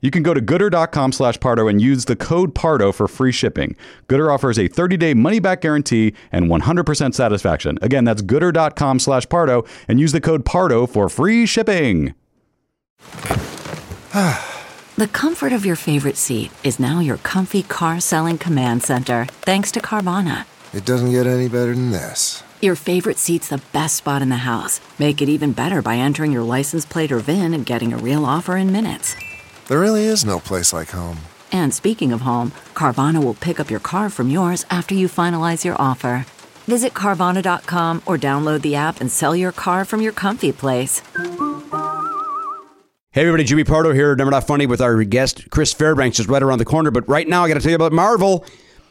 You can go to gooder.com slash Pardo and use the code Pardo for free shipping. Gooder offers a 30-day money-back guarantee and 100% satisfaction. Again, that's gooder.com slash Pardo and use the code Pardo for free shipping. the comfort of your favorite seat is now your comfy car selling command center, thanks to Carvana. It doesn't get any better than this. Your favorite seat's the best spot in the house. Make it even better by entering your license plate or VIN and getting a real offer in minutes. There really is no place like home. And speaking of home, Carvana will pick up your car from yours after you finalize your offer. Visit Carvana.com or download the app and sell your car from your comfy place. Hey everybody, Jimmy Pardo here, Never Not Funny with our guest Chris Fairbanks is right around the corner. But right now I gotta tell you about Marvel.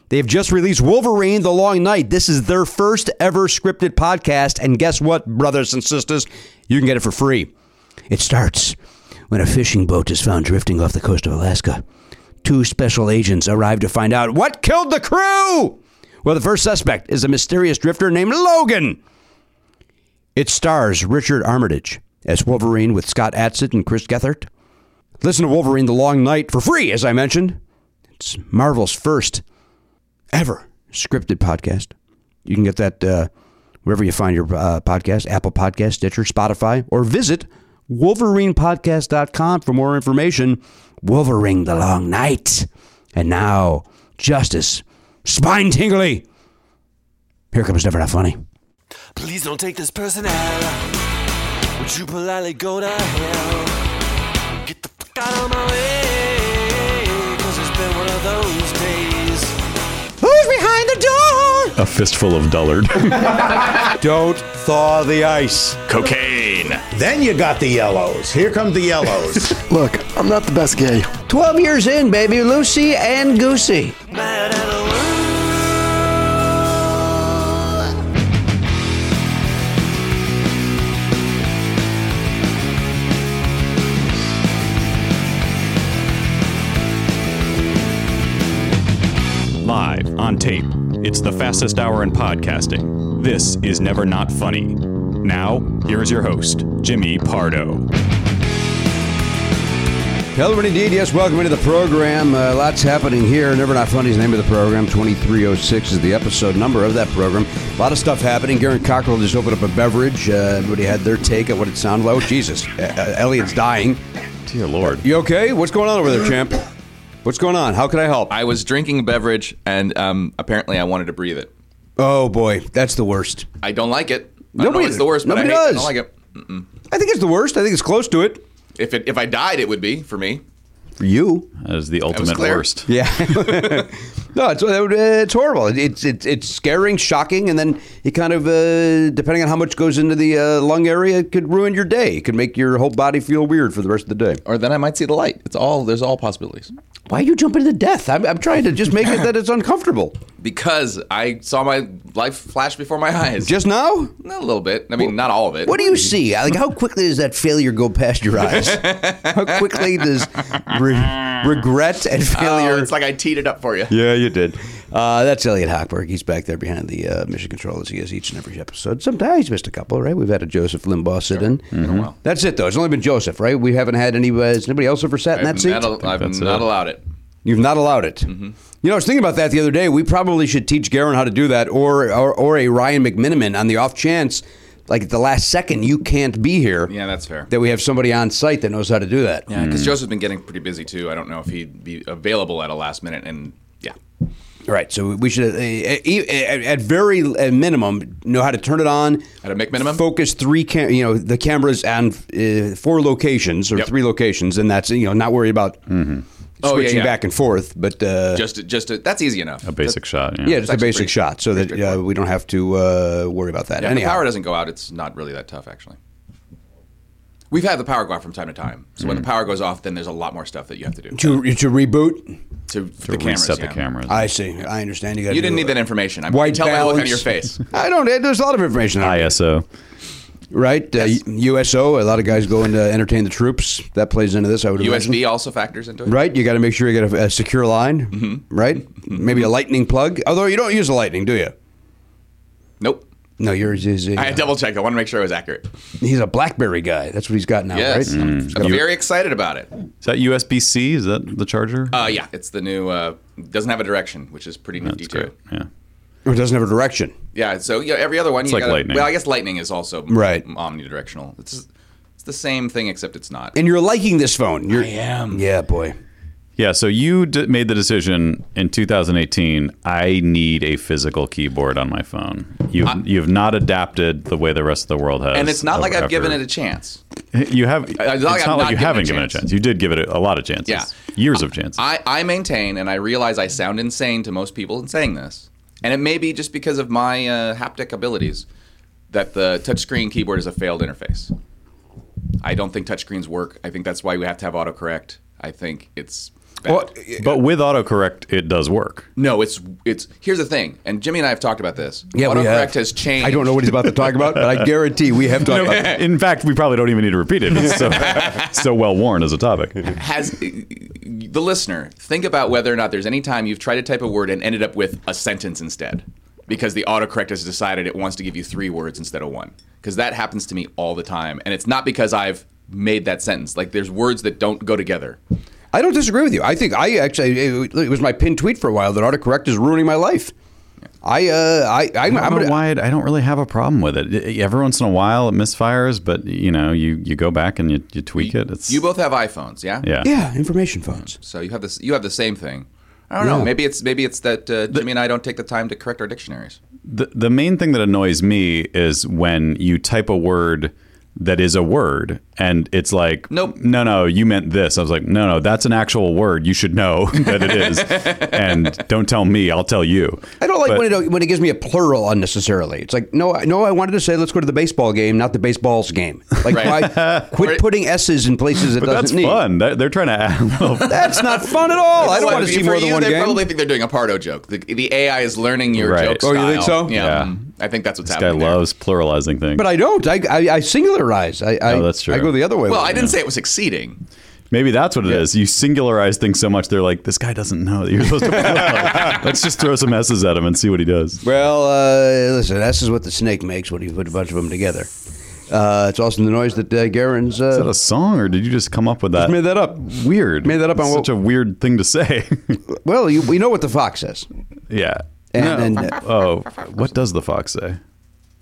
They've just released Wolverine The Long Night. This is their first ever scripted podcast, and guess what, brothers and sisters? You can get it for free. It starts when a fishing boat is found drifting off the coast of Alaska. Two special agents arrive to find out what killed the crew. Well, the first suspect is a mysterious drifter named Logan. It stars Richard Armitage as Wolverine with Scott Adsit and Chris Gethard. Listen to Wolverine The Long Night for free, as I mentioned. It's Marvel's first ever scripted podcast. You can get that uh, wherever you find your uh, podcast Apple Podcast, Stitcher, Spotify, or visit WolverinePodcast.com for more information. Wolverine the Long Night. And now, Justice Spine Tingly. Here comes Never Not Funny. Please don't take this person out. Would you politely go to hell? Get the fuck out of my way. Cause it's been one of those days. Who's behind the door? A fistful of dullard. don't thaw the ice. Cocaine. Then you got the yellows. Here come the yellows. Look, I'm not the best gay. 12 years in, baby. Lucy and Goosey. Live on tape. It's the fastest hour in podcasting. This is Never Not Funny. Now, here is your host, Jimmy Pardo. Hello, indeed. Yes, welcome into the program. Uh, lots happening here. Never Not Funny is the name of the program. 2306 is the episode number of that program. A lot of stuff happening. Garen Cockrell just opened up a beverage. Uh, everybody had their take of what it sounded like. Oh, Jesus. Uh, uh, Elliot's dying. Dear Lord. You okay? What's going on over there, champ? What's going on? How can I help? I was drinking a beverage, and um, apparently I wanted to breathe it. oh, boy. That's the worst. I don't like it. I Nobody- know it's the worst, but I, nobody hate, I does. don't like it. I think it's the worst. I think it's close to it. If it, if I died, it would be for me. For you. That is the ultimate clear. worst. Yeah. no, it's, uh, it's horrible. It's, it's it's scaring, shocking, and then it kind of, uh, depending on how much goes into the uh, lung area, it could ruin your day. It could make your whole body feel weird for the rest of the day. Or then I might see the light. It's all there's all possibilities. Why are you jumping to death? I'm, I'm trying to just make it that it's uncomfortable. Because I saw my life flash before my eyes. Just now? a little bit. I mean, not all of it. What do you see? Like, how quickly does that failure go past your eyes? How quickly does re- regret and failure? Oh, it's like I teed it up for you. Yeah, you did. Uh, that's Elliot Hochberg. He's back there behind the uh, mission control as he is each and every episode. Sometimes he's missed a couple, right? We've had a Joseph Limbaugh sit in. while. That's it, though. It's only been Joseph, right? We haven't had any. Uh, has anybody else ever sat in that I've seat? not, al- I've that's not it. allowed it. You've not allowed it. Mm-hmm. You know, I was thinking about that the other day. We probably should teach Garen how to do that, or or, or a Ryan McMiniman on the off chance, like at the last second, you can't be here. Yeah, that's fair. That we have somebody on site that knows how to do that. Yeah, because Joseph's been getting pretty busy too. I don't know if he'd be available at a last minute. And yeah, Right. So we should, uh, e- at at very uh, minimum, know how to turn it on. At a mic minimum? Focus three, cam- you know, the cameras on uh, four locations or Yep. three locations, and that's you know not worry about switching Oh, yeah, yeah. back and forth, but uh, just just that's easy enough. A basic shot. yeah, just a actually basic pretty- shot, so that uh, we don't have to uh, worry about that. Yeah, if the Anyhow, power doesn't go out, it's not really that tough, actually. We've had the power go out from time to time. So when the power goes off, then there's a lot more stuff that you have to do to, to to reboot. the cameras. Reset yeah. the cameras. I see. I understand. You, gotta You didn't do need that information. I'm White White telling balance. the look on your face. I don't. eh, There's a lot of information. on it. ISO. Right. Uh, USO. A lot of guys go into entertain the troops. That plays into this. I would imagine. USB also factors into it. Right, you got to make sure you get a, a secure line, right? Maybe a lightning plug. Although you don't use a lightning, do you? Nope. No, yours is. A, I double checked. I want to make sure it was accurate. he's a BlackBerry guy. That's what he's got now, Yes. right? I'm, I'm very excited about it. Is that USB C? Is that the charger? Uh, yeah, it's the new, uh, doesn't have a direction, which is pretty nifty That's too. great. Yeah. Or it doesn't have a direction. Yeah, so yeah, every other one It's you like gotta, lightning. Well, I guess lightning is also m- Right. omnidirectional. It's it's the same thing except it's not. And you're liking this phone. You're, I am. Yeah, boy. Yeah. So you d- made the decision in 2018. I need a physical keyboard on my phone. You you've not adapted the way the rest of the world has. And it's not like I've given it a chance. chance. You have. It's, I- I- not I'm not like you given haven't a given it a chance. chance. You did give it a, a lot of chances. Yeah. Years of chances. I, I maintain, and I realize I sound insane to most people in saying this, and it may be just because of my uh, haptic abilities that the touchscreen keyboard is a failed interface. I don't think touchscreens work. I think that's why we have to have autocorrect. I think it's bad. but with autocorrect, it does work. no, it's it's here's the thing, and Jimmy and I have talked about this. Yeah, we have. autocorrect has changed. I don't know what he's about to talk about, but I guarantee we have talked about it. In fact, we probably don't even need to repeat it. It's so, so well worn as a topic. has the listener think about whether or not there's any time you've tried to type a word and ended up with a sentence instead because the autocorrect has decided it wants to give you three words instead of one because that happens to me all the time and it's not because i've made that sentence like there's words that don't go together I don't disagree with you. I think I actually, it, it was my pinned tweet for a while that autocorrect is ruining my life. I, uh, I, I'm, I I'm don't know gonna- why it, I don't really have a problem with it. I- Every once in a while, it misfires, but you know, you, you go back and you, you tweak it. It's you both have iphones yeah yeah. Yeah, information phones. so you have this you have the same thing i don't Yeah. know maybe it's maybe it's that uh, jimmy and i don't take the time to correct our dictionaries The the main thing that annoys me is when you type a word that is a word and it's like Nope. no no you meant this i was like no no that's an actual word you should know that it is and don't tell me i'll tell you I don't like But- when it when it gives me a plural unnecessarily. It's like no, I- no, I wanted to say let's go to the baseball game, not the baseball's game. Like Right. why quit Right. putting s's in places it but doesn't that's need. fun That- they're trying to add a little That's not fun at all. I don't Well, want to see for more you, than one they game. probably think they're doing a Pardo joke. The, the AI is learning your Right. joke Oh, style. you think so? Yeah, Yeah. Mm. I think that's what's this guy happening. there. loves pluralizing things but I don't. I I, I singularize. I, I Oh, that's true. I go the other way. Well, with I it. didn't say it was succeeding. Maybe that's what it is. You singularize things so much, they're like, this guy doesn't know that you're supposed to. pluralize." Let's just throw some S's at him and see what he does. Well, uh, listen, this is what the snake makes when you put a bunch of them together. Uh, it's also the noise that uh, Garen's. Is Uh, that a song, or did you just come up with that? made that up. Weird. Made that up It's on such a weird thing to say. well, you, we know what the fox says. yeah. And No. then, uh, oh, what does the fox say?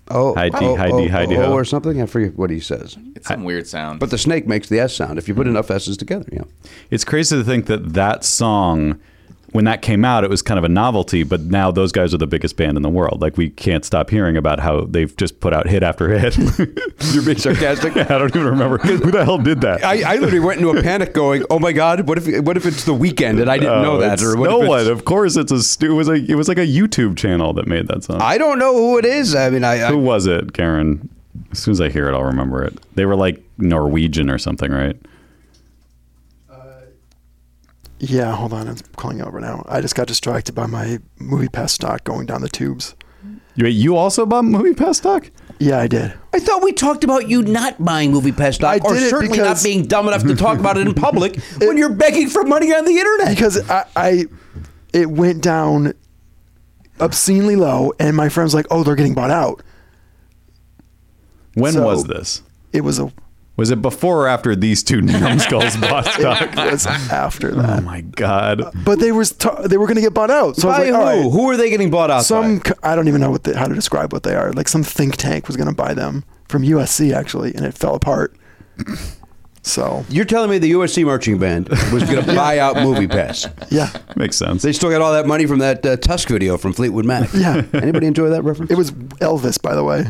Oh, Heidi, oh, Heidi, oh, Heidi, oh, ho. or something. I forget what he says. It's some weird sound. But the snake makes the S sound if you Mm-hmm. put enough S's together. Yeah. It's crazy to think that that song, when that came out, it was kind of a novelty, but now those guys are the biggest band in the world. Like, we can't stop hearing about how they've just put out hit after hit. You're being sarcastic. I don't even remember. Who the hell did that? I, I literally went into a panic, going, "Oh my God! What if what if it's the weekend and I didn't Oh, know that?" it's- Or what no if it's- one. Of course, it's a stu- it was a it was like a YouTube channel that made that song. I don't know who it is. I mean, I, I Who was it, Karen? As soon as I hear it, I'll remember it. They were like Norwegian or something, right? Yeah, hold on. It's calling over now. I just got distracted by my movie pass stock going down the tubes. You, you also bought movie pass doc? Yeah, I did. I thought we talked about you not buying movie pass I doc, or did it certainly not because- being dumb enough to talk about it in public when you're begging for money on the internet. Because I, I it went down obscenely low, and my friend's like, oh, they're getting bought out. When So- was this? It was a Was it before or after these two numbskulls bought it stock? was after Oh that. my god! But they was t- they were going to get bought out. So I By was like, who? all right. Who are they getting bought out some co- I don't even know what they, how to describe what they are. Like some think tank was going to buy them from USC actually, and it fell apart. So You're telling me the USC marching band was going to buy out MoviePass? yeah, Makes sense. They still got all that money from that uh, Tusk video from Fleetwood Mac. Yeah. Anybody enjoy that reference? it was Elvis, by the way.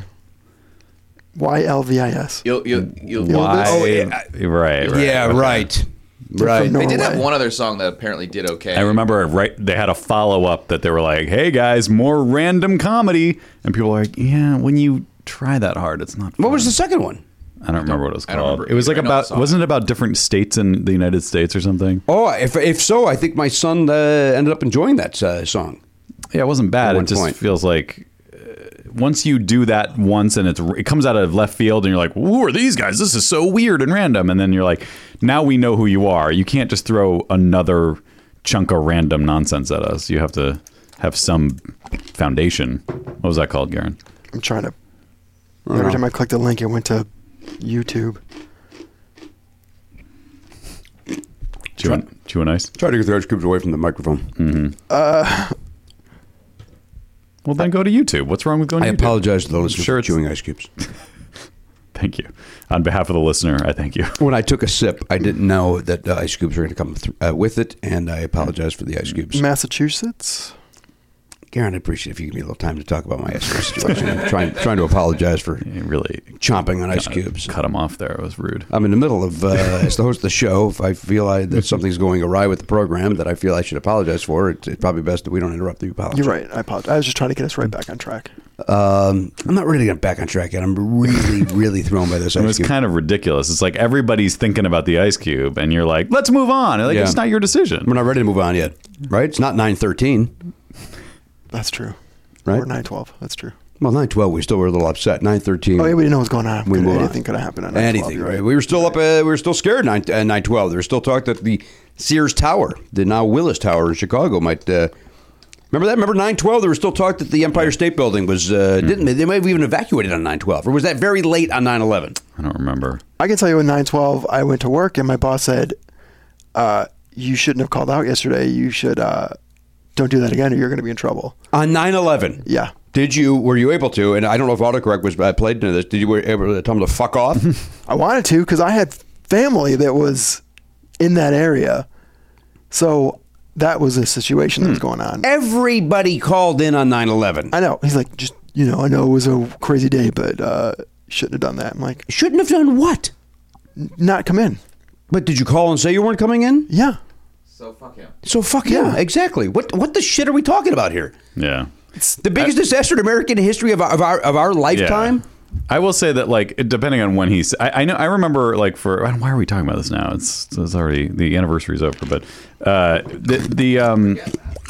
Y L V I S. You'll, you'll, you'll, Why? Oh, right, right. yeah, okay. right, from right. Nor- They did have Norway. one other song that apparently did okay. I remember right they had a follow up that they were like, "Hey guys, more random comedy." And people were like, "Yeah, when you try that hard, it's not." What was fun." the second one? I don't remember what it was I don't called. remember It was like either. I know the about song. wasn't it about different states in the United States or something? Oh, if if so, I think my son uh, ended up enjoying that uh, song. Yeah, it wasn't At bad. one It just point. feels like uh, once you do that once and it's it comes out of left field and you're like, "Who are these guys? This is so weird and random." And then you're like, "Now we know who you are. You can't just throw another chunk of random nonsense at us. You have to have some foundation." What was that called, Garen? I'm trying to. Uh-huh. Every time I clicked the link, it went to YouTube. Chew and, chew and ice. Try to get the ice cubes away from the microphone. Well, then go to YouTube. What's wrong with going? I to YouTube? apologize to the listeners Sure, for it's- chewing ice cubes. Thank you, on behalf of the listener. I thank you. When I took a sip, I didn't know that the ice cubes were going to come th- uh, with it, and I apologize for the ice cubes. Massachusetts. Garen, I appreciate if you give me a little time to talk about my ice cube situation. I'm trying, trying to apologize for You really chomping on ice kinda cubes. Cut him off there. It was rude. I'm in the middle of, uh, as the host of the show, if I feel I, that something's going awry with the program that I feel I should apologize for, it's, it's probably best that we don't interrupt the apology. You're right. I apologize. I was just trying to get us right back on track. Um, I'm not really getting back on track yet. I'm really, really thrown by this It ice was cube. kind of ridiculous. It's like everybody's thinking about the ice cube, and you're like, "Let's move on." Like Yeah. it's not your decision. We're not ready to move on yet, right? It's not 913. That's true. Right? Or 912. That's true. Well, 912, we still were a little upset. 913. Oh, yeah, we didn't know what was going on. Mm. We Could- move on. anything could have happened. On 9/12, Anything, you're right? We were still up. Uh, we were still scared. Nine uh, nine twelve. There was still talk that the Sears Tower, the now Willis Tower in Chicago, might. Uh, remember that? Remember nine twelve? There was still talk that the Empire State Building was. Uh, Mm-hmm. Didn't they? They might have even evacuated on nine twelve, or was that very late on nine eleven? I don't remember. I can tell you in 912, I went to work and my boss said, uh, you shouldn't have called out yesterday. You should, uh, don't do that again or you're going to be in trouble. On nine eleven. Yeah. Did you? Were you able to? And I don't know if autocorrect was uh, played into this. Did you were able to tell them to fuck off? I wanted to because I had family that was in that area. So that was a situation that was going on. Everybody called in on nine eleven. I know. He's like, just, you know, I know it was a crazy day, but, uh, shouldn't have done that. I'm like, Shouldn't have done what? not come in. But did you call and say you weren't coming in? Yeah. So fuck him. So fuck yeah, exactly. What what the shit are we talking about here? Yeah. The biggest disaster in American history of our of our, of our lifetime. I will say that, like, it- depending on when he's, I, I know, I remember, like, for why are we talking about this now? It's, it's already the anniversary's over, but uh, the the um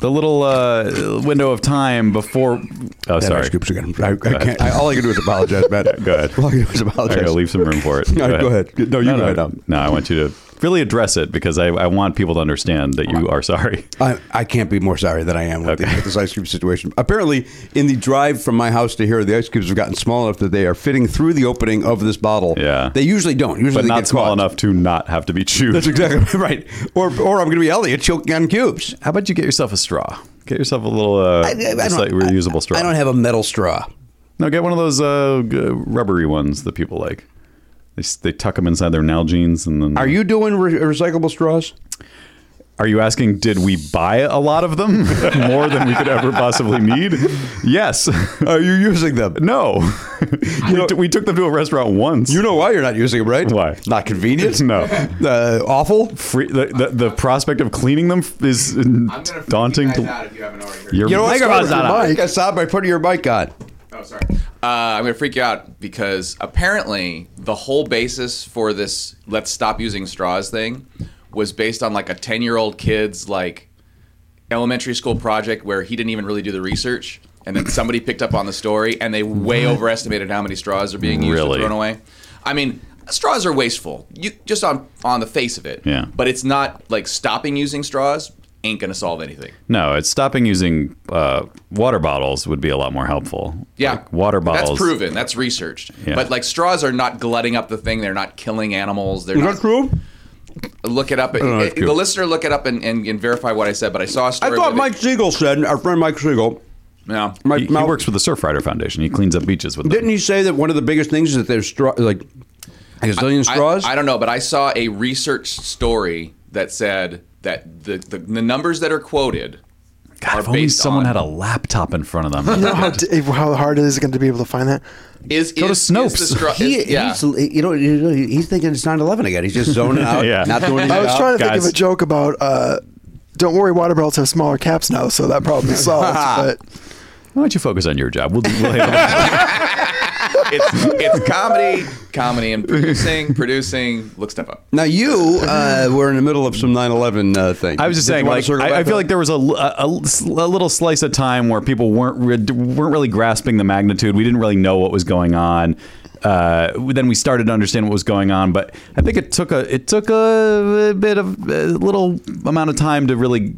the little uh, window of time before. Oh, That sorry. ice cube's again. I, I can't. I, all I can do is apologize, Matt. Go ahead. All I can do is I apologize. gotta leave some room for it. No, go ahead. No, you go ahead. No, I want you to really address it because I, I want people to understand that you are sorry. I, I can't be more sorry than I am with, the- with this ice cube situation. Apparently, in the drive from my house to here, the ice cubes have gotten small enough that they are fitting through the opening of this bottle. Yeah. They usually don't. Usually, But they not get small caught. enough to not have to be chewed. That's exactly right. Or, or I'm going to be Elliot choking on cubes. How about you get yourself a straw? Get yourself a little uh, I- I don't- slight reusable straw. I don't have a metal straw. No, get one of those uh, g- rubbery ones that people like. They, s- they tuck them inside their Nalgene's and then. Are you doing re- recyclable straws? Are you asking? Did we buy a lot of them, more than we could ever possibly need? Yes. Are you using them? No. we, t- we took them to a restaurant once. You know why you're not using them, right? Why? Not convenient. No. Uh, awful. Free, the, the, the prospect of cleaning them f- is I'm gonna freak daunting. You guys to- out if you haven't already heard. You're- You know what? Mega Start with Bazara. your mic. I stop by putting your mic on. Oh, sorry. Uh, I'm going to freak you out because apparently the whole basis for this "let's stop using straws" thing was based on like a 10 year old kid's like elementary school project where he didn't even really do the research, and then somebody picked up on the story and they way overestimated how many straws are being used Really? or thrown away. I mean. Straws are wasteful, you, just on on the face of it. Yeah. But it's not like stopping using straws ain't gonna solve anything. No, it's stopping using uh, water bottles would be a lot more helpful. Yeah, Like, water bottles. That's proven. That's researched. Yeah. But like straws are not glutting up the thing. They're not killing animals. They're Is not. that true? Look it up. know, that's the cool. listener look it up and, and, and verify what I said. But I saw a I story. thought where Mike Siegel said, our friend Mike Siegel, They, no. my, He, he my- works for the Surfrider Foundation. He cleans up beaches with didn't them. he say that one of the biggest things is that there's straw, like a gazillion I- straws? I, don't know, but I saw a research story that said that the the, the numbers that are quoted God, are if only based someone on had a laptop in front of You know how, them. d- how hard it is going to be able to find that? is Go to is- is the Snopes. straw- is- he, yeah. he's, you know, you know, he's thinking it's 9-11 again. He's just zoning out, Yeah. not doing his I was job. trying to think of guys. a joke about. Uh, don't worry, water bottles have smaller caps now, so that problem is solved. but Why don't you focus on your job? We'll, do- we'll handle that. it's it's comedy, comedy, and producing, producing. Look stuff up. Now you uh, were in the middle of some 9/11 uh, thing. I was just Did you saying, wanna like, circle I, I back feel up? like there was a, l- a- a l- s- a little slice of time where people weren't re- weren't really grasping the magnitude. We didn't really know what was going on. Uh, then we started to understand what was going on, but I think it took a it took a, bit of a little amount of time to really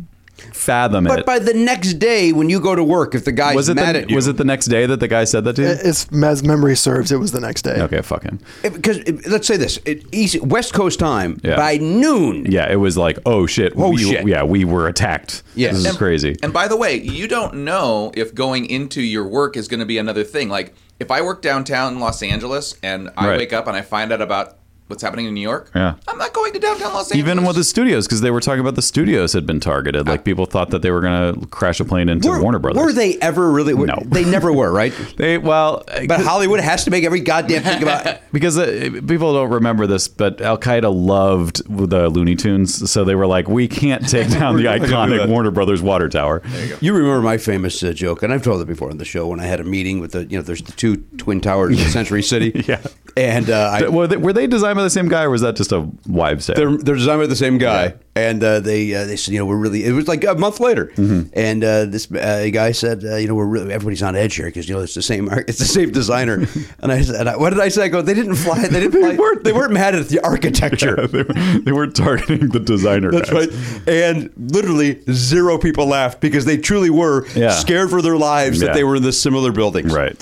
fathom But it. by the next day, when you go to work, if the guy's was it mad the, at you, Uh, was it the next day that the guy said that to you? if as memory serves, it was the next day. okay, fuck him. because let's say this: it, East, West Coast time Yeah. by noon. Yeah, it was like, oh shit, Oh, we, shit. yeah, we were attacked. Yes. this is And- crazy. And by the way, you don't know if going into your work is going to be another thing. Like if I work downtown in Los Angeles and I Right. wake up and I find out about what's happening in New York, Yeah. I'm not going to downtown Los Angeles. Even with the studios, because they were talking about the studios had been targeted. Like people thought that they were going to crash a plane into Were- Warner Brothers. Were they ever really? Were, No. they never were, right? They well, But Hollywood has to make every goddamn thing about. because uh, people don't remember this, but Al Qaeda loved the Looney Tunes, so they were like, we can't take down the not gonna do iconic that. Warner Brothers water tower. You remember my famous uh, joke, and I've told it before on the show when I had a meeting with the you know there's the two twin towers in Century City. Yeah. and uh, I, Were they, were they designed by the same guy, or was that just a wives' tale? they're they're designed by the same guy, and uh, they uh, they said you know we're really it was like a month later, Mm-hmm. and uh, this uh, guy said uh, you know we're really everybody's on edge here because you know it's the same ar- it's the same designer, and I said and I, what did I say? I go they didn't fly they didn't fly, weren't- they weren't mad at the architecture. they, were, they were targeting the designer. That's guys. right. And literally zero people laughed because they truly were Yeah. scared for their lives Yeah. that they were in this similar building. Right.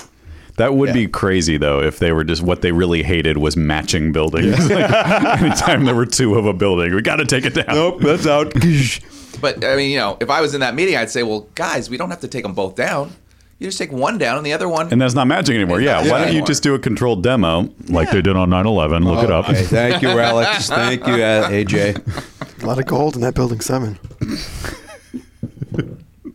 That would Yeah. be crazy though if they were just what they really hated was matching buildings. like, anytime there were two of a building, we got to take it down. Nope, that's out. but I mean, you know, if I was in that meeting, I'd say, well, guys, we don't have to take them both down. You just take one down and the other one. And that's not matching anymore. Yeah. Yeah. Why don't you just do a controlled demo like they did on 9 11? Look it up. Okay, Oh, thank you, Alex. Thank you, uh, AJ. A lot of gold in that building seven.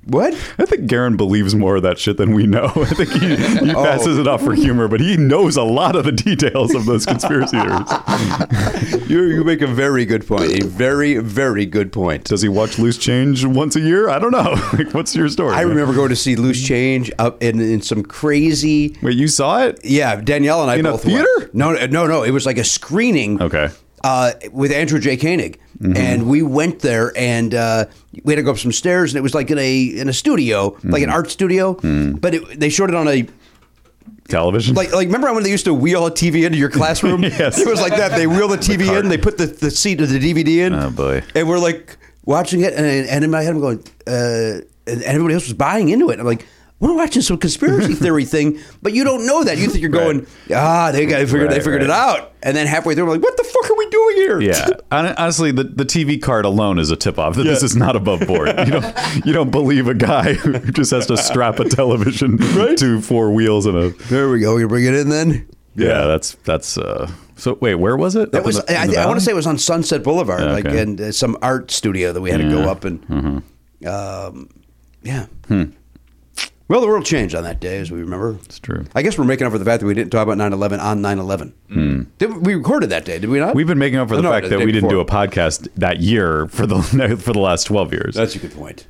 What? I think Garen believes more of that shit than we know. I think he, he Oh. passes it off for humor, but he knows a lot of the details of those conspiracy theories. You, you make a very good point. A very, very good point. Does he watch Loose Change once a year? I don't know. Like, what's your story? I remember going to see Loose Change up in, in some crazy. Wait, you saw it? Yeah, Danielle and I In a both theater? Went. No, no, no. It was like a screening. Okay. Mm-hmm. Uh, with Andrew J. Koenig, and we went there, and uh, we had to go up some Mm. stairs, and it was like in a in a studio, like an art studio, but it, they showed it on a television. Like, like remember when they used to wheel a TV into your classroom? Yes. It was like that. They wheel the TV in, they put the, the seat of the DVD in. Oh, boy. And we're like watching it, and, and in my head I'm going, uh, and everybody else was buying into it. I'm like, we're watching some conspiracy theory thing, but you don't know that. You think you're going, ah, they got they figured they Right, figured it right. out, and then halfway through, we're like, what the fuck are we doing here? Yeah, Hon- honestly, the, the TV card alone is a tip off that this is not above board. You don't you don't believe a guy who just has to strap a television to four wheels and a there we go. You bring it in then. yeah. that's that's uh. So wait, where was it? That was I, I want to say it was on Sunset Boulevard, Okay. like and uh, some art studio that we had to go Yeah. Mm-hmm. up and, Hmm. um, yeah. Well, the world changed on that day, as we remember. It's true. I guess we're making up for the fact that we didn't talk about 9-11 on 9-11. Did, we recorded that day, did we not? Hmm. We've been making up for Oh, the no, fact that day we didn't do before. a podcast that year for the for the last twelve years. That's a good point.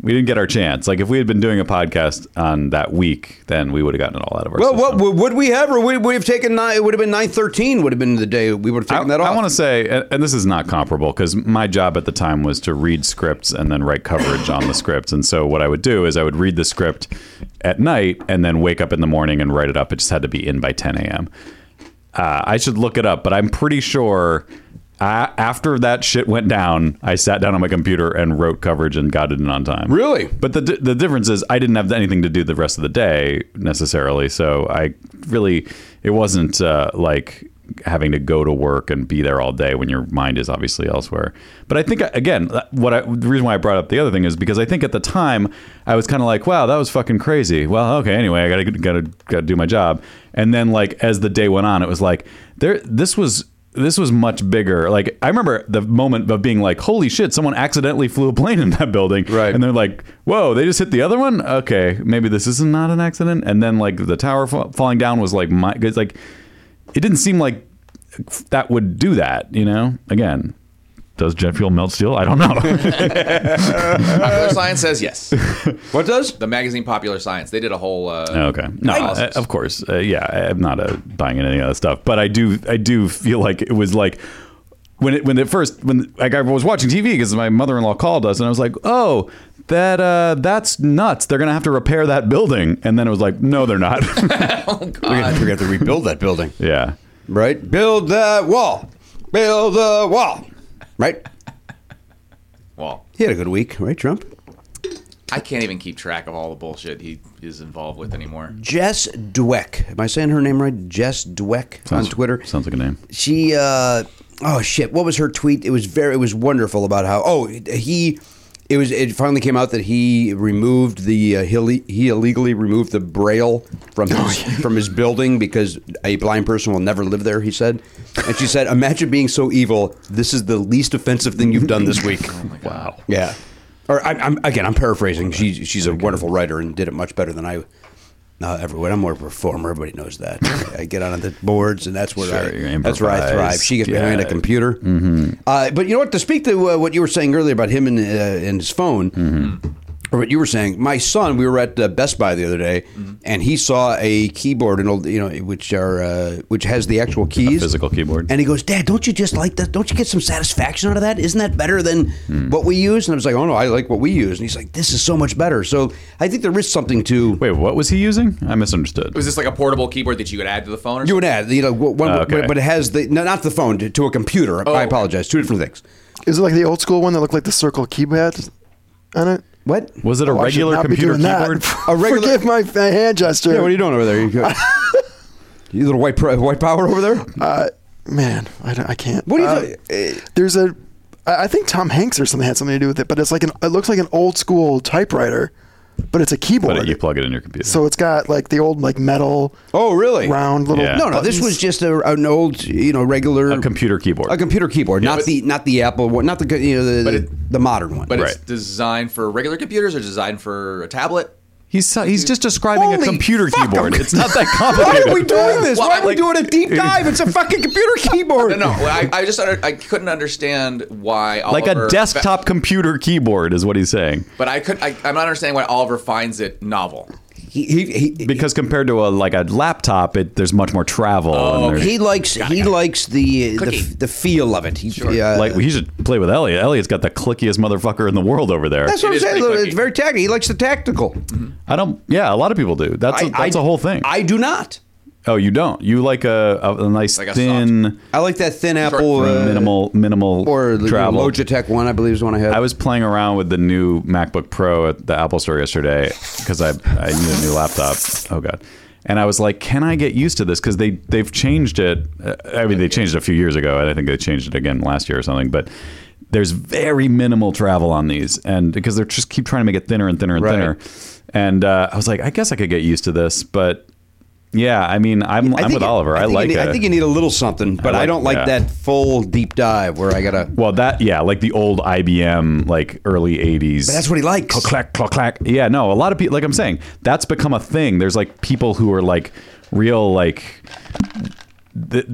we didn't get our chance. Like if we had been doing a podcast on that week, then we would have gotten it all out of our Well, what system. would- would we have, or would we have taken? Nine, it would have been nine thirteen. Would have been the day we would have taken I, that off. want to say, and, and this is not comparable because my job at the time was to read scripts and then write coverage on the scripts. And so what I would do is I would read the script at night and then wake up in the morning and write it up. It just had to be in by 10 a.m. Uh, I should look it up, but I'm pretty sure. I, after that shit went down, I sat down on my computer and wrote coverage and got it in on time. Really? But the di- the difference is I didn't have anything to do the rest of the day necessarily, so I really it wasn't uh, like having to go to work and be there all day when your mind is obviously elsewhere. But I think uh, again, what I, the reason why I brought up the other thing is because I think at the time I was kind of like, wow, that was fucking crazy. Well, okay, anyway, I gotta gotta gotta do my job. And then like as the day went on, it was like there this was this was much bigger. Like I remember the moment of being like, "Holy shit! Someone accidentally flew a plane in that building." Right. And they're like, "Whoa! They just hit the other one. Okay, maybe this is not an accident." And then like the tower fa- falling down was like my cause, like it didn't seem like that would do that. You know? Again, does jet fuel melt steel? I don't know. Popular science says yes. what does? The magazine Popular Science. They did a whole. Uh, okay. No, analysis. uh, of course. Uh, yeah, I'm not uh, buying into any of that stuff, but I do. I do feel like it was like when it when it first when like I was watching TV because my mother-in-law called us and I was like, oh. That uh, that's nuts. They're gonna have to repair that building, and then it was like, no, they're not. We're gonna, we're gonna have to rebuild that building, yeah, right? Build that wall. Build the wall. Right. Well, He had a good week, right, Trump? I can't even keep track of all the bullshit he is involved with anymore. Jess Dweck. Am I saying her name right? Jess Dweck on Twitter. sounds like a name. She uh oh shit, what was her tweet? It was very it was wonderful about how oh he it was it finally came out that he removed the uh, he, ille- he illegally removed the braille from his, from his building because a blind person will never live there, he said. And she said, "Imagine being so evil. This is the least offensive thing you've done this week." Wow. Yeah. Or I, I'm again, I'm paraphrasing. She's she's a wonderful writer and did it much better than I. Uh, everyone, I'm more of a performer. Everybody knows that. I get on the boards, and that's where Sure, you I that's where I improvise. thrive. She gets behind a Yeah. Mm-hmm. computer. Uh, but you know what? To speak to uh, what you were saying earlier about him and uh, and his phone, Mm-hmm. or what you were saying, my son. We were at uh, Best Buy the other day, Mm-hmm. and he saw a keyboard, and old, you know, which are uh, which has the actual keys, Physical keyboard. and he goes, Dad, don't you just like that? Don't you get some satisfaction out of that? Isn't that better than what we use? And I was like, Oh no, I like what we use. And he's like, This is so much better. So I think there is something to Wait, what was he using? I misunderstood. Was this like a portable keyboard that you could add to the phone? Or you would add, you know, one, Oh, okay. but, but it has the no, not the phone to, to a computer. I apologize, two different things. Is it like the old school one that looked like the circle keypad on it? What? Was it a Oh, I should regular not be computer doing that. keyboard? A regular- Forgive my, my hand gesture. Yeah, what are you doing over there? You, go, you little white pro- white power over there? Uh, man, I, don't- I can't. What do you Uh, do- There's a, I I think Tom Hanks or something had something to do with it, but it's like an, it looks like an old school typewriter, but it's a keyboard. But you plug it in your computer. so it's got like the old like metal Oh, really? round little. Yeah. No, no. This buttons. was just a, an old, you know, regular a computer keyboard. a computer keyboard, not but- the not the Apple one, not the you know the, But the, it- modern one. But it's Right. designed for regular computers or designed for a tablet? He's he's just describing Holy a computer fuck, keyboard. I'm- It's not Why that complicated. are we doing this? Well, Why are we like- doing a deep dive? It's a fucking computer keyboard. No, no. I, I just under, I couldn't understand why like Oliver a desktop computer keyboard is what he's saying. But I could I, I'm not understanding why Oliver finds it novel. He, he, he, because compared to a like a laptop, it there's much more travel. Oh, and there's- he likes he likes the, the the feel of it. He, uh, like he should play with Elliot. Elliot's got the clickiest motherfucker in the world over there. that's what I'm saying. though. It's very tactical. He likes the tactical. I don't. Yeah, a lot of people do. That's a, I- that's I- a whole thing. I do not. oh, you don't. You like a, a, a nice Like a thin, I like that thin apple uh, minimal, minimal or the travel. Logitech one. I believe is the one I had. I was playing around with the new MacBook Pro at the Apple store yesterday because I, I need a new laptop. Oh god. And I was like, can I get used to this? Because they they've changed it. Uh, I mean, they changed it a few years ago, and I think they changed it again last year or something. But there's very minimal travel on these, and because they're just keep trying to make it thinner and thinner and Right. thinner. And uh, I was like, I guess I could get used to this, but yeah, I mean, I'm, I I'm think with it- Oliver. I, think you like need- it. I think you need a little something, but I, like- don't like yeah. that full deep dive where I gotta. Well, that yeah, like the old IBM, like early '80s. But that's what he likes. Clack, clack, clack, clack. Yeah, no, a lot of people, like I'm saying, that's become a thing. There's like people who are like real, like, th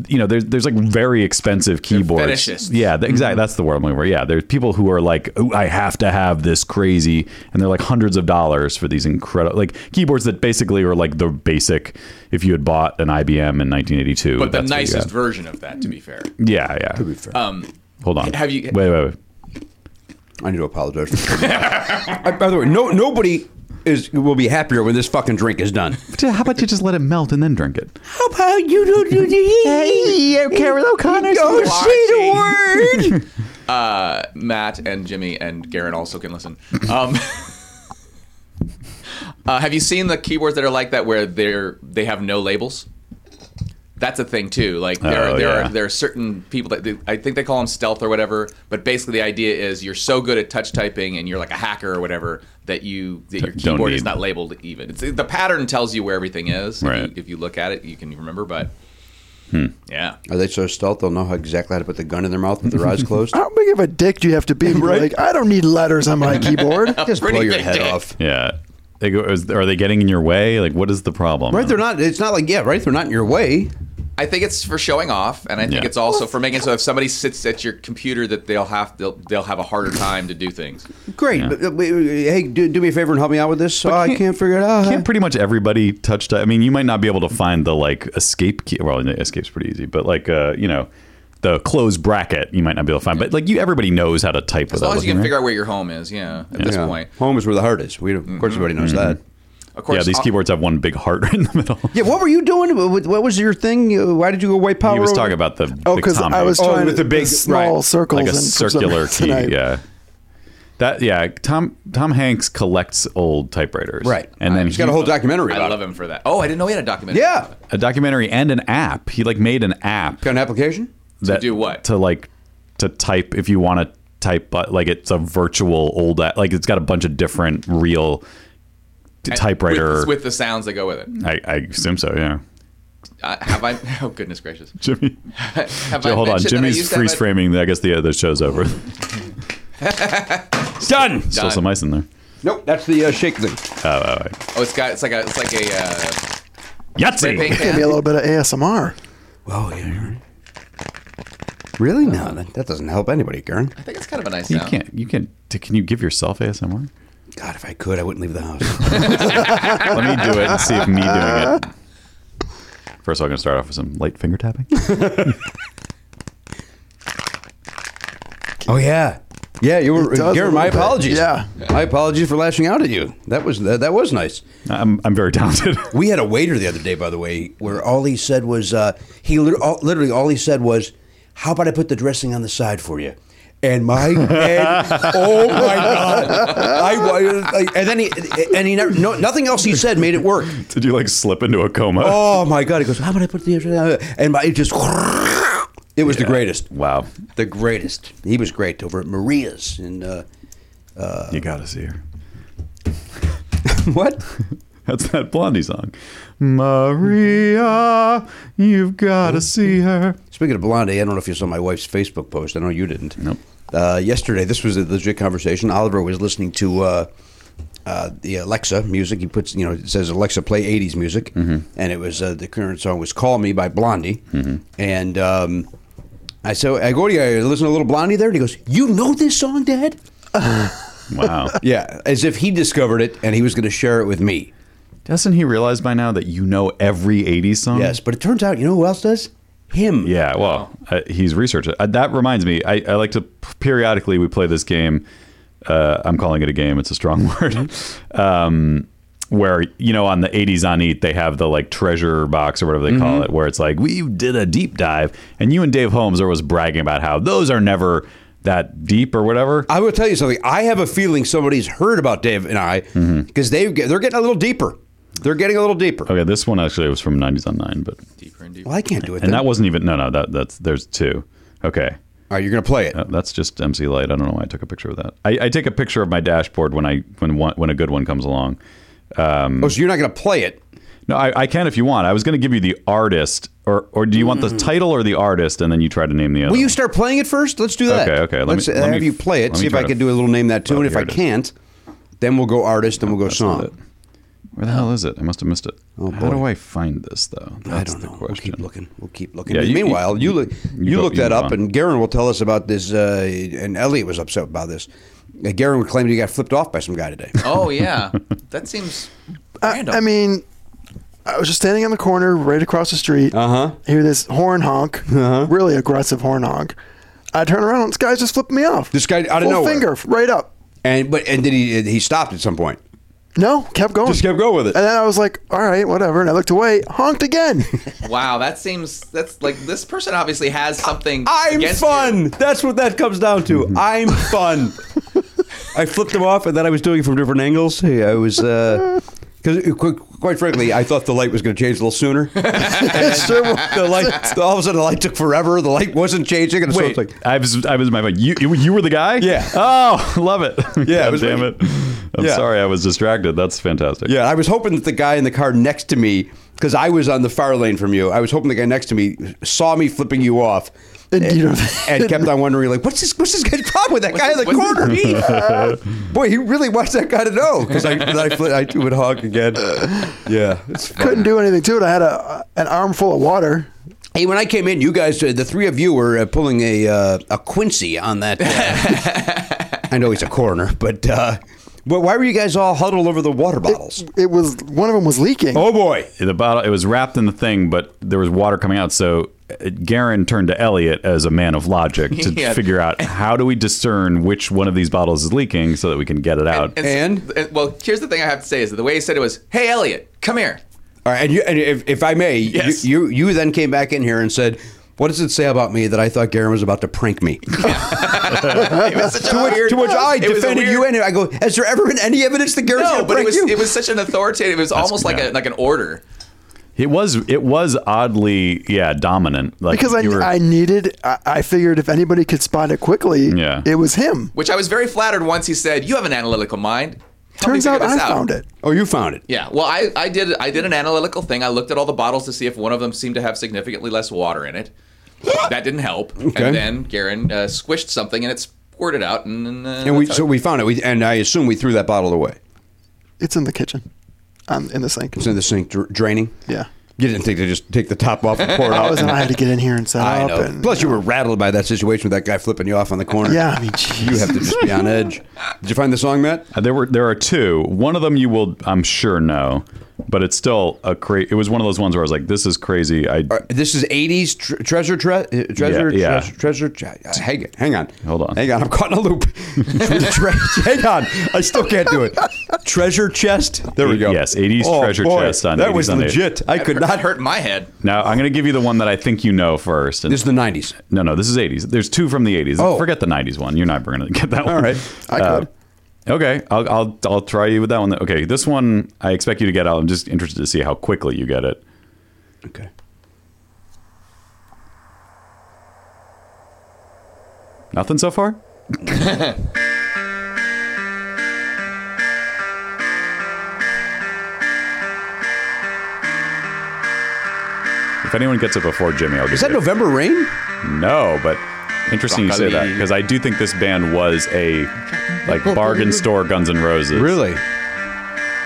you know, there's there's like very expensive keyboards. fetishists. Yeah, th- exactly. Mm-hmm. That's the word I'm looking for. Yeah, there's people who are like, oh, I have to have this crazy, and they're like hundreds of dollars for these incredible, like keyboards that basically are like the basic. If you had bought an IBM in 1982, But the that's what you nicest had. version of that, to be fair. Yeah, yeah. Um, Hold on. have you- Wait, wait, wait. I need to apologize. I- by the way, no nobody is will be happier when this fucking drink is done. How about you just let it melt and then drink it? How about you don't do the Hey, Carol O'Connor. Don't say the word. uh, Matt and Jimmy and Garen also can listen. Um, uh, have you seen the keyboards that are like that where they're they have no labels? That's a thing too. Like there, Oh, are, there yeah. are there are certain people that do, I think they call them stealth or whatever. But basically, the idea is you're so good at touch typing and you're like a hacker or whatever that you that your Don't keyboard need- is not labeled even. It's, the pattern tells you where everything is. If, Right. Hmm. you, if you look at it, you can remember. But yeah, Are they so stealth they'll know how exactly how to put the gun in their mouth with their eyes closed? How big of a dick do you have to be? to be Right. Like, I don't need letters on my keyboard. Just blow Pretty your big head dick. off. Yeah. They go, is, are they getting in your way? Like, what is the problem? Right, they're not. It's not like yeah, right. They're not in your way. I think it's for showing off, and I think Yeah. it's also for making so if somebody sits at your computer that they'll have they'll, they'll have a harder time to do things. Great. But, uh, wait, wait, hey, do, do me a favor and help me out with this. Oh, I can't figure it out. Can't pretty much everybody touch type? I mean, you might not be able to find the like escape key. Well, no, escape's pretty easy, but like, uh, you know, the close bracket you might not be able to find. But like, you everybody knows how to type As without long as looking. you can right? figure out where your home is, yeah. At this Yeah. point, home is where the heart is. We of course everybody knows that. of course, yeah, these I'll- keyboards have one big heart right in the middle. Yeah, what were you doing? What what was your thing? Uh, Why did you go white power? he was over- talking about the Oh, big because Tom I was Hanks. trying with to the big- small right. circles like a and for some circular reason key. I- Yeah. That yeah, Tom Tom Hanks collects old typewriters. Right. and then He's got a he- whole documentary I about love it. him for that. Oh, I didn't know he had a documentary. Yeah, a documentary and an app. He like made an app. got an application. that- do what? To like to type if you want to type, but like it's a virtual old a- like it's got a bunch of different real t- And typewriter. with, with the sounds that go with it. I, I assume so. Yeah, Uh, have I? Oh goodness gracious! Jimmy. Have I hold on, mentioned that I Jimmy's used to have freeze a- framing. I guess the uh, the show's over. Done. Still some ice in there. Nope, that's the uh, shake thing. Oh, it's got it's like a it's like a uh, spray Yahtzee. paint Give can. me a little bit of ASMR. Oh yeah. you're right. Really? No, that, that doesn't help anybody, Karen. I think it's kind of a nice You sound. can't. You can. not Can you give yourself ASMR? God, if I could, I wouldn't leave the house. Let me do it and see if me doing it. First, of all, I'm gonna start off with some light finger tapping. oh yeah, yeah. You were It does a Karen. My little bit. apologies. Yeah. my apologies for lashing out at you. That was that, that was nice. I'm I'm very talented. We had a waiter the other day, by the way, where all he said was uh, he lit- all, literally all he said was, "How about I put the dressing on the side for you?" And my head, oh my god! I, wa- like, and then he and he never no, nothing else he said made it work. Did you like slip into a coma? Oh my god! He goes, "How about I put the dressing?" on the-" And my it just it was the greatest, Wow. the greatest. He was great over at Maria's and uh, you gotta see her. what? That's that Blondie song. Maria, you've got to see her. Speaking of Blondie, I don't know if you saw my wife's Facebook post. I know you didn't. Nope. Uh, yesterday, this was a legit conversation. Oliver was listening to uh, uh, the Alexa music. He puts, you know, it says Alexa play '80s music, Mm-hmm. and it was uh, the current song was "Call Me" by Blondie. And um, I so I go to you, I listen to a little Blondie there, and he goes, "You know this song, Dad?" Wow. Mm-hmm. Yeah, as if he discovered it and he was going to share it with me. Doesn't he realize by now that you know every 80s song? Yes, but it turns out, you know who else does? Him. Yeah, well, uh, he's researched it. Uh, that reminds me, I, I like to periodically we play this game. Uh, I'm calling it a game. It's a strong word. um, where you know on the 80s on Eat they have the like treasure box or whatever they call it, where it's like we did a deep dive, and you and Dave Holmes are always bragging about how those are never that deep or whatever. I will tell you something. I have a feeling somebody's heard about Dave and I because they they're getting a little deeper. They're getting a little deeper. Mm-hmm. Okay, this one actually was from 90s on Nine, but Well, I can't do it. and then. that wasn't even no no that that's there's two. Okay. All right, you're gonna play it. that's just MC Light. I don't know why I took a picture of that. I, I take a picture of my dashboard when I when one, when a good one comes along. Um, oh, so you're not gonna play it? No, I, I can if you want. I was gonna give you the artist, or or do you want the title or the artist, and then you try to name the other. Will Mm. you start playing it first? Let's do that. Okay, okay, let me- Let's let me have you f- play let it. me See if try I to can do a little name that too. Oh, and if here I it is. can't, then we'll go artist. Then we'll go song. Where the hell is it? I must have missed it. How Oh, boy. do I find this though? I That's don't the know. We'll question. keep looking. We'll keep looking. Yeah, you- Meanwhile, you, you- look you you go- look you that go up, on. and Garen will tell us about this. Uh, and Elliot was upset about this. Uh, Garen claimed he got flipped off by some guy today. Oh yeah, that seems Uh, I, I mean, I was just standing on the corner right across the street. Uh huh. Hear this horn honk, Uh-huh. really aggressive horn honk. I turn around, this guy's just flipping me off. This guy out of Full nowhere. finger right up. And but and then he he stopped at some point. No, kept going. Just kept going with it. And then I was like, all right, whatever. And I looked away, honked again. wow. That seems that's like this person obviously has something. I'm against fun. That's what that comes down to. I'm fun. I flipped him off, and then I was doing it from different angles. Hey, I was uh, because quite frankly, I thought the light was going to change a little sooner. It sure was. the light, all of a sudden, the light took forever. The light wasn't changing, and so Wait, it's like I was I was my mind. You you you were the guy. Yeah. Oh, love it. Yeah, it God was damn like- it. I'm Yeah. sorry, I was distracted. That's fantastic. Yeah, I was hoping that the guy in the car next to me, because I was on the far lane from you, I was hoping the guy next to me saw me flipping you off. And you don't- and kept on wondering, like, what's this? What's this guy's problem with that guy in the what's- corner? Boy, he really wants that guy to know because I, then I, fli- I would honk again. Yeah, it's fun. Couldn't do anything to it. I had a an armful of water. Hey, when I came in, you guys, uh, the three of you were uh, pulling a uh, a Quincy on that. uh, I know he's a coroner, but uh, wh- why were you guys all huddled over the water bottles? It was one of them was leaking. Oh boy! The bottle it was wrapped in the thing, but there was water coming out. So uh, Garen turned to Elliot as a man of logic to Yeah. figure out how do we discern which one of these bottles is leaking so that we can get it out. And, so- and- well, here's the thing I have to say is that the way he said it was, "Hey, Elliot, come here." All right, and, you, and if, if I may, you- Yes. you, you then came back in here and said, "What does it say about me that I thought Garen was about to prank me?" It was such a to, which, weird- to which I it was a defended you weird- and I go, "Has there ever been any evidence that Garen's No, going to but it prank was you?" it was such an authoritative. It was almost like yeah. a like an order. It was it was oddly yeah dominant like because I, you were- I needed, I, I figured if anybody could spot it quickly, Yeah. it was him. Which I was very flattered once he said, "You have an analytical mind." Help me Turns figure out this I found it. oh, you found it. Yeah, well, I, I did I did an analytical thing. I looked at all the bottles to see if one of them seemed to have significantly less water in it. that didn't help. Okay. And then Garen uh, squished something and it squirted out. And, and, uh, And we that's so how- we found it, we, and I assume we threw that bottle away. It's in the kitchen, um, in the sink. It's in the sink dr- draining. Yeah. You didn't think to just take the top off and pour it I out. was, and I had to get in here and set I up. know. And, Plus, you were rattled by that situation with that guy flipping you off on the corner. yeah, I mean, geez. You have to just be on edge. Did you find the song, Matt? Uh, There were there are two. One of them you will I'm sure know, but it's still a cra- It was one of those ones where I was like, this is crazy. I All right, This is 80s tr- treasure, tre- uh, treasure, yeah. treasure, treasure. tre- uh, hang, it- hang on. Hold on. Hang on. I'm caught in a loop. Tre- tre- hang on. I still can't do it. Treasure chest. There we go. Oh, Yes, 80s treasure chest on That 80s was on 80s. legit. I could that not. hurt my head. now I'm gonna give you the one that I think you know first. And This is the 90s. no no this is 80s. There's two from the 80s. Oh. Forget the 90s one. You're not gonna get that one. Uh, All right. I could. Okay, I'll, I'll I'll try you with that one. Okay, this one I expect you to get out. I'm just interested to see how quickly you get it. Okay. Nothing so far. if anyone gets it before Jimmy, I'll give Is that you. November Rain? No, but interesting you say that Broccoli. because I do think this band was a like bargain store Guns N' Roses. Really?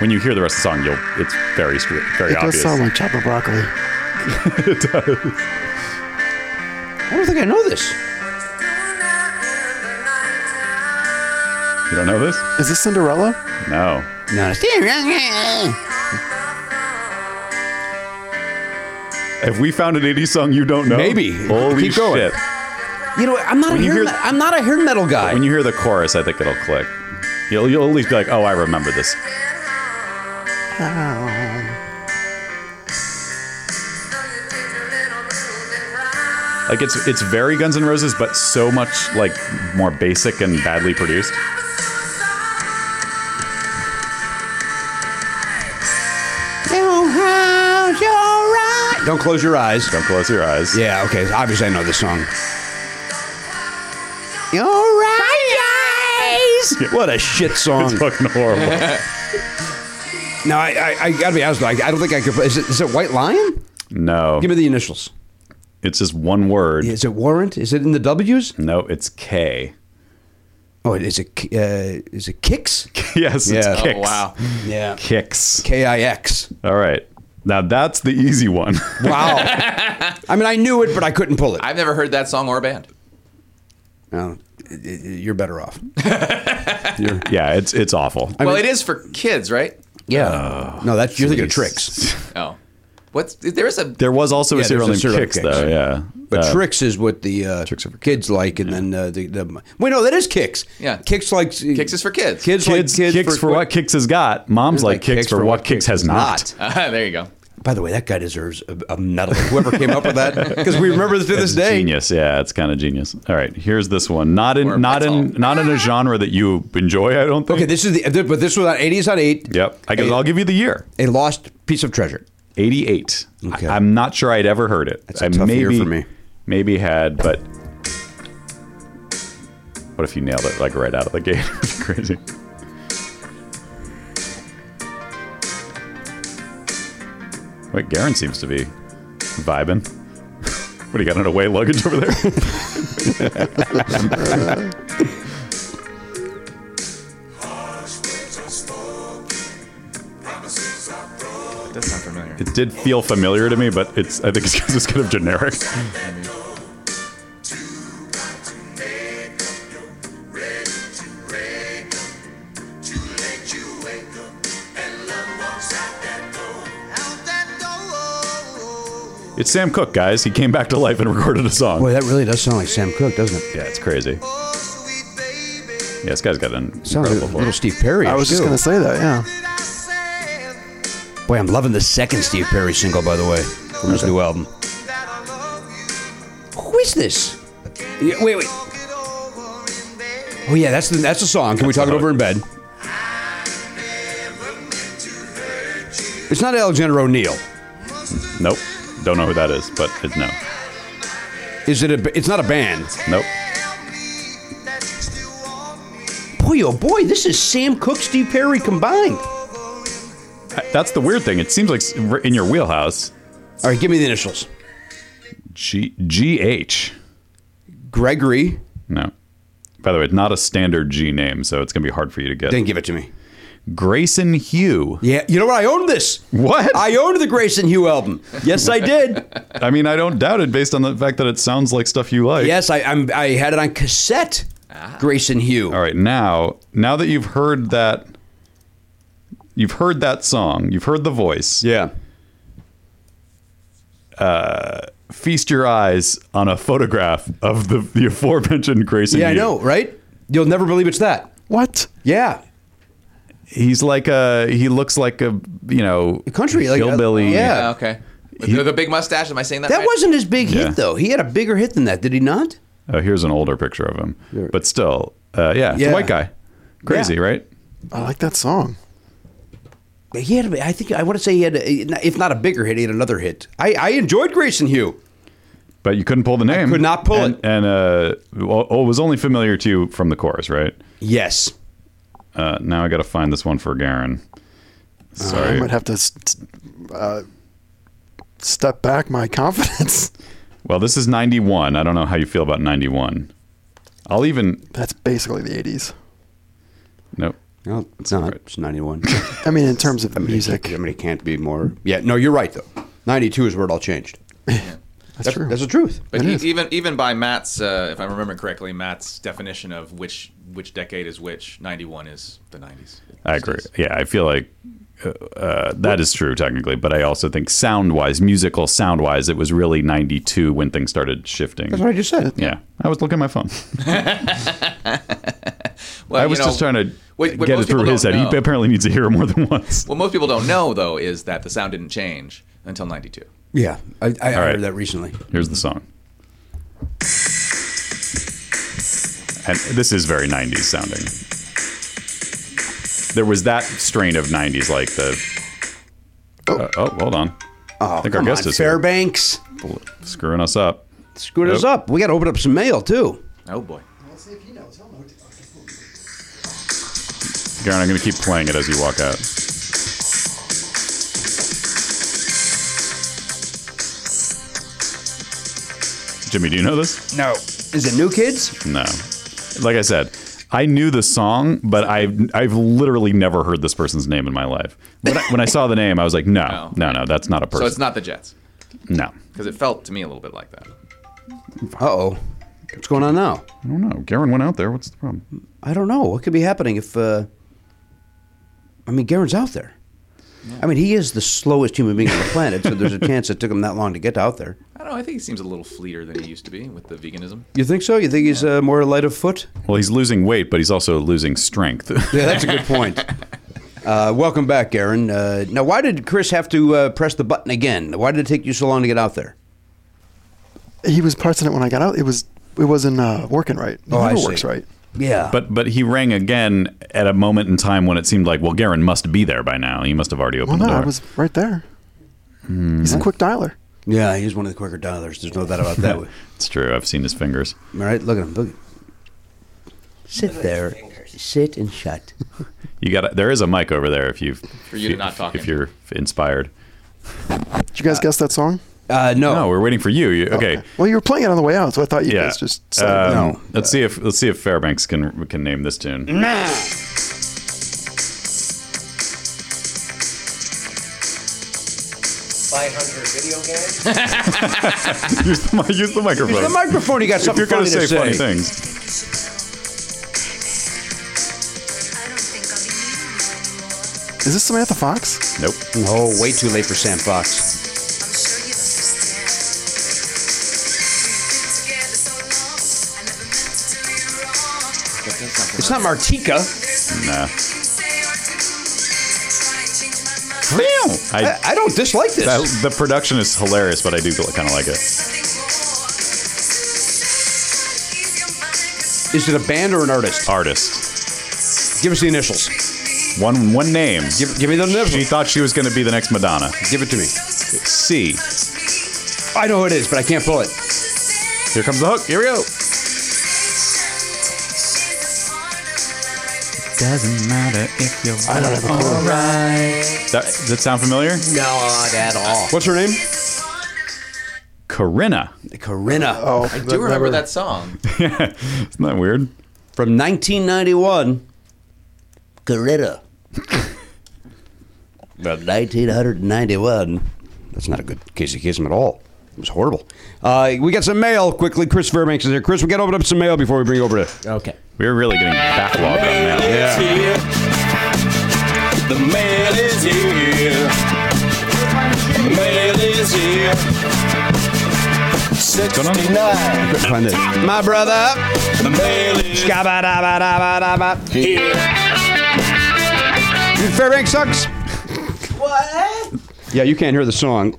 When you hear the rest of the song, you'll it's very str- very it does obvious. sound like chopper broccoli. I don't think I know this. you don't know this? Is this Cinderella? No. No. it's- Have we found an 80s song you don't know? Maybe. Holy Keep going. shit. You know, I'm not. A When you hair, hear- me- I'm not a hair metal guy. When you hear the chorus, I think it'll click. You'll, you'll at least be like, oh, I remember this. Oh. Like it's it's very Guns N' Roses, but so much like more basic and badly produced. Don't close your eyes. Don't close your eyes. Yeah, okay. Obviously, I know this song. You're right, guys. What a shit song. It's fucking horrible. no, I, I, I gotta be honest. Though, I, I don't think I could. Is it, is it White Lion? No, Give me the initials. it's just one word. Is it Warrant? Is it in the W's? No, it's K. Oh, is it K- uh, is it Kicks? Yes, it's Yeah. Oh, Kicks. wow. Yeah, Kicks. K I X. All right. Now that's the easy one. Wow. I mean, I knew it, but I couldn't pull it. I've never heard that song or band. No, y- y- you're better off. yeah, it's it's awful. well, it is for kids, right? Yeah. Uh, no, that's you're thinking of Jeez. tricks. Oh, what's there is a There was also a Yeah, serial named there's a serial Kicks, Kicks. though. Yeah, But Uh, tricks is what the uh, tricks kids like, and then uh, the, the wait, no, that is kicks. Yeah. kicks like Kicks is for kids. uh, Kids, like Kids, kids kicks for, what kicks has got. Mom's like, kicks, for what kicks has not. Ah, there you go. Uh, By the way, that guy deserves a, a medal. Whoever came up with that, because we remember this to this day. Genius, yeah, it's kind of genius. All right, here's this one. Not in Or not that's in all. not in a genre that you enjoy. I don't think. Okay, this is the but this was on eighties on eight. Yep. I guess a, I'll give you the year. a lost piece of treasure. 88. Okay. I, am not sure I'd ever heard it. a I tough maybe, year for me. Maybe had, but what if you nailed it like right out of the gate? Crazy. Wait, Garen seems to be vibing. What do you got an away luggage over there? It does sound familiar. it did feel familiar to me, but it's I think it's 'cause it's kind of generic. It's Sam Cooke, guys. He came back to life and recorded a song. Boy, that really does sound like Sam Cooke, doesn't it? Yeah, it's crazy. Yeah, this guy's got an Sounds incredible like a little voice. Steve Perry. I was just too. gonna say that. Yeah. Boy, I'm loving the second Steve Perry single, by the way, from his new album. Who is this? Yeah, wait, wait. Oh yeah, that's the, that's a song. Can we talk it over in bed? It's not Alexander O'Neill. Nope. Don't know who that is, but it, no. Is it a? ba- It's not a band. Nope. Boy, oh boy, this is Sam Cooke, Steve Perry combined. All That's the weird thing. It seems like s- in your wheelhouse. right, give me the initials. G G H. Gregory. No. By the way, it's not a standard G name, so it's gonna be hard for you to get. Then give it to me. Grayson Hugh. Yeah, you know what? I owned this. What? I owned the Grayson Hugh album. Yes, I did. I mean, I don't doubt it based on the fact that it sounds like stuff you like. yes, I I'm, I had it on cassette. Grayson Hugh. All right, now, now that you've heard that, you've heard that song, you've heard the voice. Yeah. Feast your eyes on a photograph of the the aforementioned Grayson. Yeah, I Hugh. know, right? You'll never believe it's that. What? Yeah. He's like a he looks like a you know Country, like a- hillbilly. yeah. Yeah, Ah, okay. With He- the, the big mustache. Am I saying that? That right? wasn't his big Yeah. hit, though. He had a bigger hit than that, did he not? Oh, here's an older picture of him, but still, uh, yeah, it's Yeah. a white guy. Crazy, Yeah. right? I like that song. He had, a- I think, I want to say he had, a, if not a bigger hit, he had another hit. I, I enjoyed Grayson Hugh. But you couldn't pull the name. could not pull and, it. And uh, well, oh, it was only familiar to you from the chorus, right? Yes. Uh, now I got to find this one for Garen. Uh, I Sorry. might have to st- uh, step back my confidence. well, this is '91. I don't know how you feel about '91. I'll even That's basically the '80s. nope. No, it's not. It's 91. I mean, in terms of I mean, it music. can't- I mean, it can't be more. Yeah, no, you're right, though. 92 is where it all changed. That's, true. That's the truth. But It e- is. even even by Matt's, uh, if I remember correctly, Matt's definition of which which decade is which, ninety one is the nineties. I agree. Yeah, I feel like uh, uh, that is true technically, but I also think sound wise, musical sound wise, it was really 92 when things started shifting. That's what I just said. Yeah. I was looking at my phone. Well, I you was just know, trying to what- what get it most through people his don't head. He know- apparently needs to hear it more than once. What most people don't know though is that the sound didn't change until ninety two. Yeah, I, I All heard right. that recently. Here's the song. And this is very 90s sounding. There was that strain of 90s, like the. Uh, oh, hold on. I think our Oh, come guest on, is Fairbanks. here. Screwing us up. Screwed us up. We got to open up some mail too. Oh boy. Garen, I'm going to keep playing it as you walk out. Jimmy, do you know this? No. Is it New Kids? No. Like I said, I knew the song, but I've I've literally never heard this person's name in my life. When I, when I saw the name, I was like, no, no, no, that's not a So person. it's not the Jets no. because it felt to me a little bit like that. Uh oh. What's going on now? I don't know. Garen went out there. What's the problem? I don't know. What could be happening if? Uh, I mean, Garen's out there. I mean, he is the slowest human being on the planet, so there's a chance it took him that long to get out there. I don't know. I think he seems a little fleeter than he used to be with the veganism. You think so? You think he's uh, more light of foot? Well, he's losing weight, but he's also losing strength. Yeah, that's a good point. Uh, welcome back, Garen. Uh, now, why did Chris have to uh, press the button again? Why did it take you so long to get out there? He was parsing it when I got out. It was it wasn't uh, working right. It Oh, I never see. works right. Yeah. But but he rang again at a moment in time when it seemed like well, Garen must be there by now. He must have already Well, opened no, the I door. was right there. Hmm. He's a quick dialer. Yeah, he's one of the quicker dialers. There's no doubt about that. All It's true. I've seen his fingers. right, look at him. Look. Sit there. Sit and shut. You got there is a mic over there if you For you to not talk if into. you're inspired. Did you guys guess that song? Uh, no. No, we're waiting for you. you okay. Well, you were playing it on the way out, so I thought you Yeah. guys just said Um, it. No. Let's see if let's see if Fairbanks can can name this tune. use, the, mi- use the microphone. The microphone, you got if something you're gonna funny to say. say funny things, Is this Samantha Fox? nope. Oh, way too late for Sam Fox. It's not Martika. Nah. I, I, I don't dislike this. that, the production is hilarious, but I do kind of like it. Is it a band or an artist? Artist. Give us the initials. One one name. Give, give me the initials. She thought she was going to be the next Madonna. Give it to me. C. I know who it is, but I can't pull it. Here comes the hook. Here we go. Doesn't matter if you're I don't have a That, does that sound familiar? Not at all. What's her name? Corinna. Corinna. Oh, I do remember that song. Isn't that weird? From 1991. Corinna. From 1991. That's not a good Casey Kasem at all. It was horrible. Uh, we got some mail quickly. Chris Fairbanks is here. Chris, we got to open up some mail before we bring you over to. Okay. We're really getting backlogged on mail. It's here. The mail is here. Mail is here. Going on? 69. Find this. My brother. The mail is Dude, here. Fairbanks sucks. What? Yeah, you can't hear the song.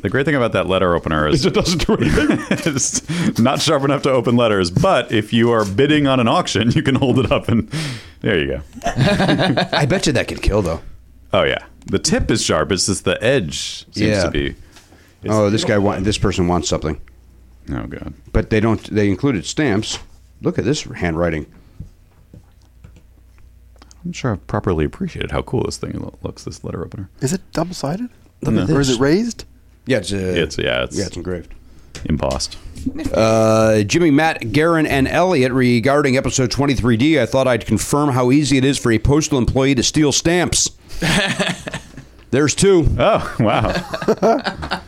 The great thing about that letter opener is it doesn't do anything. it's not sharp enough to open letters, but if you are bidding on an auction, you can hold it up and there you go. I bet you that could kill though. Oh yeah, the tip is sharp. It's just the edge seems Yeah. to be. It's- Oh, this guy want, this person wants something, Oh god. but they don't. They included stamps. Look at this handwriting. I'm sure I've properly appreciated how cool this thing lo- looks. This letter opener. Is it double sided? Look at Or is it raised? Yeah, it's, uh, It's yeah. It's, yeah, it's engraved. embossed. Uh, Jimmy, Matt, Garin, and Elliot regarding episode 23D. I thought I'd confirm how easy it is for a postal employee to steal stamps. There's two. Oh wow.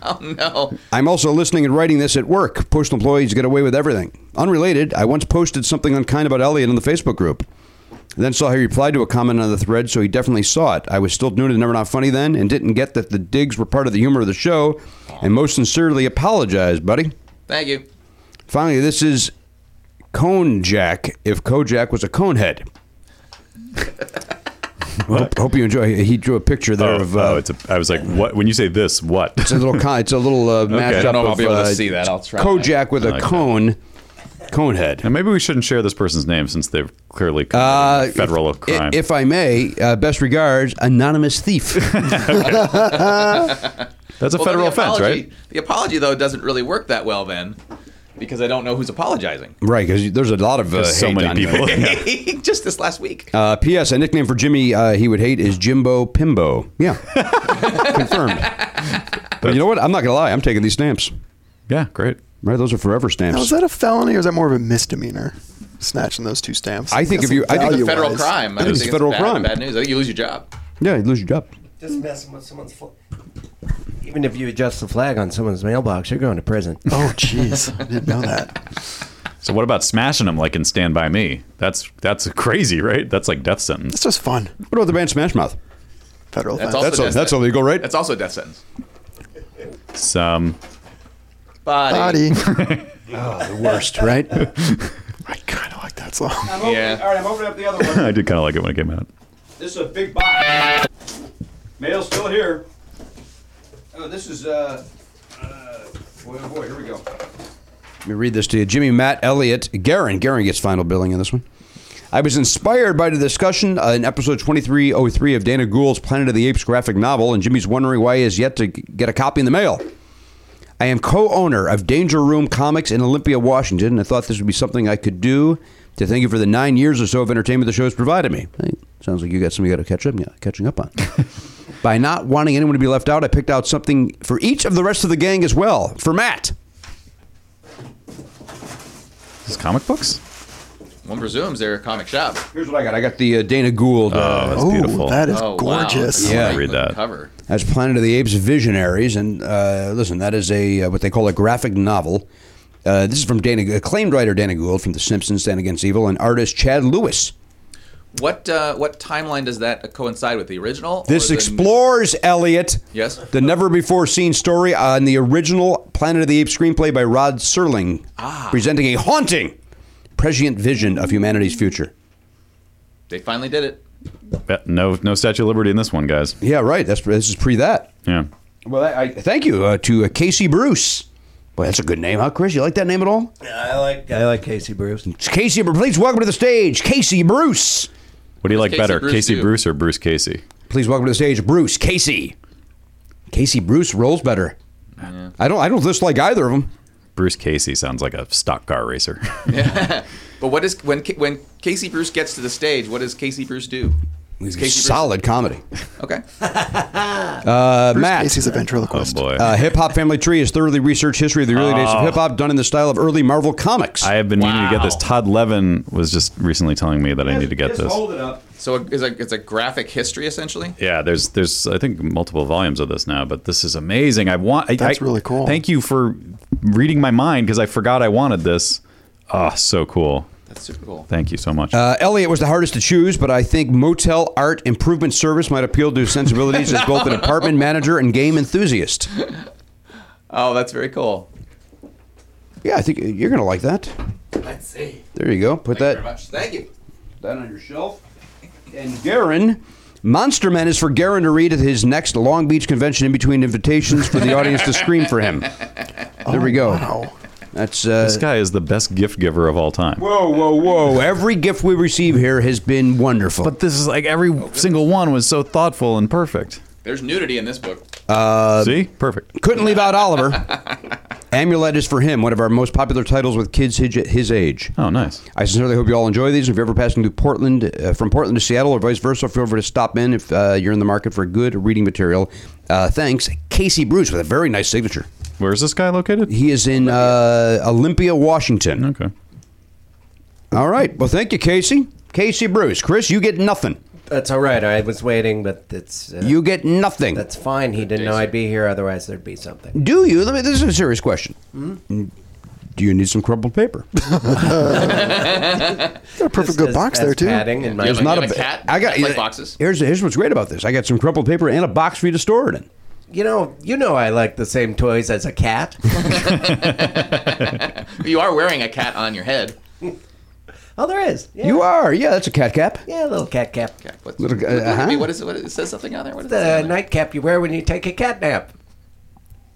Oh no. I'm also listening and writing this at work. Postal employees get away with everything. Unrelated, I once posted something unkind about Elliot in the Facebook group. Then saw he replied to a comment on the thread, so he definitely saw it. I was still new to Never Not Funny then and didn't get that the digs were part of the humor of the show and most sincerely apologized, buddy. Thank you. Finally, this is Cone Jack, if Kojak was a conehead. hope, hope you enjoy. He drew a picture there Oh, of uh, oh, it's a, I was like, what? When you say this, what? It's a little. Con, it's a little uh, Okay. I mashup don't know if I'll of be able to uh, see that. I'll try Kojak with a Okay. cone, cone head. And maybe we shouldn't share this person's name since they've clearly Uh, committed federal if, crime. If I may, uh, best regards, anonymous thief. That's a Well, then federal the offense, apology- right? The apology though doesn't really work that well then, because I don't know who's apologizing. right, because there's a lot of uh, There's so hate many on people. there. Just this last week. Uh, P.S. A nickname for Jimmy uh, he would hate is Jimbo Pimbo. Yeah, confirmed. But you know what? I'm not gonna lie. I'm taking these stamps. Yeah, great. Right, those are forever stamps. Now, is that a felony or is that more of a misdemeanor? Snatching those two stamps. I think if guessing you- I think It's a federal value-wise. crime. I think it's federal bad, crime. Bad news. I think you lose your job. Yeah, you lose your job. Just messing with someone's flag. Even if you adjust the flag on someone's mailbox, you're going to prison. Oh, jeez. I didn't know that. So what about smashing them like in Stand By Me? That's that's crazy, right? That's like death sentence. It's just fun. What about the band Smash Mouth? Federal That's offense. also that's death sentence. illegal, right? That's also a death sentence. Some Body. Body. The worst, right? I kind of like that song. Yeah. right, I'm opening up the other one. I did kind of like it when it came out. This is a big box. Mail's still here. Oh, this is uh, uh boy, oh boy, here we go. Let me read this to you. Jimmy, Matt, Elliot, Garin. Garin gets final billing in this one. I was inspired by the discussion uh, in episode 2303 of Dana Gould's Planet of the Apes graphic novel, and Jimmy's wondering why he has yet to g- get a copy in the mail. I am co-owner of Danger Room Comics in Olympia, Washington, and I thought this would be something I could do to thank you for the nine years or so of entertainment the show has provided me. Hey, sounds like you got something you got to catch up, yeah, catching up on. By not wanting anyone to be left out, I picked out something for each of the rest of the gang as well. For Matt, Is this comic books? One presumes they're a comic shop. here's what I got. I got the uh, Dana Gould. Oh, Uh, that's Oh, beautiful. that is Oh, wow. gorgeous. That's Yeah. great Read that. Cover. as Planet of the Apes visionaries. And uh, listen, that is a uh, what they call a graphic novel. Uh, this is from Dana, acclaimed writer Dana Gould from The Simpsons, Stand Against Evil, and artist Chad Lewis. What uh, what timeline does that coincide with the original? or This the- explores Elliot. Yes. The never before seen story on the original Planet of the Apes screenplay by Rod Serling, presenting a haunting, prescient vision of humanity's future. They finally did it. Yeah, No no Statue of Liberty in this one, guys. Yeah, right. That's this is pre that. Yeah. Well, I, I thank you uh, to uh, Casey Bruce. Boy, that's a good name, huh, Chris? You like that name at all? I like I like Casey Bruce. It's Casey, Bru- please welcome to the stage, Casey Bruce. What do you like Casey better, Bruce Casey do? Bruce or Bruce Casey? Please welcome to the stage, Bruce Casey. Casey Bruce rolls better. I don't. I don't dislike either of them. Bruce Casey sounds like a stock car racer. But what is when Ca- when Casey Bruce gets to the stage? What does Casey Bruce do? He's Casey Bruce- solid comedy. Okay. Uh, Matt, Casey's a oh ventriloquist. boy. Uh, hip Hop Family Tree is thoroughly researched history of the early days of hip hop, done in the style of early Marvel comics. Oh. I have been meaning to get this. Wow. Todd Levin was just recently telling me that I need to get this. it up. So it- it's a it's a graphic history essentially. Yeah, there's there's I think multiple volumes of this now, but this is amazing. I want I, That's I- really cool. Thank you for reading my mind because I forgot I wanted this. Oh, so cool. That's super cool. Thank you so much. Uh, Elliot was the hardest to choose, but I think Motel Art Improvement Service might appeal to his sensibilities as both an apartment manager and game enthusiast. Oh, that's very cool. Yeah, I think you're going to like that. Let's see. There you go. Put Thank you very that much. Thank you. that on your shelf. And Garin, Monster Men is for Garin to read at his next Long Beach convention in between invitations for the audience to scream for him. There we go. Wow. That's uh, Oh, this guy is the best gift giver of all time. Whoa, whoa, whoa. Every gift we receive here has been wonderful. But this is like every single one was so thoughtful and perfect. There's nudity in this book. Uh, See, perfect. Couldn't leave out Oliver. Amulet is for him, one of our most popular titles with kids his, his age. Oh, nice. I sincerely hope you all enjoy these. If you're ever passing through Portland, uh, from Portland to Seattle or vice versa, feel free to stop in if uh, you're in the market for good reading material. Uh, thanks, Casey Bruce, with a very nice signature. Where is this guy located? He is in uh, Olympia, Washington. Okay. All right. Well, thank you, Casey. Casey Bruce. Chris, you get nothing. That's all right. I was waiting, but it's. Uh, you get nothing. That's fine. He didn't know I'd be here. Otherwise, there'd be something. Do you? Let me. This is a serious question. Do you need some crumpled paper? got a perfect good box there too. There's not a, cat. I got like boxes. Here's here's what's great about this. I got some crumpled paper and a box for you to store it in. You know, you know, I like the same toys as a cat. you are wearing a cat on your head. Oh, there is. Yeah. You are. Yeah, that's a cat cap. Yeah, a little cat cap. What, Little, what- uh, Uh-huh. huh? what is it? What, it says something on there. What is The that? nightcap you wear when you take a cat nap.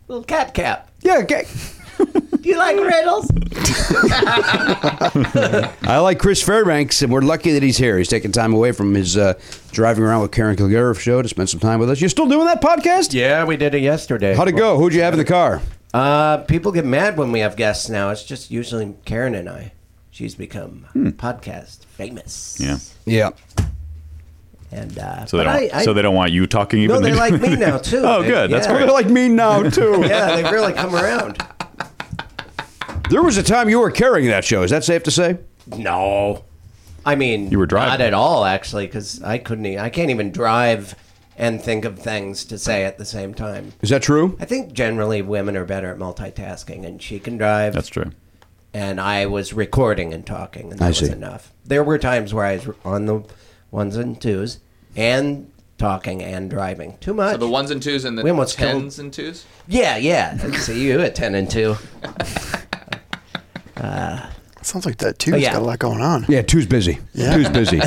Little cat cap. Yeah, okay. Do you like riddles? I like Chris Fairbanks, and we're lucky that he's here. He's taking time away from his uh, driving around with Karen Kilgariff show to spend some time with us. You're still doing that podcast? Yeah, we did it yesterday. How'd it go? Who'd you have in the car? Uh, people get mad when we have guests now. It's just usually Karen and I. She's become podcast famous. Yeah. Yeah. And uh, So they but don't. I- I- so they don't want you talking. Even No, they though- like me now too. oh, They- good. That's yeah. great. They're like me now, too. Yeah, they really come around. There was a time you were carrying that show. Is that safe to say? No, I mean You were driving. Not at all, actually, because I couldn't. e- I can't even drive and think of things to say at the same time. Is that true? I think generally women are better at multitasking, and she can drive. That's true. And I was recording and talking, and I that was see. enough. There were times where I was on the ones and twos and talking and driving. Too much. So the ones and twos and the We almost killed- tens and twos. yeah, yeah. I see you at ten and two. Sounds like that too. Oh, has yeah. got a lot going on. Yeah, two's busy. Yeah. Two's busy.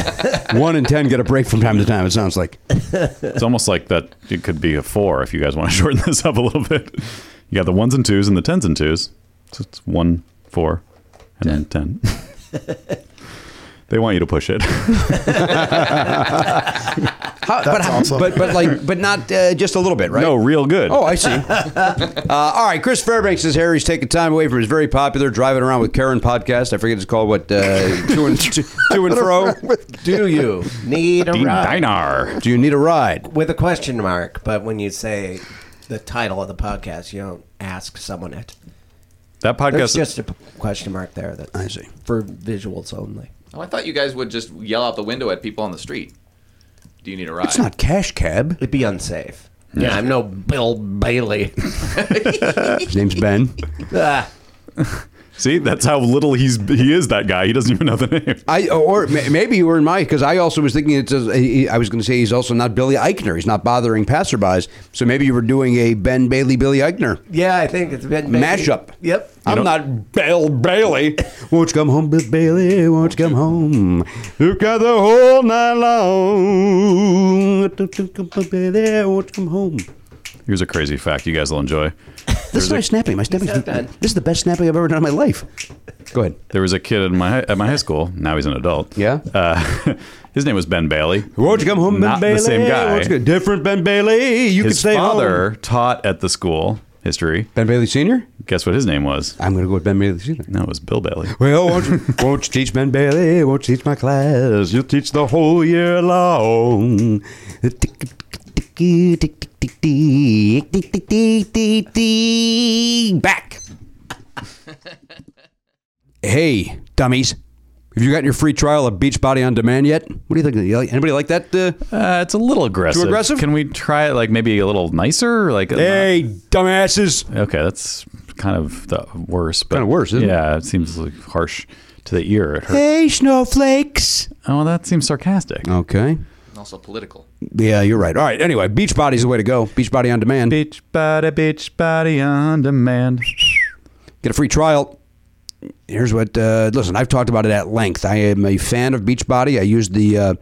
One and ten get a break from time to time, it sounds like. It's almost like that. It could be a four if you guys want to shorten this up a little bit. You got the ones and twos and the tens and twos. So it's one, four, and then ten. they want you to push it. How, but, how- awesome. but but like but not uh, just a little bit, right? No, real good. Oh, I see. uh, all right, Chris Fairbanks is here. He's taking time away from his very popular driving around with Karen podcast. I forget it's called what uh, to and to, to and fro. Do you need a Dean ride? Dinar. Do you need a ride? with a question mark, but when you say the title of the podcast, you don't ask someone it. That There's podcast. just a p- question mark there. That's I see. For visuals only. Oh, I thought you guys would just yell out the window at people on the street. Do you need a ride? It's not cash cab. It'd be unsafe. Yeah, I'm no Bill Bailey. His name's Ben. Ah, see, that's how little he's he is. That guy. He doesn't even know the name. I Oh, or ma- maybe you were in my because I also was thinking it's a- he- I was going to say he's also not Billy Eichner. He's not bothering passerbys. So maybe you were doing a Ben Bailey Billy Eichner yeah, I think it's been mashup. Yep. I'm know- not Bill Bailey. Won't you come home, Bill Bailey? Won't you come home? Look at the whole night long. Won't you come, Bill Bailey? Won't you come home? Here's a crazy fact. You guys will enjoy. This is my snapping. My snapping. done. This is the best snapping I've ever done in my life. Go ahead. There was a kid in my at my high school. Now he's an adult. Yeah? Uh, his name was Ben Bailey. Won't you come home, Not Ben Bailey? the same guy. Won't you- different Ben Bailey. You his can stay father home. taught at the school history. Ben Bailey Senior. Guess what his name was? I'm going to go with Ben Bailey Senior. No, it was Bill Bailey. Well, won't you, won't you teach Ben Bailey? Won't you teach my class? You'll teach the whole year long. Back. Hey, dummies. Have you gotten your free trial of Beachbody on Demand yet? What do you think? You like- Anybody like that? Uh, Uh, it's a little aggressive. aggressive? Eh. Can we try it like maybe a little nicer? Like hey, dumbasses. not- okay, that's kind of the worse. But Kinda worse, isn't it? yeah, it? seems like harsh to the ear. It hurt. Hey, snowflakes. Oh, that seems sarcastic. Oh. Okay. And also political. Yeah, you're right. All right. Anyway, Beachbody's the way to go. Beachbody on Demand. Beach body, beach body on demand. get a free trial. Here's what. Uh, listen, I've talked about it at length. I am a fan of Beachbody. I used the uh,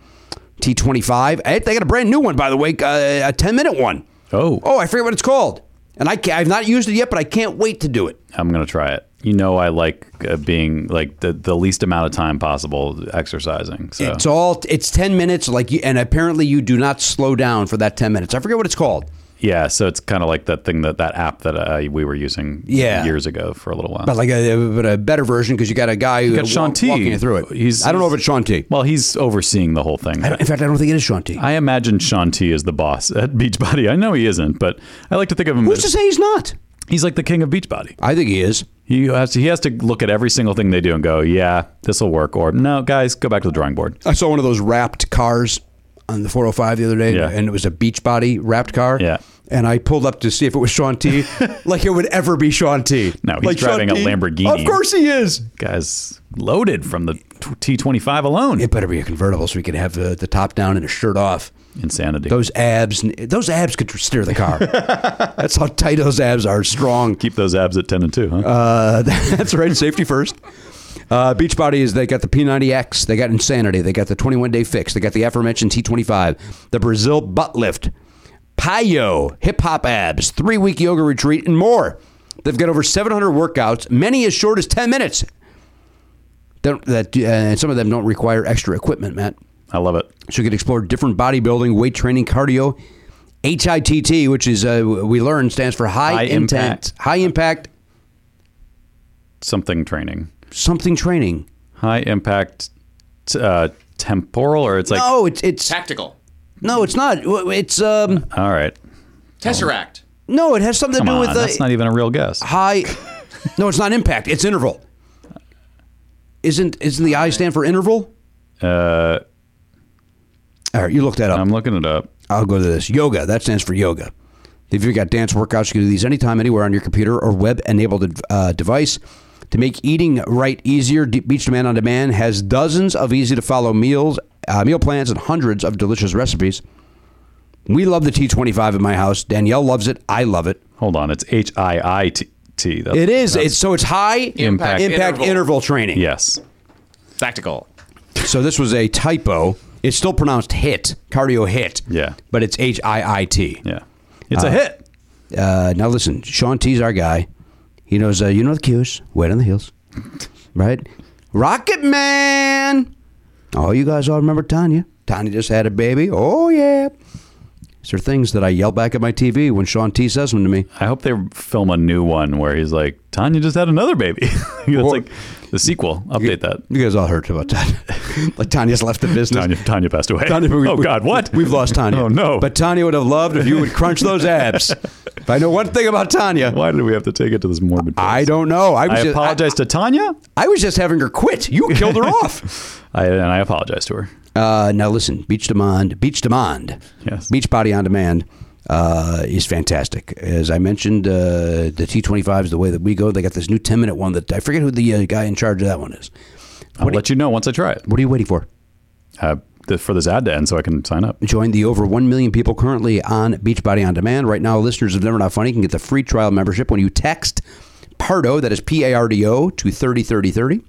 T25. Hey, They got a brand new one, by the way, uh, a 10 minute one. Oh. Oh, I forget what it's called. And I can I've not used it yet, but I can't wait to do it. I'm gonna try it. You know, I like uh, being like the, the least amount of time possible exercising. So It's all. It's 10 minutes. Like, you, and apparently you do not slow down for that 10 minutes. I forget what it's called. yeah, so it's kind of like that thing that that app that uh, we were using Yeah. years ago for a little while. But like a, but a better version because you got a guy who got Sean T. walking you through it. He's- I don't know if he's- it's Sean T. well, he's overseeing the whole thing. I don't- in fact, I don't think it is Sean T. I imagine Sean T is the boss at Beachbody. I know he isn't, but I like to think of him Who's to as say he's not? he's like the king of Beachbody. I think he is. He has to, he has to look at every single thing they Uh, do and go, yeah, this will work, or no, guys, go back to the drawing board. I saw one of those wrapped cars on the 405 the other day, Yeah. and it was a Beachbody wrapped car. Yeah. And I pulled up to see if it was Sean T. like it would ever be Sean T. No, he's Like Sean driving a T. Lamborghini. Of course he is. Guys loaded from the T twenty five alone. It better be a convertible so we could have the, the top down and a shirt off. Insanity. Those abs, those abs could steer the car. That's how tight those abs are, strong. Keep those abs at ten and two, huh? Uh, that's right. Safety first. Uh, Beachbody is they got the P90X, they got Insanity, they got the 21 Day Fix, they got the aforementioned T25, the Brazil Butt Lift, Payo, Hip Hop Abs, three week yoga retreat, and more. They've got over 700 workouts, many as short as 10 minutes. That, that uh, and some of them don't require extra equipment, Matt. I love it. So you can explore different bodybuilding, weight training, cardio, HITT, which is uh, we learned stands for high, High intent, impact. high impact Something training. something training. High impact t- uh, temporal or it's like no, it's it's Tactical. no, it's not. W- It's um all right. Oh. Tesseract. no, it has something Come to do on, with that's the not even a real guess. high. no, it's not impact. It's interval. Isn't isn't the I stand for interval? Uh, All right, you look that up. I'm looking it up. I'll go to this. Yoga. That stands for yoga. If you've got dance workouts, you can do these anytime, anywhere on your computer or web-enabled uh, device. To make eating right easier, De- Beach Demand on Demand has dozens of easy-to-follow meals, uh, meal plans, and hundreds of delicious recipes. We love the T25 in my house. Danielle loves it. I love it. Hold on, it's H I I T T. That's- It is. that's- It's so it's high Impact impact, interval. interval. training. yes. Tactical. So this was a typo. It's still pronounced hit, cardio hit. Yeah. But it's H I I T. Yeah. It's a hit. Uh, now listen, Sean T's our guy. He knows uh, you know the cues. Wait on the heels, right? Rocket Man. Oh, you guys all remember Tanya? Tanya just had a baby. Oh yeah. These are things that I yell back at my TV when Sean T says them to me. I hope they film a new one where he's like, Tanya just had another baby. That's like the sequel. Update that. You guys all heard about Tanya. like Tanya's left the business. Tanya, Tanya passed away. Tanya, we- oh we- God, what? We've lost Tanya. Oh no. But Tanya would have loved if you would crunch those abs. if I know one thing about Tanya, why did we have to take it to this morbid? place? I don't know. I, was I just, apologize to Tanya. I was just having her quit. You killed her off. I, and I apologize to her. Uh, now listen, Beach Demand, Beach Demand, Yes. Beach Body on Demand uh, is fantastic. As I mentioned, uh, the T25 is the way that we go. They got this new 10 minute one that I forget who the uh, guy in charge of that one is. I'll let you know once I try it What are you waiting for? uh, th- for this ad to end so I can sign up. Join the over 1 million people currently on Beachbody On Demand. Right now, listeners of Never Not Funny can get the free trial membership when you text PARDO, that is P A R D O, to 303030.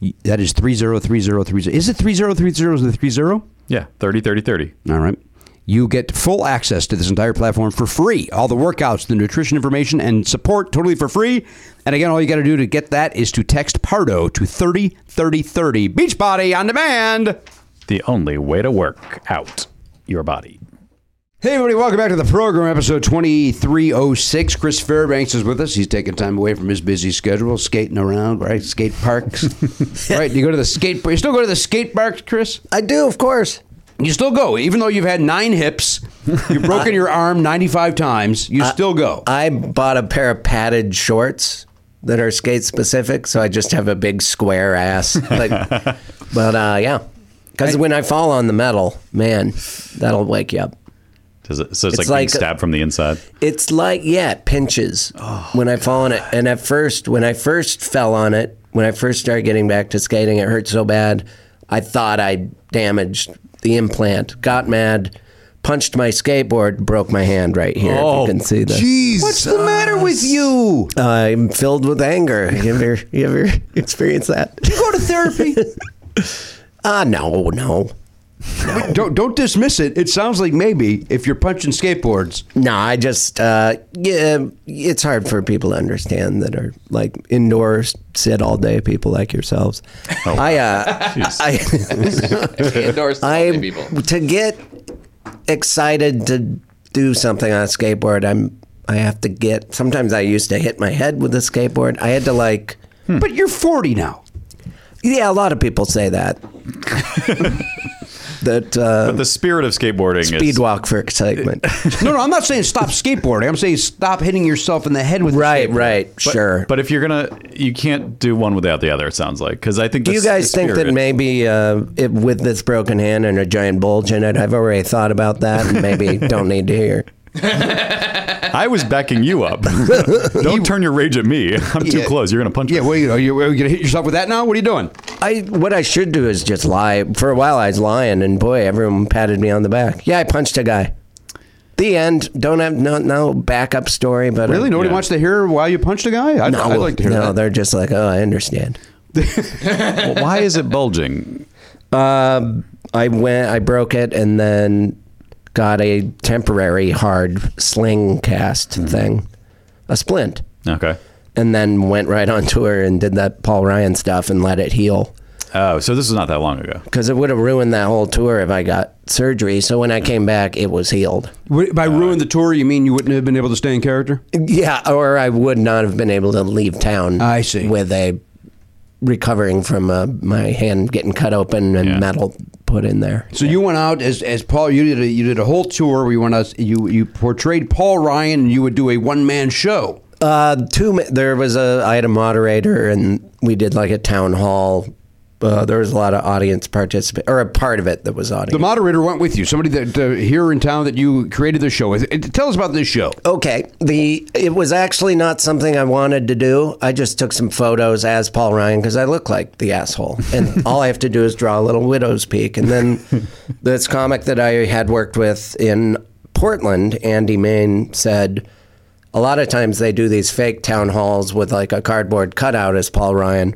Y- That is 303030. Is it 3030 is the 30? Yeah, 30, 30, 30. All right. You get full access to this entire platform for free. All the workouts, the nutrition information, and support totally for free. And again, all you got to do to get that is to text PARDO to 303030. Beachbody on demand. The only way to work out your body. Hey, everybody, welcome back to the program, episode 2306. Chris Fairbanks is with us. He's taking time away from his busy schedule, skating around, right? Skate parks. right? You go to the skate You still go to the skate parks, Chris? I do, of course. You still go, even though you've had nine hips, you've broken your arm 95 times, you still go. I bought a pair of padded shorts that are skate specific, so I just have a big square ass. Like, but uh, yeah, because when I fall on the metal, man, that'll wake you up. Does it, so it's, It's like, being like- stabbed from the inside. It's like yeah, it pinches Oh, when I fall on it. And at first, when I first fell on it, when I first started getting back to skating, it hurt so bad. I thought I damaged the implant. Got mad, punched my skateboard, broke my hand right here. Oh, if you can see this. What's the matter with you? I'm filled with anger. You ever, you ever experience that? You go to therapy. Ah, no, no, don't don't dismiss it. It sounds like maybe if you're punching skateboards. no. I just, uh, yeah, it's hard for people to understand that are like indoor sit all day people like yourselves. I, uh, I, Endorsed I, healthy people. to get excited to do something on a skateboard, I'm, I have to get. Sometimes I used to hit my head with a skateboard. I had to like. But you're 40 now. Yeah, a lot of people say that. that. Uh, but the spirit of skateboarding is- speed walk for excitement. no, no, I'm not saying stop skateboarding. I'm saying stop hitting yourself in the head with the right, skateboard. right, But- sure. But if you're gonna, you can't do one without the other. It sounds like because I think. Do you that's the guys think spirit. that maybe uh, it, with this broken hand and a giant bulge in it, I've already thought about that and maybe don't need to hear? I was backing you up? Don't turn your rage at me. I'm too Yeah. close. You're gonna punch Yeah, me. well, you, are you, are you gonna hit yourself with that now? What are you doing? I what I should do is just lie. For a while, I was lying, and boy, everyone patted me on the back. Yeah, I punched a guy. The end. Don't have no no backup story, but uh, Really? Nobody yeah. wants to hear why you punched a guy? I'd, no, I'd like to hear no, that. they're just like, oh, I understand. Well, why is it bulging? Um, I went, I broke it, and then got a temporary hard sling cast Hmm. thing, a splint, Okay. and then went right on tour and did that Paul Ryan stuff and let it heal. Oh, so this is not that long ago. Because it would have ruined that whole tour if I got surgery. So when I came back, it was healed. Wait, By ruin the tour, you mean you wouldn't have been able to stay in character? Uh, Yeah, or I would not have been able to leave town. I see. With a recovering from uh, my hand getting cut open and Yeah. metal put in there. So you went out as, as Paul. You did a, you did a whole tour where you went out. You you portrayed Paul Ryan, and you would do a one man show. Uh, two. ma- There was a. I had a moderator, and we did like a town hall. Uh, there was a lot of audience participation, or a part of it that was audience. The moderator went with you. Somebody that uh, here in town that you created the show with. Uh, Tell us about this show. okay the it was actually not something i wanted to do i just took some photos as paul ryan because i look like the asshole and all i have to do is draw a little widow's peak and then this comic that i had worked with in portland andy main said a lot of times they do these fake town halls with like a cardboard cutout as paul ryan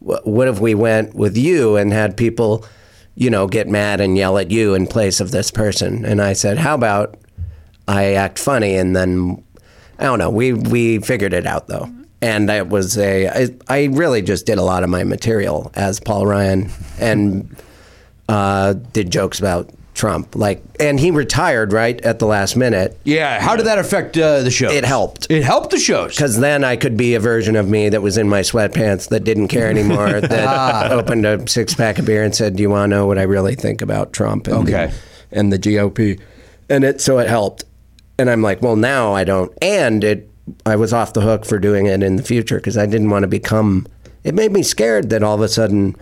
Wh- what if we went with you and had people you know get mad and yell at you in place of this person and i said how about I act funny, and then I don't know. We we figured it out though, and it was a I, I really just did a lot of my material as Paul Ryan, and uh, did jokes about Trump. Like, and he retired right at the last minute. Yeah. How did that affect uh, the show? It helped. It helped the shows. Because then I could be a version of me that was in my sweatpants that didn't care anymore, that Ah. opened a six pack of beer and said, Do you want to know what I really think about Trump and, Okay. the, and the GOP? And it so it helped. And I'm like, Well, now I don't. And it, I was off the hook for doing it in the future because I didn't want to become. It made me scared that all of a sudden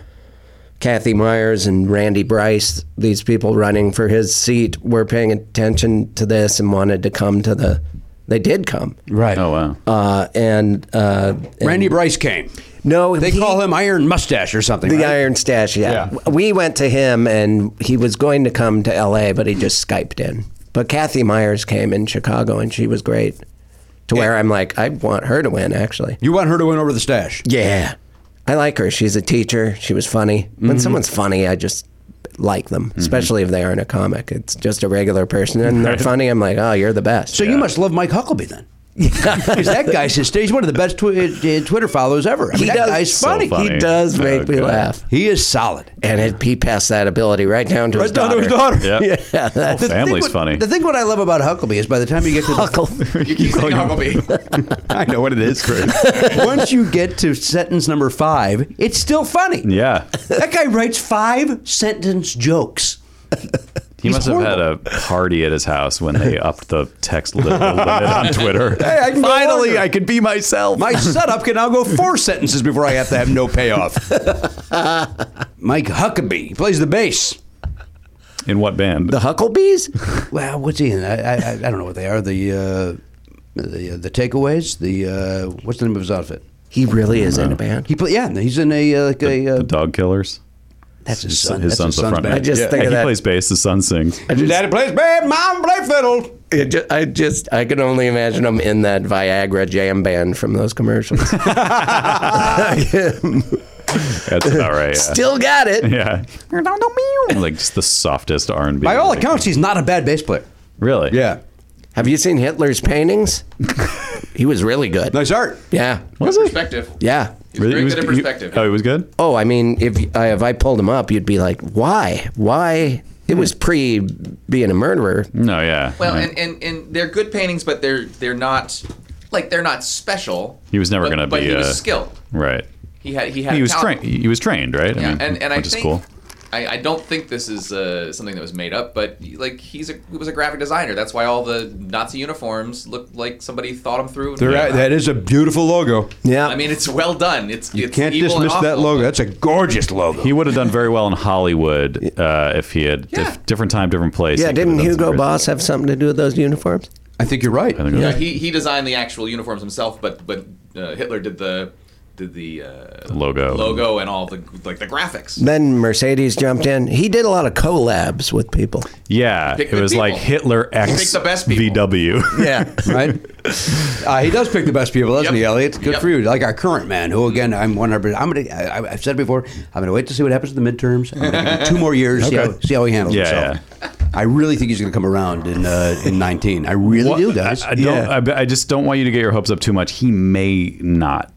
Kathy Myers and Randy Bryce, these people running for his seat, were paying attention to this and wanted to come to the. They did come Right. Oh wow. uh, and uh, and- Randy Bryce came. No, They he- call him Iron Mustache or something. the right? Iron Stash. Yeah. Yeah. we went to him, and he was going to come to L.A., but he just skyped in. But Kathy Myers came in Chicago, and she was great. To where I'm like, I want her to win. Actually, You want her to win over the stash? yeah, I like her. She's a teacher. She was funny. Mm-hmm. When someone's funny, I just like them, especially if they aren't a comic. It's just a regular person, and they're funny. I'm like, oh, you're the best. So you must love Mike Huckabee then. Because that guy's hysterical. He's one of the best twi- uh, Twitter followers ever. I mean, that guy's so funny. funny. He does Oh, make me God. laugh. He is solid. and it, he passed that ability right down to his Right down to daughter. his daughter. Yep. Yeah, that's The thing Family's what- funny. The thing what I love about Huckabee is by the time you get to the Huckle. You keep saying Huckabee. I know what it is, Chris. once you get to sentence number five, it's still funny. yeah. That guy writes five sentence jokes. He must have had a party at his house when they upped the text li- limit on Twitter. Hey, I can go Finally, longer. I could be myself. My setup can now go four sentences before I have to have no payoff. Mike Huckabee he plays the bass. in what band? The Hucklebees? Well, what's he in? I, I, I don't know what they are. The uh, the, uh, the takeaways. The uh, what's the name of his outfit? He really is in a band. He play, yeah, he's in a uh, like a. Uh, the Dog Killers. that's his son. His that's son's his the front man. band. I just think And of he that- plays bass. His son sings. Daddy plays band, mom play fiddle. It ju- I just, I can only imagine him in that Viagra jam band from those commercials. That's about right. Yeah. Still got it. yeah. like just the softest R and B. By all accounts, he's not a bad bass player. really. Yeah, Have you seen Hitler's paintings? he was really good. nice art. Yeah. Was it? Perspective. Yeah. He's very good at perspective. oh, he was good. Oh, I mean, if I, if I pulled him up, you'd be like, why? Why? It was pre being a murderer. No, yeah. Well, Yeah. and, and, and they're good paintings, but they're they're not like they're not special. he was never but- going to be. But he uh, was skilled. Right. He had he had. he was talent. trained. He was trained, right? Yeah, and, and I which is think cool. I, I don't think this is uh, something that was made up, but like he's a, he was a graphic designer. That's why all the Nazi uniforms looked like somebody thought them through. and They're made at- them. that is a beautiful logo. Yeah, I mean it's well done. It's you it's can't evil and dismiss that awful. logo. That's a gorgeous logo. He would have done very well in Hollywood uh, if he had dif- different time, different place. Yeah, He could have didn't done some Hugo great- Boss have something to do with those uniforms? I think you're right. Yeah, he, he designed the actual uniforms himself, but but uh, Hitler did the did the uh, Logo. logo and all the like the graphics. Then Mercedes jumped in. He did a lot of collabs with people. Yeah, Pick it good was like people. Hitler Pick X the best VW. Yeah. right? Uh, he does pick the best people, doesn't he, Elliot? Good Yep. for you. Like our current man, who again, I'm one hundred. I'm gonna. I, I- I've said before, I'm gonna wait to see what happens in the midterms. I'm gonna give him two more years, see, how, Okay. see how he handles Yeah, himself. I really think he's gonna come around in uh, in 19. I really do, guys. I, I don't. I, be- I just don't want you to get your hopes up too much. He may not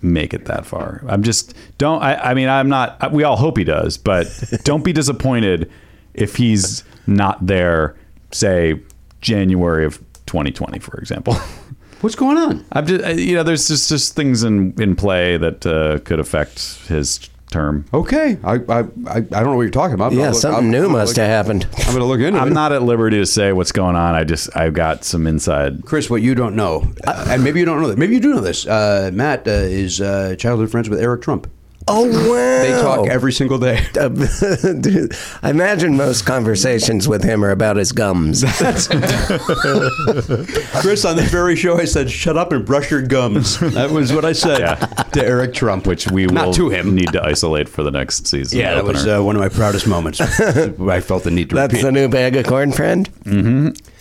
make it that far. I'm just don't. I, I mean, I'm not. I- We all hope he does, but don't be disappointed if he's not there. Say January of 2020, for example. What's going on? I'm just, I- you know, there's just just things in in play that uh, could affect his term. Okay, I I, I, I don't know what you're talking about. but Yeah, I'll look- something I'll- new I'll must look- have happened. I'm gonna look into it. I'm not at liberty to say what's going on. I just I've got some inside. Chris, what you don't know, uh, and maybe you don't know that. Maybe you do know this. Uh, Matt uh, is uh, childhood friends with Eric Trump. Oh Uh, wow! They talk every single day. Dude, I imagine most conversations with him are about his gums. Chris, on the very show, I said, "Shut up and brush your gums." That was what I said to Eric Trump, Which we Not will to him. need to isolate for the next season. Yeah, that was opener. uh, one of my proudest moments. I felt the need to That's repeat. the new bag of corn, friend.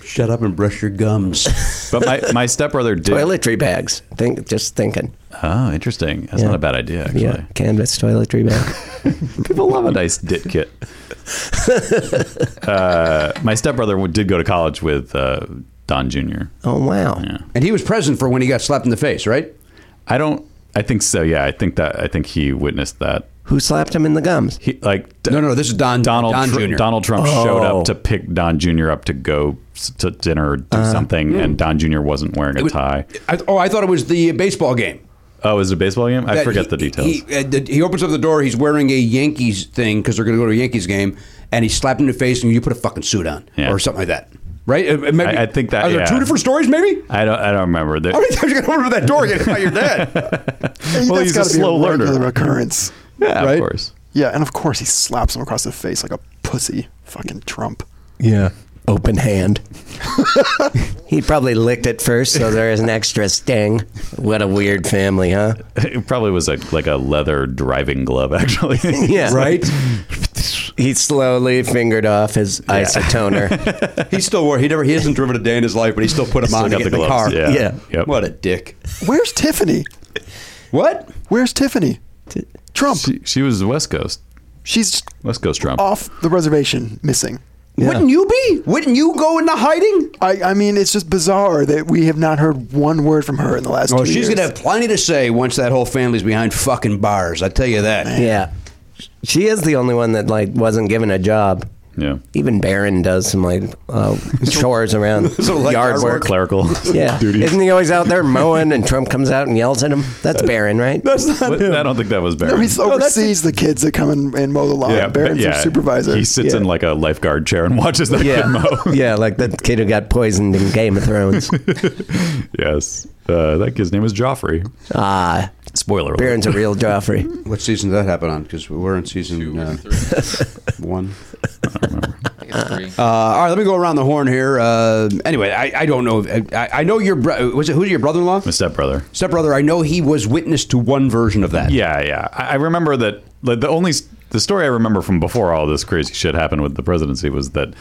Shut up and brush your gums. But my, my stepbrother did. Toiletry bags. Think, just thinking. Oh, interesting. That's Yeah. not a bad idea, actually. Yeah, canvas toiletry bag. People love a nice dit kit. uh, my stepbrother did go to college with uh, Don Jr. oh wow! Yeah. and he was present for when he got slapped in the face, right? I don't. I think so. Yeah, I think that. I think he witnessed that. Who slapped him in the gums? He like No, no, this is Don Donald Don Tru- Jr. Donald Trump showed Oh. up to pick Don Jr. up to go s- to dinner or Uh-huh. do something, Mm. and Don Jr. wasn't wearing a tie. I, oh, I thought it was the baseball game. Oh, is it a baseball game? I that forget he- the details. He, uh, the- he opens up the door. He's wearing a Yankees thing because they're going to go to a Yankees game, and he's slapped in the face, and you put a fucking suit on Yeah. or something like that, right? Uh, maybe- I- I think that- are there yeah. two different stories, maybe. I don't. I don't remember. There- How many times you got to open that door again about your dad? well, That's he's a gotta be slow learner. regular occurrence. yeah, right? of course. Yeah, and of course he slaps him across the face like a pussy. Fucking Trump. Yeah, open hand. he probably licked it first, so there is an extra sting. What a weird family, huh? It probably was a, like a leather driving glove, actually. Yeah, Right? He slowly fingered off his isotoner. He still wore. He never. He hasn't driven a day in his life, but he still put him Still on to got get the in the car. gloves, yeah. Yeah. Yep. What a dick. Where's Tiffany? What? Where's Tiffany? Trump. She, she was West Coast. She's West Coast Trump. off the reservation, missing. Wouldn't you be? Wouldn't you go into hiding? I, I mean, it's just bizarre that we have not heard one word from her in the last. Oh, two she's years. gonna have plenty to say once that whole family's behind fucking bars. I tell you that. yeah, she is the only one that like wasn't given a job. Yeah. Even Barron does some like uh, chores around So, like, yard yard work. Clerical Yeah, duties. isn't he always out there mowing? And Trump comes out and yells at him. That's Barron, right? What- I don't think that was Barron. No, he's oversees the kids that come and, and mow the lawn. yeah, Barron's yeah. their supervisor. He sits Yeah. in like a lifeguard chair and watches that yeah, kid mow. yeah, like that kid who got poisoned in Game of Thrones. yes. Uh, that kid's name is Joffrey. Ah, Spoiler alert. Barron's a real Joffrey. What season did that happen on? Because we're in season uh, one. Uh, all right, let me go around the horn here. Uh, anyway, I, I don't know. I, I know your bro- was it who's your brother-in-law? My stepbrother. Stepbrother. I know he was witness to one version of that. Yeah, yeah. I I remember that like, the only the story I remember from before all this crazy shit happened with the presidency was that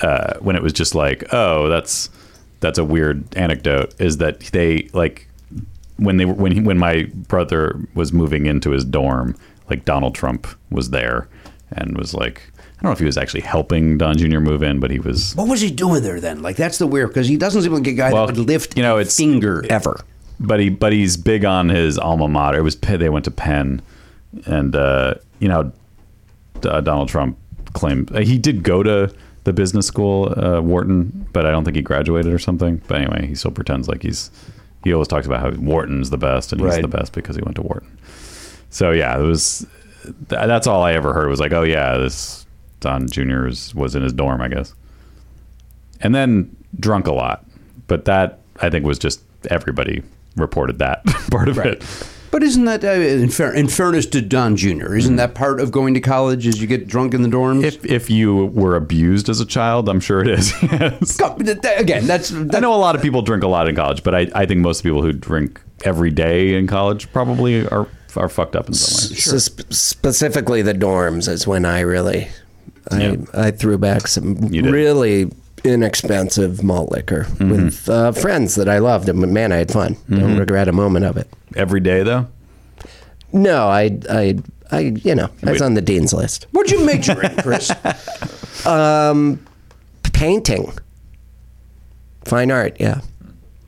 uh, when it was just like, oh, that's that's a weird anecdote. Is that they like when they were when he, when my brother was moving into his dorm, like Donald Trump was there and was like, I don't know if he was actually helping Don Jr. move in, but he was What was he doing there then? Like that's the weird because he doesn't seem like a guy Well, that would lift you know, a it's- finger ever. but he but he's big on his alma mater. It was Penn- they went to Penn, and uh, you know, D- uh, Donald Trump claimed uh, he did go to the business school uh, Wharton, but I don't think he graduated or something. But anyway, he still pretends like he's he always talks about how Wharton's the best and he's Right. the best because he went to Wharton. So yeah, it was th- that's all I ever heard was like, oh yeah, this Don Jr. was, was in his dorm, I guess. And then drunk a lot. But that, I think, was just everybody reported that part of it. But isn't that, uh, in, fair, in fairness to Don Jr., isn't that part of going to college is you get drunk in the dorms? Mm-hmm. If, if you were abused as a child, I'm sure it is. yes. Again, that's, I know a lot of people drink a lot in college, but I, I think most people who drink every day in college probably are are fucked up in some way. Sp- specifically the dorms is when I really I, Yeah. I threw back some really inexpensive malt liquor Mm-hmm. with uh, friends that I loved and man I had fun don't Mhm. regret a moment of it every day though no I I I you know I was on the dean's list What'd you major in, Chris? um painting fine art yeah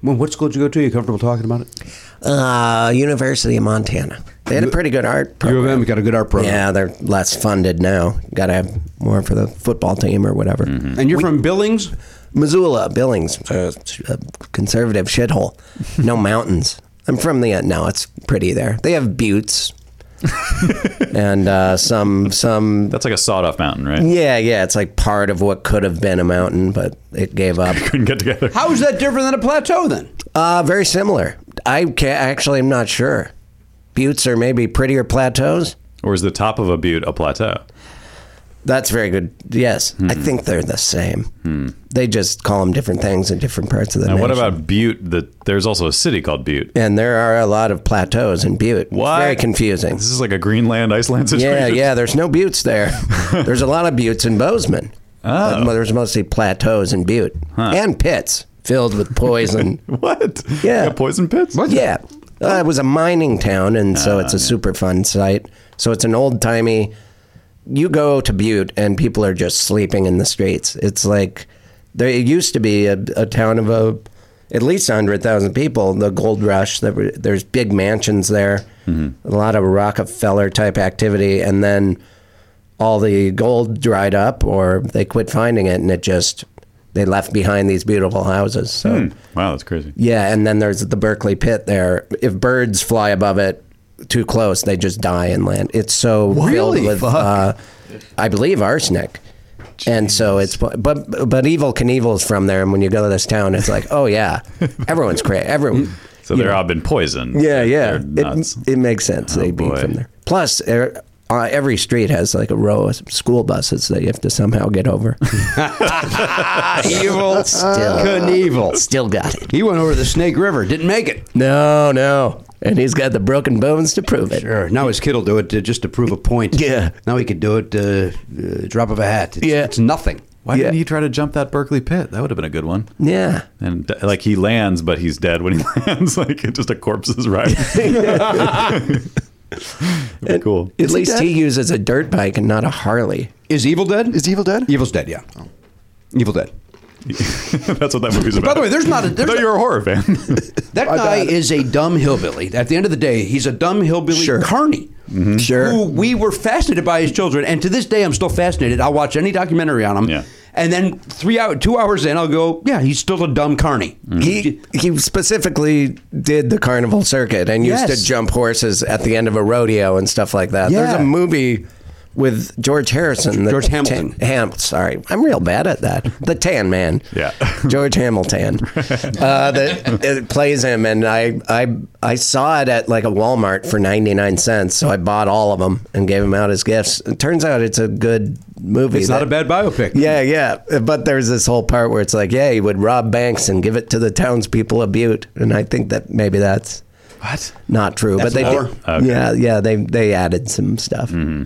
well what school did you go to you comfortable talking about it uh University of Montana they had a pretty good art program. U of M got a good art program. yeah they're less funded now gotta have more for the football team or whatever And you're from Billings? Missoula, Billings, uh, a conservative shithole. No mountains. I'm from the uh, no. It's pretty there. They have buttes and uh, some some. That's like a sawed-off mountain, right? Yeah, yeah. It's like part of what could have been a mountain, but it gave up. Couldn't get together. How is that different than a plateau then? Uh, very similar. I can actually am not sure. Buttes are maybe prettier plateaus. Or is the top of a butte a plateau? That's very good. Yes, I Hmm. think they're the same. They just call them different things in different parts of the Now, what nation. about Butte? That there's also a city called Butte. and there are a lot of plateaus in Butte. What? It's very confusing. This is like a Greenland, Iceland situation. Yeah, yeah. There's no buttes there. there's a lot of buttes in Bozeman. Oh. But there's mostly plateaus in Butte and pits filled with poison. what? Yeah. poison pits. What? Yeah. Uh, it was a mining town, and so it's a super fun site. So it's an old timey. You go to Butte, and people are just sleeping in the streets. It's like there it used to be a, a town of a at least hundred thousand people. The gold rush. There were, there's big mansions there, a lot of Rockefeller type activity, and then all the gold dried up, or they quit finding it, and it just they left behind these beautiful houses. So. Hmm. Wow, that's crazy. Yeah, and then there's the Berkeley Pit there. If birds fly above it too close, they just die and land. It's so Really? filled with, Fuck. uh, I believe, arsenic. And so it's but but evil Knievel's from there, and when you go to this town, it's like oh yeah, everyone's crazy. Everyone, So you they're know. all been poisoned. yeah, yeah, They're nuts. Oh, it, it makes sense. they being from there. Plus, er, uh, every street has like a row of school buses that you have to somehow get over. Evil. Still. Knievel. Still got it. He went over the Snake River, didn't make it. No, no, and he's got the broken bones to prove it. Sure. Now his kid will do it to, just to prove a point. Yeah. Now he could do it uh, uh, drop of a hat. It's, Yeah. It's nothing. Why didn't he try to jump that Berkeley pit? That would have been a good one. Yeah. And d- like he lands, but he's dead when he lands. like it just a corpse is right. cool. At least he uses a dirt bike and not a Harley. Is Evil dead? Is Evil Dead? Evil's dead, yeah. Oh. Evil dead. That's what that movie's about. By the way, there's not a- there's I thought a- you were a horror fan. That guy is a dumb hillbilly. At the end of the day, he's a dumb hillbilly Sure. Mm-hmm. carny. Sure. Who we were fascinated by his children, and to this day, I'm still fascinated. I'll watch any documentary on him, Yeah. and then three hour, two hours in, I'll go, yeah, he's still a dumb carny. Mm-hmm. He Mm-hmm. he specifically did the carnival circuit and used Yes. to jump horses at the end of a rodeo and stuff like that. There's Yeah. a movie with George Harrison. George Hamilton. Tan, Ham, sorry, I'm real bad at that. The Tan Man. Yeah. George Hamilton. uh, that it plays him, and I I I saw it at like a Walmart for 99 cents, so I bought all of them and gave them out as gifts. It turns out it's a good movie. It's not that- a bad biopic. Yeah, yeah. But there's this whole part where it's like, yeah, he would rob banks and give it to the townspeople of Butte. And I think that maybe that's What? not true. That's but they lore. did, yeah, yeah, they they added some stuff. Mm-hmm.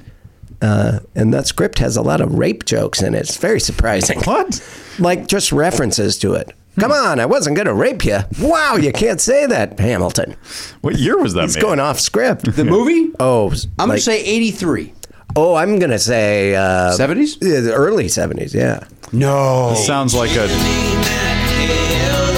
Uh, and that script has a lot of rape jokes in it. It's very surprising. What? Like just references to it. Hmm. Come on, I wasn't going to rape you. Wow, you can't say that, Hamilton. What year was that? It's made? going off script. The movie? Oh, I'm gonna like- say 83, Oh, I'm gonna say uh, 70s. yeah, the early '70s. Yeah. No, Sounds like a let's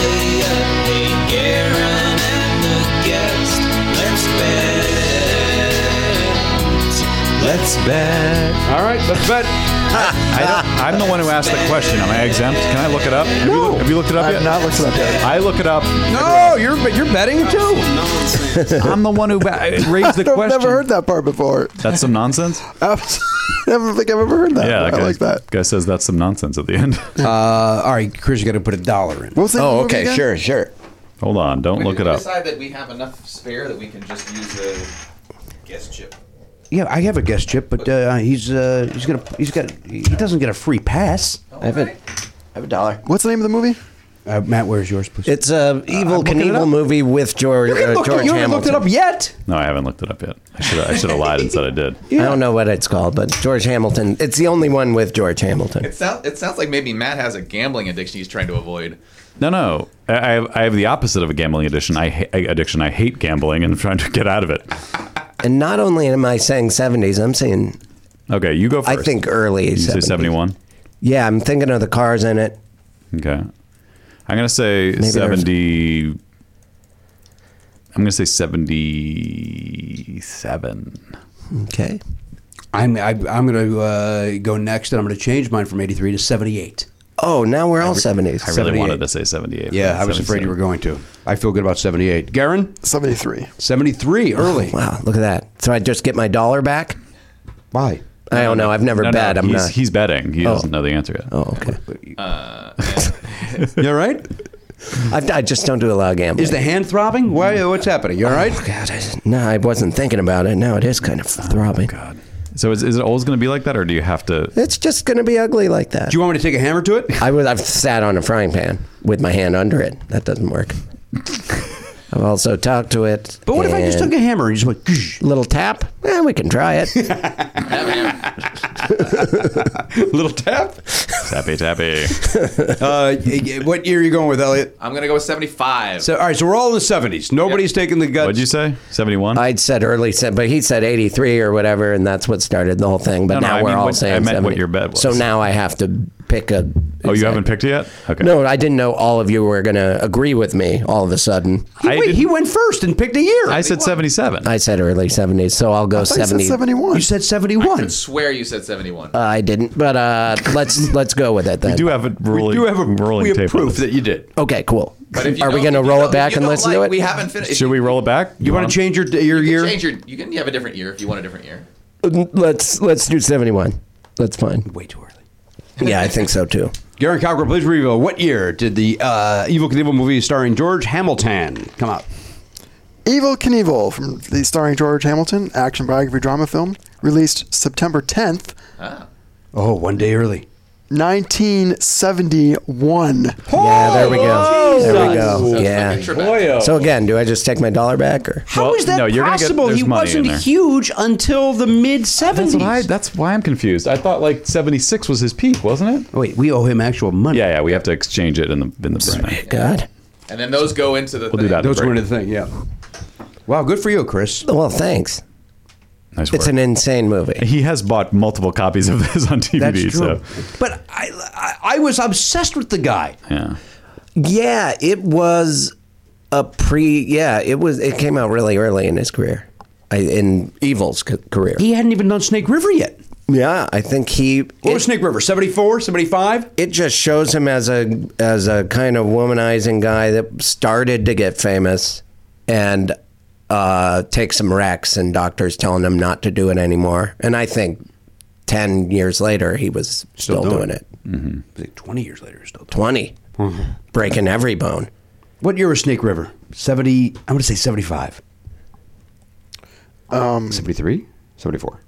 Let's bet. All right, let's bet. I, I don't, I'm the one who asked the question. Am I exempt? Can I look it up? Have, no. you, look- have you looked it up I've yet? not looked it up yet. I look it up. No, you're but you're betting too. I'm the one who ba- raised the I've question. never heard that part before. That's some nonsense. I never think I've ever heard that. yeah, I guy, like that. Guy says that's some nonsense at the end. Uh, all right, Chris, you got to put a dollar in. What was the name of oh, the movie okay, again? sure, sure. Hold on, don't look it up. decide that we have enough spare that we can just use the guest chip. Yeah, I have a guest chip, but uh, he's uh, he's gonna he's got he doesn't get a free pass. I have a, I have a dollar. What's the name of the movie? Uh, Matt, where's yours, please? It's a evil Uh, looking it up. Knievel movie with George, You, can uh, look, George you haven't looked Hamilton. it up yet. No, I haven't looked it up yet. I should I should have lied and said I did. I don't know what it's called, but George Hamilton. It's the only one with George Hamilton. It sounds it sounds like maybe Matt has a gambling addiction he's trying to avoid. No, no. I I have, I have the opposite of a gambling addiction. I ha- addiction. I hate gambling and I'm trying to get out of it. And not only am I saying 70s, I'm saying, Okay, you go I first. think early you say 70s. 71. Yeah, I'm thinking of the cars in it. Okay. I'm gonna say there's- 70. I'm gonna say 77. Okay. I'm I, I'm gonna uh, go next, and I'm gonna change mine from 83 to 78. Oh, now we're all 70s. I really 78. wanted to say 78. Yeah, I was afraid you were going to. I feel good about 78. Garen, 73. 73 early. Wow, look at that. So I just get my dollar back? Why? I don't know. I've never No, bet. no, I'm he's, not. he's betting. He Oh. doesn't know the answer yet. Uh, oh, okay. You all right? I've, I just don't do a lot of gambling. Oh, Is the hand throbbing? Why? uh, What's happening? You all right? God, I, no, I wasn't thinking about it. Now it is kind of throbbing. Oh, God. So is, is it always going to be like that, or do you have to? It's just going to be ugly like that. Do you want me to take a hammer to it? I was I've sat on a frying pan with my hand under it. That doesn't work. I've also talked to it. But what if I just and took a hammer and just went? "Gsh," little tap? Eh, we can try it. Little tap. Tappy, tappy. Uh, y- y- what year are you going with, Elliot? I'm gonna go with 75. So, all right, so we're all in the 70s. Nobody's taking the guts. What'd you say? 71. I'd said early, se- but he said 83 or whatever, and that's what started the whole thing. But No, no, now I we're mean all what- I saying meant what 70. your bet was. So now I have to pick a. oh, you haven't picked it yet? Okay. No, I didn't know all of you were going to agree with me all of a sudden. He, I wait, he didn't- went first and picked a year. I said 77. I said early 70s, so I'll go I said 70. 71. you said I 71. could swear you said 71. I didn't, but uh, let's let's go with it then. do have a rolling. We do have a rolling we have tape. on proof this. that you did. okay, cool. But if you Are we don't- going to if you roll don't- it back you and don't listen like- to it? We haven't finished. Should we roll it back? You want to change your your You year? can change your. You can have a different year if you want a different year. Mm, Let's let's do 71. That's fine. Way too early. Yeah, I think so too. Garen Cockrell, please reveal what year did the uh, Evil Knievel movie starring George Hamilton come out? Evil Knievel from the starring George Hamilton action biography drama film released September 10th, Oh, one day early. 1971. yeah, there we go. There we So go. it's Yeah. like a trip back. So again, do I just take my dollar back or? How is Oh, Well, that no, you're gonna get- possible? there's he money in wasn't there. huge until the mid 70s. That's what I. That's why I'm confused. I thought like 76 was his peak, wasn't it? Wait, we owe him actual money. Yeah, yeah. We have to exchange it in the in the brain. God. And then those go into the. We'll do that. Those Right. were into the thing, yeah. Wow, good for you, Chris. Well, thanks. Nice work. It's an insane movie. he has bought multiple copies of this on DVD. That's true. So But I, I, I was obsessed with the guy. yeah. Yeah, it was a pre. Yeah, it was. It came out really early in his career, I, in Evil's c- career. He hadn't even done Snake River yet. yeah, I think he. What it- was Snake River? 74, 75? it just shows him as a as a kind of womanizing guy that started to get famous and uh, take some wrecks and doctors telling him not to do it anymore. And I think ten years later he was still, doing it. Mm-hmm. Like 20 years later, still. 20. 20 breaking every bone. What year was Snake River? 70, I'm going to say 75. Um, 73, 74,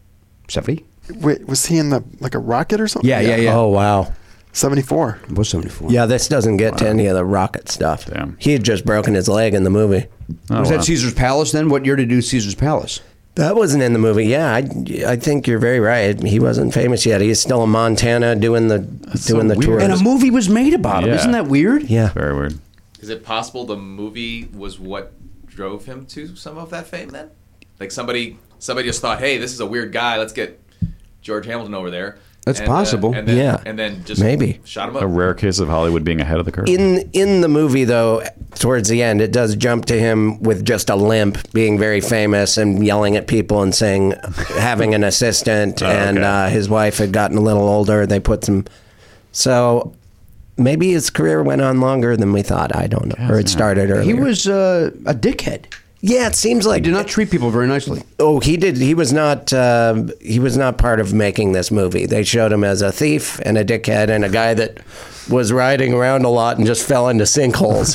70? wait, was he in the like a rocket or something? Yeah, yeah, yeah. Oh wow. 74. It was 74. Yeah, this doesn't get to any of the rocket stuff. Damn. He had just broken his leg in the movie. Oh, was wow. that Caesar's Palace then? What year did he do Caesar's Palace? That wasn't in the movie. Yeah, I, I think you're very right. He wasn't famous yet. He's still in Montana doing the so doing the weird. tours. And a movie was made about him. Yeah. Isn't that weird? yeah. Very weird. Is it possible the movie was what drove him to some of that fame then? Like somebody somebody just thought, hey, this is a weird guy. Let's get George Hamilton over there. That's uh, possible. and then, Yeah. And then just Maybe. shot him A up. rare case of Hollywood being ahead of the curve. In in the movie though, towards the end, it does jump to him with just a limp, being very famous and yelling at people and saying, having an Oh, assistant, and uh, his wife had gotten a little older. They put some, so maybe his career went on longer than we thought. I don't know, or it started earlier. He was uh, a dickhead. yeah, it seems He like did not treat people very nicely. Oh, he did. He was not. Uh, he was not part of making this movie. They showed him as a thief and a dickhead and a guy that was riding around a lot and just fell into sinkholes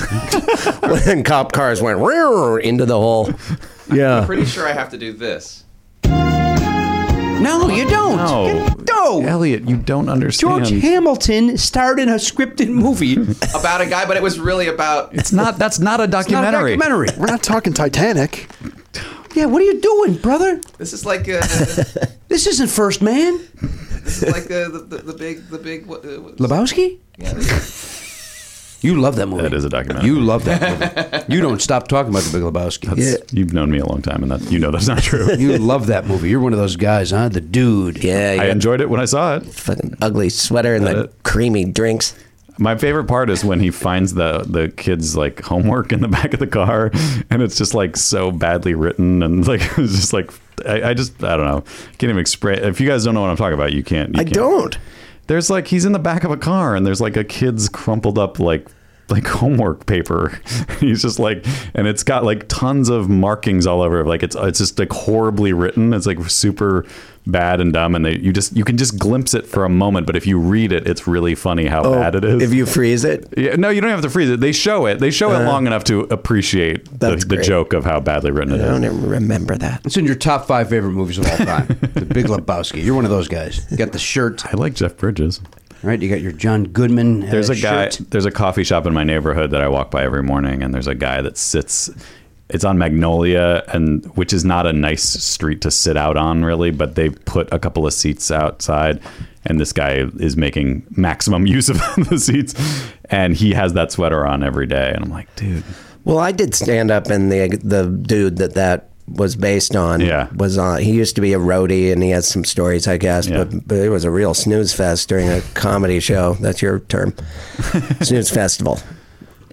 when cop cars went "Roar," into the hole. I'm Yeah. pretty sure I have to do this. No, you don't. No. No. Elliot, you don't understand. George Hamilton starred in a scripted movie. About a guy, but it was really about. it's not. That's not a Not a documentary. documentary. We're not talking Titanic. Yeah, what are you doing, brother? This is like uh, this This isn't First Man. is like uh, the, the the big the big. What, uh, what- Lebowski? yeah, this is- You love that movie. That is a documentary. You love that movie. you don't stop talking about the Big Lebowski. Yeah. You've known me a long time, and that you know that's not true. You love that movie. You're one of those guys, huh? The dude. Yeah. You I got enjoyed it when I saw it. fucking ugly sweater and the it. creamy drinks. My favorite part is when he finds the the kids like homework in the back of the car, and it's just like so badly written, and like it's just like I, I just I don't know, can't even express. If you guys don't know what I'm talking about, you can't. you I can't. don't. There's like he's in the back of a car, and there's like a kid's crumpled up like like homework paper. he's just like, and it's got like tons of markings all over. it. Like it's it's just like horribly written. It's like super bad and dumb, and they you just you can just glimpse it for a moment, but if you read it, it's really funny how bad it is. Oh, If you freeze it, Yeah, no, you don't have to freeze it. They show it. They show it long enough to appreciate the, Uh-huh. That's the great. joke of how badly written it I is. don't even remember that. It's in your top five favorite movies of all time. the Big Lebowski. You're one of those guys. You got the shirt, I like Jeff Bridges. right? You got your John Goodman. uh, There's a guy. shirt. There's a coffee shop in my neighborhood that I walk by every morning, and there's a guy that sits. It's on Magnolia, and which is not a nice street to sit out on, really. But they put a couple of seats outside, and this guy is making maximum use of the seats, and he has that sweater on every day. And I'm like, dude, Well, I did stand up, and the the dude that that was based on Yeah. was on. He used to be a roadie, and he has some stories, I guess. Yeah. But but it was a real snooze fest during a comedy show. That's your term, snooze festival.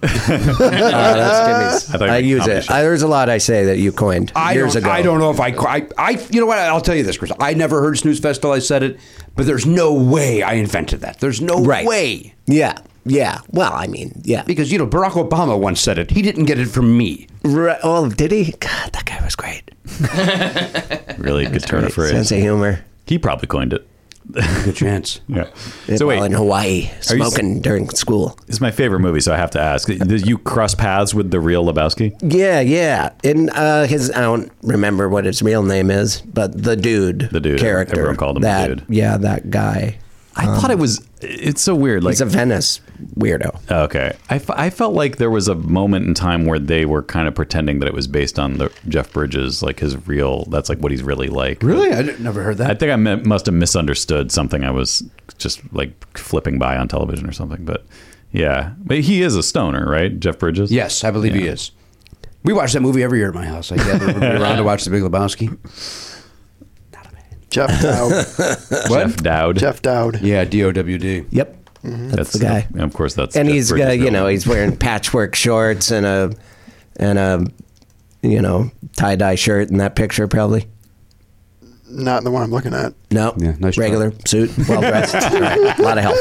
Uh, that's I thought Jimmy's. you I, meant use comedy it. show. I, there's a lot I say that you coined I years don't, ago. I don't know if I, I, I, you know what? I'll tell you this, Chris. I never heard snooze fest till I said it, but there's no way I invented that. There's no Right. way Yeah. Yeah. Well, I mean, yeah. because you know Barack Obama once said it. He didn't get it from me. Right. Oh, did he? God, that guy was great. really good turn of Great Sense phrase. of humor. He probably coined it. Good chance. Yeah. So in Hawaii, you s- smoking during school. It's my favorite movie, so I have to ask. Did you cross paths with the real Lebowski? Yeah, yeah. And uh, his, I don't remember what his real name is, but the dude, The dude. character, Everyone called him the that, dude. Yeah, that guy. I thought it was. It's so weird. Like He's a Venice weirdo. okay, I, f- I felt like there was a moment in time where they were kind of pretending that it was based on the Jeff Bridges, like his real. That's like what he's really like. Really? I didn't- never heard that. I think I me- must have misunderstood something. I was just like flipping by on television or something. But yeah, but he is a stoner, right? Jeff Bridges. Yes, I believe he Yeah. is. We watch that movie every year at my house. I gather everybody around to watch The Big Lebowski. Jeff Dowd. Jeff Dowd. Jeff Dowd. Yeah, D O W D. Yep, that's, the guy. and of course, that's and Jeff he's, Bridges' uh, you real know, name. he's wearing patchwork shorts and a, and a, you know, tie dye shirt in that picture probably. Not the one I'm looking at. No, Yeah, nice try. regular suit, well dressed, a lot of help,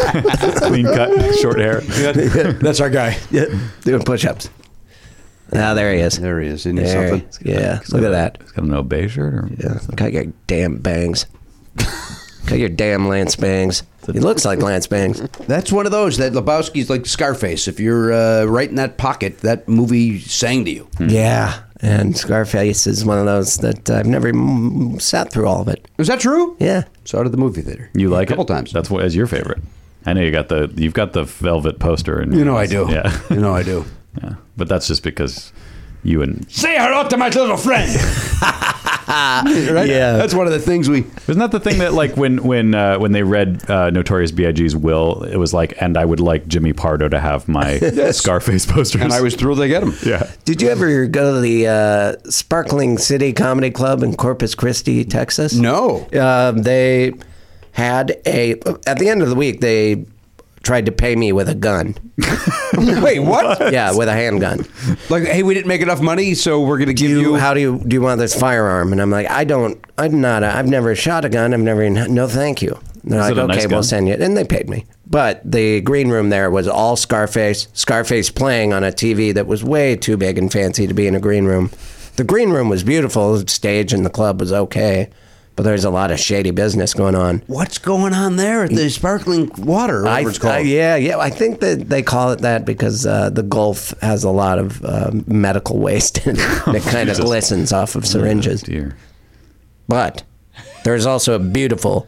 clean cut, short hair. That's our guy. yeah, doing push-ups. Now there he is. There he is. Isn't he There something? he- Yeah, He's look at got a- that. He's got an obey shirt. Or Yeah, cut your damn bangs. cut your damn Lance bangs. He looks like Lance bangs. That's one of those that Lebowski's like Scarface. If you're uh, right in that pocket, that movie sang to you. Yeah, and Scarface is one of those that I've never even sat through all of it. Is that true? Yeah, So did the movie theater. You like a couple it? times. That's what is your favorite. I know you got the you've got the velvet poster and you know I do. Yeah. you know I do. yeah. But that's just because you and Say hello to my little friend. right? Yeah. That's one of the things we. isn't that the thing that like when when uh, when they read uh, Notorious B.I.G.'s will, it was like, and I would like Jimmy Pardo to have my Scarface posters. And I was thrilled they get him. yeah. did you ever go to the uh, Sparkling City Comedy Club in Corpus Christi, Texas? No. Um, they had a. At the end of the week, they tried to pay me with a gun. Wait, what? Yeah, with a handgun. Like, hey, we didn't make enough money, so we're going to give you, How do you do you want this firearm? And I'm like, I don't. I'm not. A, I've never shot a gun. I've never. Even, no, thank you. And they're Is like, it a okay, nice we'll gun?" send you. it." And they paid me. But the green room there was all Scarface. Scarface playing on a TV that was way too big and fancy to be in a green room. The green room was beautiful. The stage and the club was okay, but there's a lot of shady business going on. What's going on there at the sparkling water? I, Whatever it's called. I- yeah, yeah. I think that they call it that because uh, the Gulf has a lot of uh, medical waste in it that kind of Jesus. glistens off of syringes. Oh, dear. But there's also a beautiful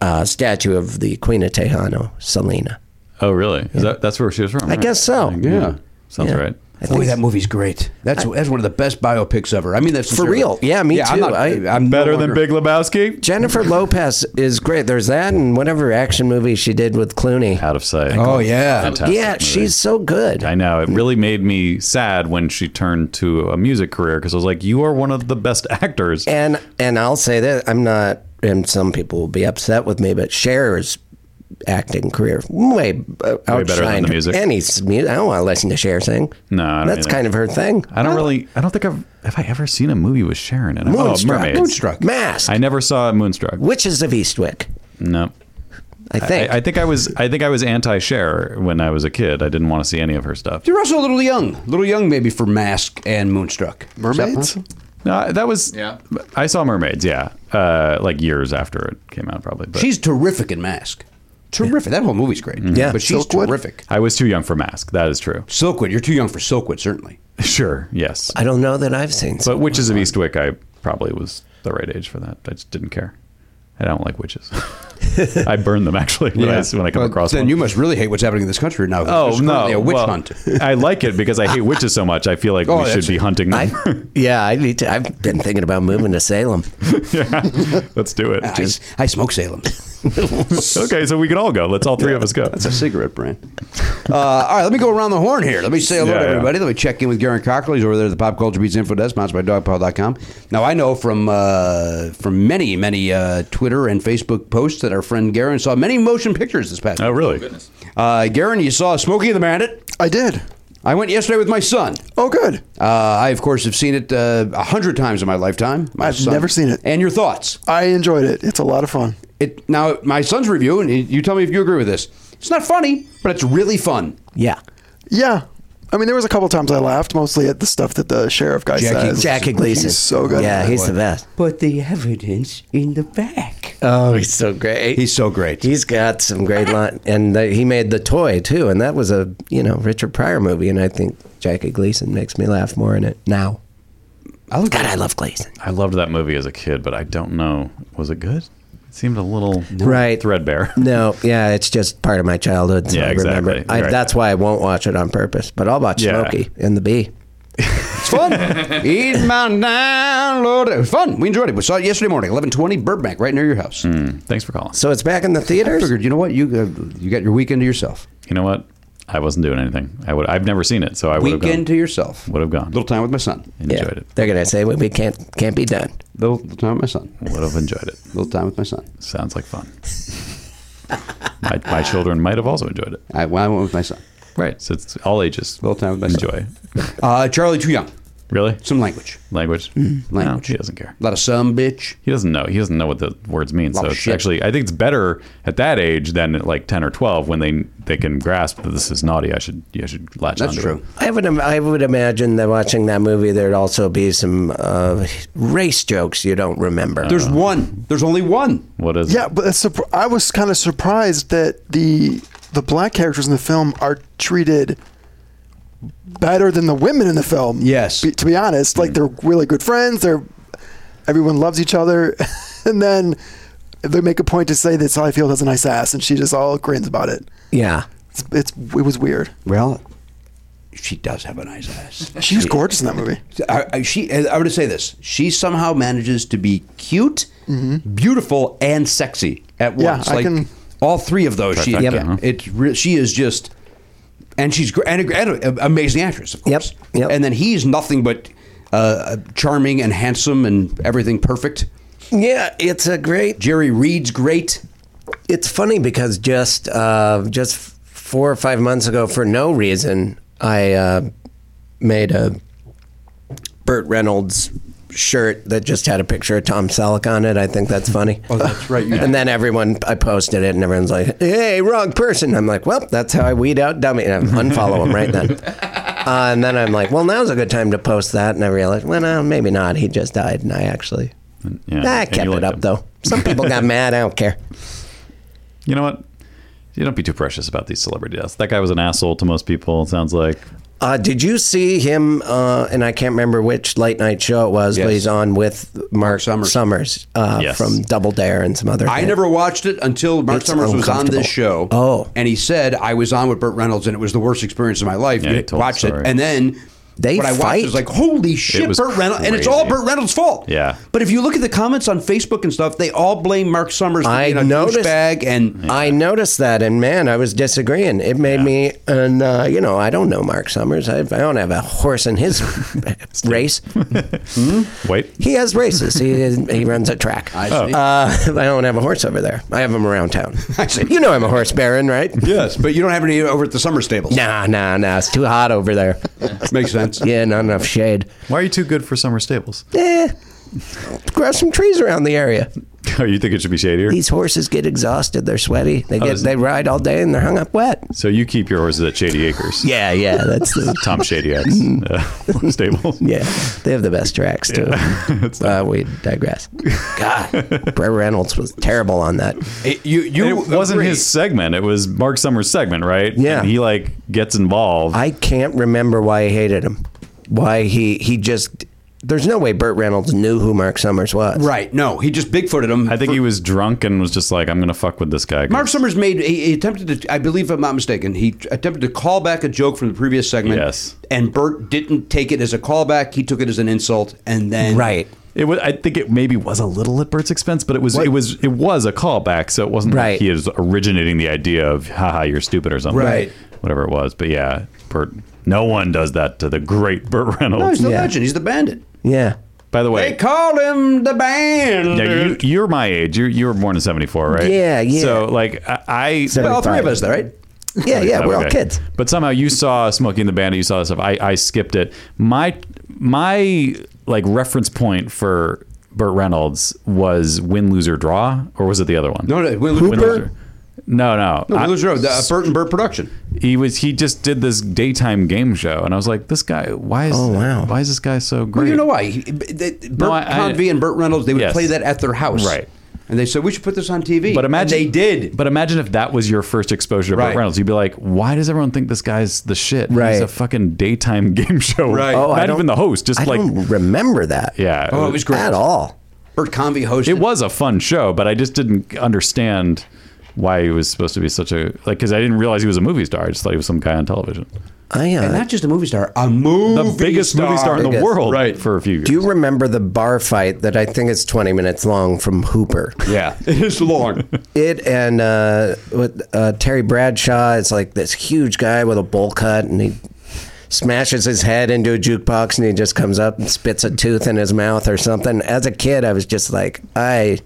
uh, statue of the Queen of Tejano, Selena. Oh, really? Is that that's where she was from? I right? guess so. Yeah. Sounds Yeah. right. I think Boy, that movie's great. That's that's one of the best biopics ever. I mean, that's For real. Yeah, me I'm too. not, I- am Better than Big Lebowski? Jennifer Lopez is great. There's that and whatever action movie she did with Clooney. Out of sight. Oh yeah. Fantastic yeah, movie. she's so good. I know. It really made me sad when she turned to a music career because I was like, you are one of the best actors. And and I'll say that I'm not, and some people will be upset with me, but Cher's acting career way, uh, Way better than the outshined music. Any s- mu- I don't want to listen to Cher sing. No, I don't that's either. kind of her thing. I don't really, I don't think I've, have I ever seen a movie with Sharon in it? Moonstruck. Oh, Mermaids. Moonstruck. Mask. I never saw Moonstruck. Witches of Eastwick. No. I think. I, I think I was, I think I was anti-Cher when I was a kid. I didn't want to see any of her stuff. You're also a little young, a little young maybe for Mask and Moonstruck. Is that Mermaids? possible? No, that was, Yeah. I saw Mermaids. Yeah. Uh, like years after it came out, probably. But She's terrific in Mask. Terrific. That whole movie's great. Yeah. but she's Silkwood? terrific. I was too young for Mask. That is true. Silkwood. You're too young for Silkwood, certainly. Sure. Yes. I don't know that I've seen. But Witches of Eastwick, I probably was the right age for that. I just didn't care. I don't like witches. I burn them actually when, I, when I come Well, across Then one. you must really hate what's happening in this country now. oh There's no! currently A witch Well, hunt. I like it because I hate witches so much. I feel like Oh, we should that's- be hunting I, them. yeah, I need to. I've been thinking about moving to Salem. yeah, let's do it. I, I smoke Salem. okay, so we can all go. Let's all three of us go. That's a cigarette brand. Uh, all right, let me go around the horn here. Let me say hello Yeah, to yeah. everybody. Let me check in with Garen Cockrell. He's over there at the Pop Culture Beats Info Desk, sponsored by DogPile.com. Now, I know from uh, from many, many uh, Twitter and Facebook posts that our friend Garen saw many motion pictures this past Oh, really? Uh, Garen, you saw Smokey the Bandit. I did. I went yesterday with my son. Oh, good. Uh, I, of course, have seen it uh, a hundred times in my lifetime. My I've never seen it. And your thoughts? I enjoyed it. It's a lot of fun. It now my son's review, and you tell me if you agree with this. It's not funny, but it's really fun. Yeah, Yeah. I mean, there was a couple times I laughed, mostly at the stuff that the sheriff guy Jackie- says. Jackie Gleason. He's so good. Yeah, he's the best. But the evidence in the back. Oh, he's so great. He's so great. He's got some great line, and the, he made the toy too, and that was a you know Richard Pryor movie, and I think Jackie Gleason makes me laugh more in it now. love God, I love Gleason. I loved that movie as a kid, but I don't know. Was it good? It seemed a little Right. threadbare. No, yeah, it's just part of my childhood. So Yeah, I remember. it. exactly. I, Right. That's why I won't watch it on purpose, but I'll watch Yeah. Smokey and the Bee. It's fun. Eat Mountain Down, Lord. It was fun. We enjoyed it. We saw it yesterday morning, eleven twenty, Burbank, right near your house. Thanks for calling. So it's back in the I theaters. figured, you know what? You uh, you got your weekend to yourself. You know what? I wasn't doing anything. I would. I've never seen it, so I would have gone. Weekend to yourself. Would have gone. Little time with my son. Enjoyed yeah, it. they're gonna say well, we can't can't be done. Little, little time with my son. Would have enjoyed it. Little time with my son. Sounds like fun. my, my children might have also enjoyed it. I, well, I went with my son. Right. So it's all ages. Little time with my Enjoy. Uh, Charlie too young. Really? Some language. Language? Language. No, he doesn't care. A lot of some bitch. He doesn't know. He doesn't know what the words mean. So Oh, it's shit. actually, I think it's better at that age than at like 10 or 12 when they they can grasp that this is naughty. I should I should latch That's onto true. it. I would I would imagine that watching that movie there'd also be some uh, race jokes you don't remember. There's one. There's only one. What is Yeah, it? but it's surpr- I was kind of surprised that the the black characters in the film are treated better than the women in the film. Yes. Mm. Be- to be honest, like they're really good friends. They're everyone loves each other, and then they make a point to say that Sally Field has a nice ass, and she just all grins about it. yeah. It's, it's it was weird. Well, she does have a nice ass. She was gorgeous in that movie. I, I, she, I would say this. She somehow manages to be cute, beautiful, and sexy at Yeah, once. I like can- all three of those. She, Perfecto, huh? it's re- she is just, and she's gr- and, a- and an amazing actress, of Yep, course. yep. And then he's nothing but uh, charming and handsome and everything perfect. Yeah, it's a great. Jerry Reed's great. It's funny because just uh, just four or five months ago, for no reason, I uh, made a Burt Reynolds shirt that just had a picture of Tom Selleck on it. I think that's funny. Oh, that's right. You and then everyone, I posted it, and everyone's like, "Hey, wrong person." I'm like, "Well, that's how I weed out dummy." And I unfollow him right then. Uh, and then I'm like, "Well, now's a good time to post that." And I realized, well, no, maybe not. He just died, and I actually, yeah, I and kept you it liked up him. though. Some people got mad. I don't care. You know what? You don't be too precious about these celebrity deaths. That guy was an asshole to most people. It sounds like. Uh, did you see him? Uh, and I can't remember which late night show it was, but he's on with Mark, Summers, uh, Yes. from Double Dare and some other. I thing. never watched it until Mark It's Summers was on this show. Oh. And he said, I was on with Burt Reynolds and it was the worst experience of my life. Yeah, You he told the watched it. story. And then They what I watched fight. was like, holy shit, was Burt Reynolds. And it's all crazy. Burt Reynolds' fault. Yeah. But if you look at the comments on Facebook and stuff, they all blame Mark Summers for I being a noticed douchebag and I noticed that, and man, I was disagreeing. It made me, and uh, you know, I don't know Mark Summers. I, I don't have a horse in his race. Wait. He has races. He he runs a track. I see. Oh. Uh, I don't have a horse over there. I have him around town. You know, I'm a horse baron, right? Yes, but you don't have any over at the Summers tables. Nah, nah, nah. It's too hot over there. Makes sense. Yeah, not enough shade. Why are you too good for summer stables? Eh, grow some trees around the area. Oh, you think it should be shadier? These horses get exhausted. They're sweaty. They get is- they ride all day and they're hung up wet. So you keep your horses at Shady Acres. Yeah, yeah. That's the Tom Shady Acres uh, horse stables. Yeah, they have the best tracks too. uh, we digress. God, Brett Reynolds was terrible on that. It, you, And you it wasn't agree. his segment. It was Mark Summers' segment, right? Yeah. And he like gets involved. I can't remember why I hated him. Why he he just there's no way Burt Reynolds knew who Mark Summers was. Right. No, he just Bigfooted him. I think he was drunk and was just like, I'm gonna fuck with this guy. 'cause- Mark Summers made he, he attempted to I believe if I'm not mistaken he attempted to call back a joke from the previous segment. Yes. And Bert didn't take it as a callback. He took it as an insult, and then Right. It was. I think it maybe was a little at Bert's expense, but it was. It was. It was a callback, so it wasn't Right. like he is originating the idea of "haha, you're stupid" or something. Right. Whatever it was, but yeah, Bert. No one does that to the great Burt No, he's Reynolds. the Yeah. legend. He's the bandit. Yeah. By the They way, called him the bandit. now you, you're my age. You you were born in '74, right? Yeah, yeah. So like I, I well, all three of us, though, right? Yeah, yeah. We're all Okay. kids. But somehow you saw Smokey and the Bandit, you saw this stuff. I, I skipped it. My my like reference point for Burt Reynolds was win, lose, or draw, or was it the other one? No, no, Win, Lose, Win, Draw. Lose, or- No, no. No, I- Blues Road, the uh, Bert and Bert production. he was he just did this daytime game show, and I was like, this guy. Why is Oh, wow. Why is this guy so great? Well, you know why? He, they, Bert I- I- Convey and Bert Reynolds they would Yes. play that at their house, Right. And they said we should put this on TV. But And imagine they did. But imagine if that was your first exposure to Right. Burt Reynolds, you'd be like, "Why does everyone think this guy's the shit? He's Right. a fucking daytime game show. Right. Oh, Not I don't- even the host. Just I like don't remember that. yeah. oh, it was great. At all. Bert Convey hosted. It was a fun show, but I just didn't understand why he was supposed to be such a like because I didn't realize he was a movie star. I just thought he was some guy on television, I uh, and not just a movie star, a movie the biggest movie star in the Biggest. world, Right. For a few years. do you remember the bar fight that I think is 20 minutes long from Hooper? Yeah, it is long. It and uh, with, uh, Terry Bradshaw is like this huge guy with a bowl cut, and he smashes his head into a jukebox, and he just comes up and spits a tooth in his mouth or something. As a kid, I was just like, I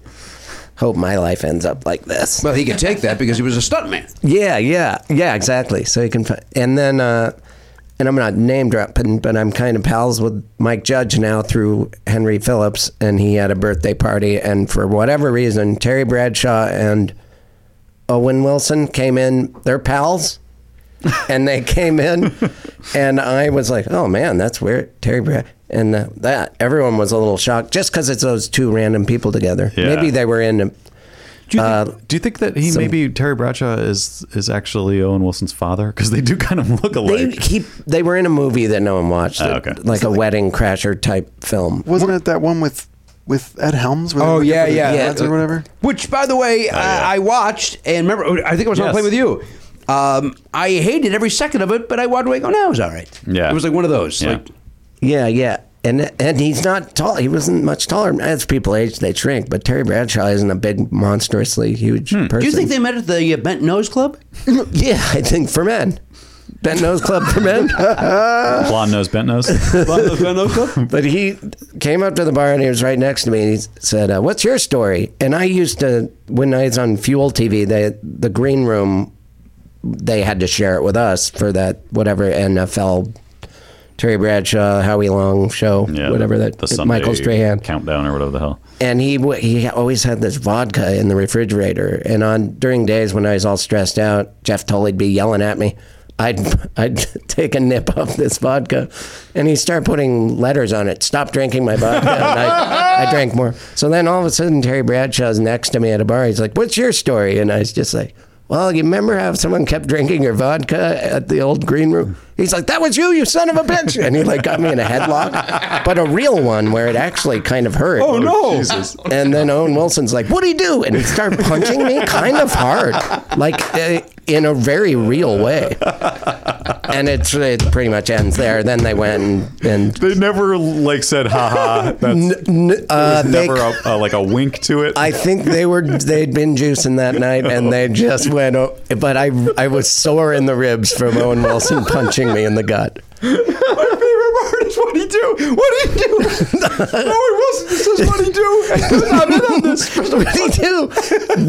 hope my life ends up like this. well, he could take that because he was a stuntman. Yeah, yeah, yeah, exactly. So you can, fi- and then, uh, and I'm not name dropping, but I'm kind of pals with Mike Judge now through Henry Phillips, and he had a birthday party, and for whatever reason, Terry Bradshaw and Owen Wilson came in. They're pals, and they came in, and I was like, "Oh man, that's weird." Terry Brad, and uh, that everyone was a little shocked just because it's those two random people together. Yeah. Maybe they were in. Do you, Uh, think, do you think that he some- maybe Terry Bradshaw is is actually Owen Wilson's father? Because they do kind of look They alike. he they were in a movie that no one watched, Oh, that- okay. like a wedding crasher type film. Wasn't it that one with with Ed Helms? where they Oh, were looking yeah, for the yeah. ads or whatever. Which, by the way, I, I watched and remember. oh, I think I was on Oh, Yes. play with you. Um, I hated every second of it, but I walked away going, "No, it was all right." Yeah. it was like one of those. Yeah. Like, Yeah, yeah. And and he's not tall. He wasn't much taller. As people age, they shrink. But Terry Bradshaw isn't a big, Hmm. monstrously huge person. do you think they met at the uh, Bent Nose Club? yeah, I think for men. Bent Nose Club for Men. Blonde nose, bent nose. but he came up to the bar and he was right next to me and he said, uh, "What's your story?" And I used to when I was on Fuel TV, the the green room, they had to share it with us for that whatever NFL Terry Bradshaw, Howie Long show, whatever that the Sunday Michael Strahan countdown or whatever the hell. and he w- he always had this vodka in the refrigerator. And on during days when I was all stressed out, Jeff Tully'd be yelling at me. I'd I'd take a nip of this vodka, and he started putting letters on it. Stop drinking my vodka. and I, I drank more. So then all of a sudden, Terry Bradshaw's next to me at a bar. He's like, "What's your story?" And I was just like. Well, you remember how someone kept drinking your vodka at the old green room? He's like, "That was you, you son of a bitch!" And he like got me in a headlock, but a real one where it actually kind of hurt. Oh, no. Jesus. And then Owen Wilson's like, "What do you do?" And he started punching me kind of hard, like uh, in a very real way. And it, it pretty much ends there. Then they went and, and They never like said, haha. That's, uh, there's they- never a, a- like a wink to it. I think they were they'd been juicing that night and they just went. o- But I I was sore in the ribs from Owen Wilson punching me in the gut. What do you do? What do you do? Owen Wilson just says, "What do you do?" And I'm in on this. What do you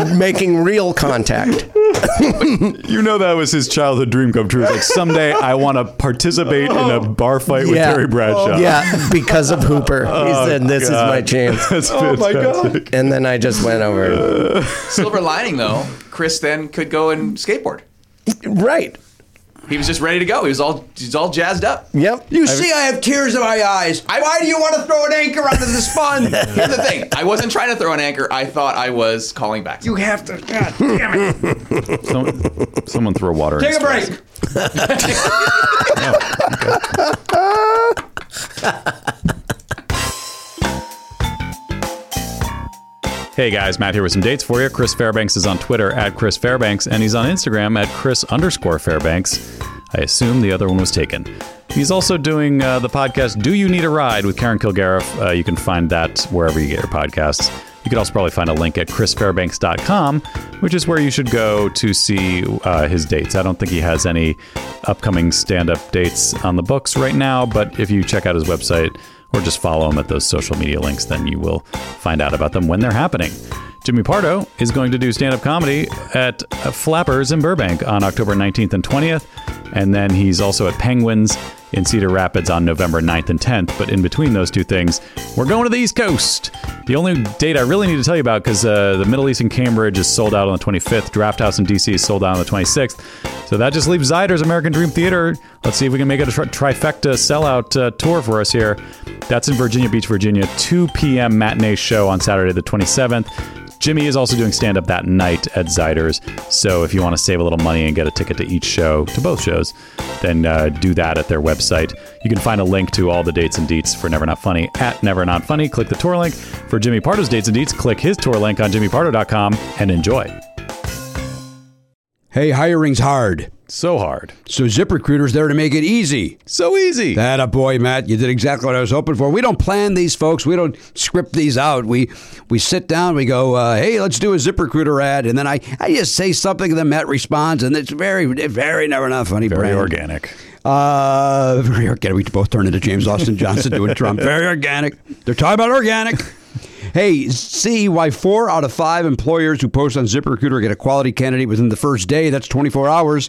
do? Making real contact. you know that was his childhood dream come true. It's like someday I want to participate in a bar fight with Yeah. Terry Bradshaw. Yeah, because of Hooper. He Oh, said, "This God. is my chance." That's Oh, my God. fantastic. And then I just went over. Silver lining though, Chris then could go and skateboard. Right. He was just ready to go. He was all he's all jazzed up. Yep. You see, I have tears in my eyes. Why do you want to throw an anchor onto this fun? Here's the thing. I wasn't trying to throw an anchor. I thought I was calling back. you have to. God damn it. Some, someone throw water. in his face. Hey guys, Matt here with some dates for you. Chris Fairbanks is on Twitter at Chris Fairbanks, and he's on Instagram at Chris underscore Fairbanks. I assume the other one was taken. He's also doing uh, the podcast Do You Need a Ride with Karen Kilgariff. Uh, you can find that wherever you get your podcasts. You could also probably find a link at chrisfairbanks.com, which is where you should go to see uh, his dates. I don't think he has any upcoming stand up dates on the books right now, but if you check out his website, or just follow him at those social media links, then you will find out about them when they're happening. Jimmy Pardo is going to do stand up comedy at uh, Flappers in Burbank on October 19th and 20th. And then he's also at Penguins in Cedar Rapids on November 9th and 10th. But in between those two things, we're going to the East Coast. The only date I really need to tell you about because uh, the Middle East in Cambridge is sold out on the 25th, Draft House in DC is sold out on the 26th. So that just leaves Zyder's American Dream Theater. Let's see if we can make it a tri- trifecta sellout uh, tour for us here. That's in Virginia Beach, Virginia, 2 p.m. matinee show on Saturday the 27th. Jimmy is also doing stand up that night at Zyder's. So if you want to save a little money and get a ticket to each show, to both shows, then uh, do that at their website. You can find a link to all the dates and deets for Never Not Funny at Never Not Funny. Click the tour link. For Jimmy Pardo's dates and deets, click his tour link on jimmypardo.com and enjoy. Hey, hiring's hard. So hard. So ZipRecruiter's there to make it easy. So easy. That a boy, Matt. You did exactly what I was hoping for. We don't plan these, folks. We don't script these out. We we sit down. We go, uh, hey, let's do a ZipRecruiter ad, and then I I just say something, and then Matt responds, and it's very very never enough funny. Very brand. organic. Uh, very organic. We both turned into James Austin Johnson doing Trump. Very organic. They're talking about organic. Hey, see why four out of five employers who post on ZipRecruiter get a quality candidate within the first day. That's 24 hours.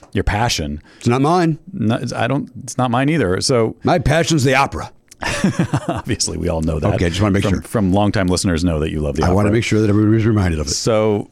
your passion. It's not mine. No, it's- I don't. It's not mine either. So my passion's the opera. Obviously, we all know that. Okay, just wanna make From- sure. From longtime listeners know that you love the. I want to opera. make sure that everybody's reminded of it. So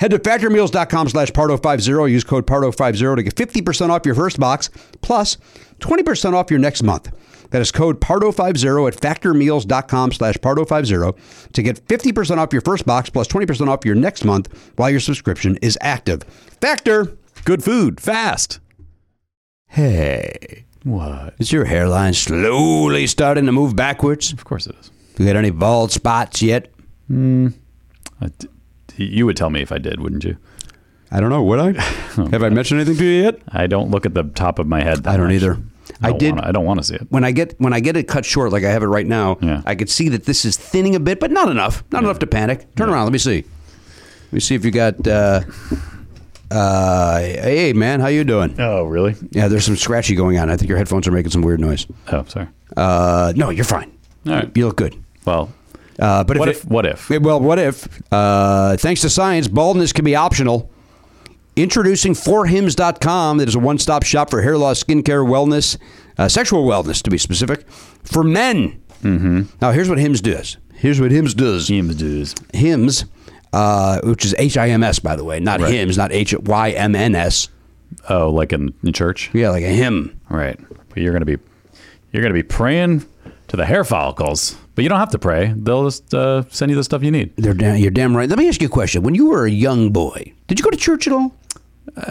Head to factormeals.com slash pardo50. Use code pardo50 to get 50% off your first box plus 20% off your next month. That is code pardo50 at factormeals.com slash pardo50 to get 50% off your first box plus 20% off your next month while your subscription is active. Factor. Good food, fast. Hey, what? Is your hairline slowly starting to move backwards? Of course it is. You got any bald spots yet? I d- you would tell me if I did, wouldn't you? I don't know. Would I? Have I mentioned anything to you yet? I don't look at the top of my head. That I don't much. either. I I, don't did- Wanna, I don't want to see it. when I get when I get it cut short like I have it right now, Yeah. I could see that this is thinning a bit, but not enough. Not enough to panic. Turn around. Let me see. Let me see if you got. Uh, uh, hey man, how you doing? Oh, really? Yeah, there's some scratchy going on. I think your headphones are making some weird noise. Oh, sorry. Uh, no, you're fine. All right. You look good. Well, Uh, but what if, if? What if? it- well, what if? Uh, thanks to science, baldness can be optional. Introducing 4hims.com. It is a one stop shop for hair loss, skincare, wellness, uh, sexual wellness to be specific, for men. Mm-hmm. Now, here's what Hims does. Here's what Hims does. Teams dues. Hims, uh, which is H I M S, by the way, not Right. Hims, not H Y M N S. Oh, like in, in church. Yeah, like a hymn. Right. But you're gonna be you're gonna be praying to the hair follicles. But you don't have to pray. They'll just uh, send you the stuff you need. They're da- you're damn right. Let me ask you a question. When you were a young boy, did you go to church at all?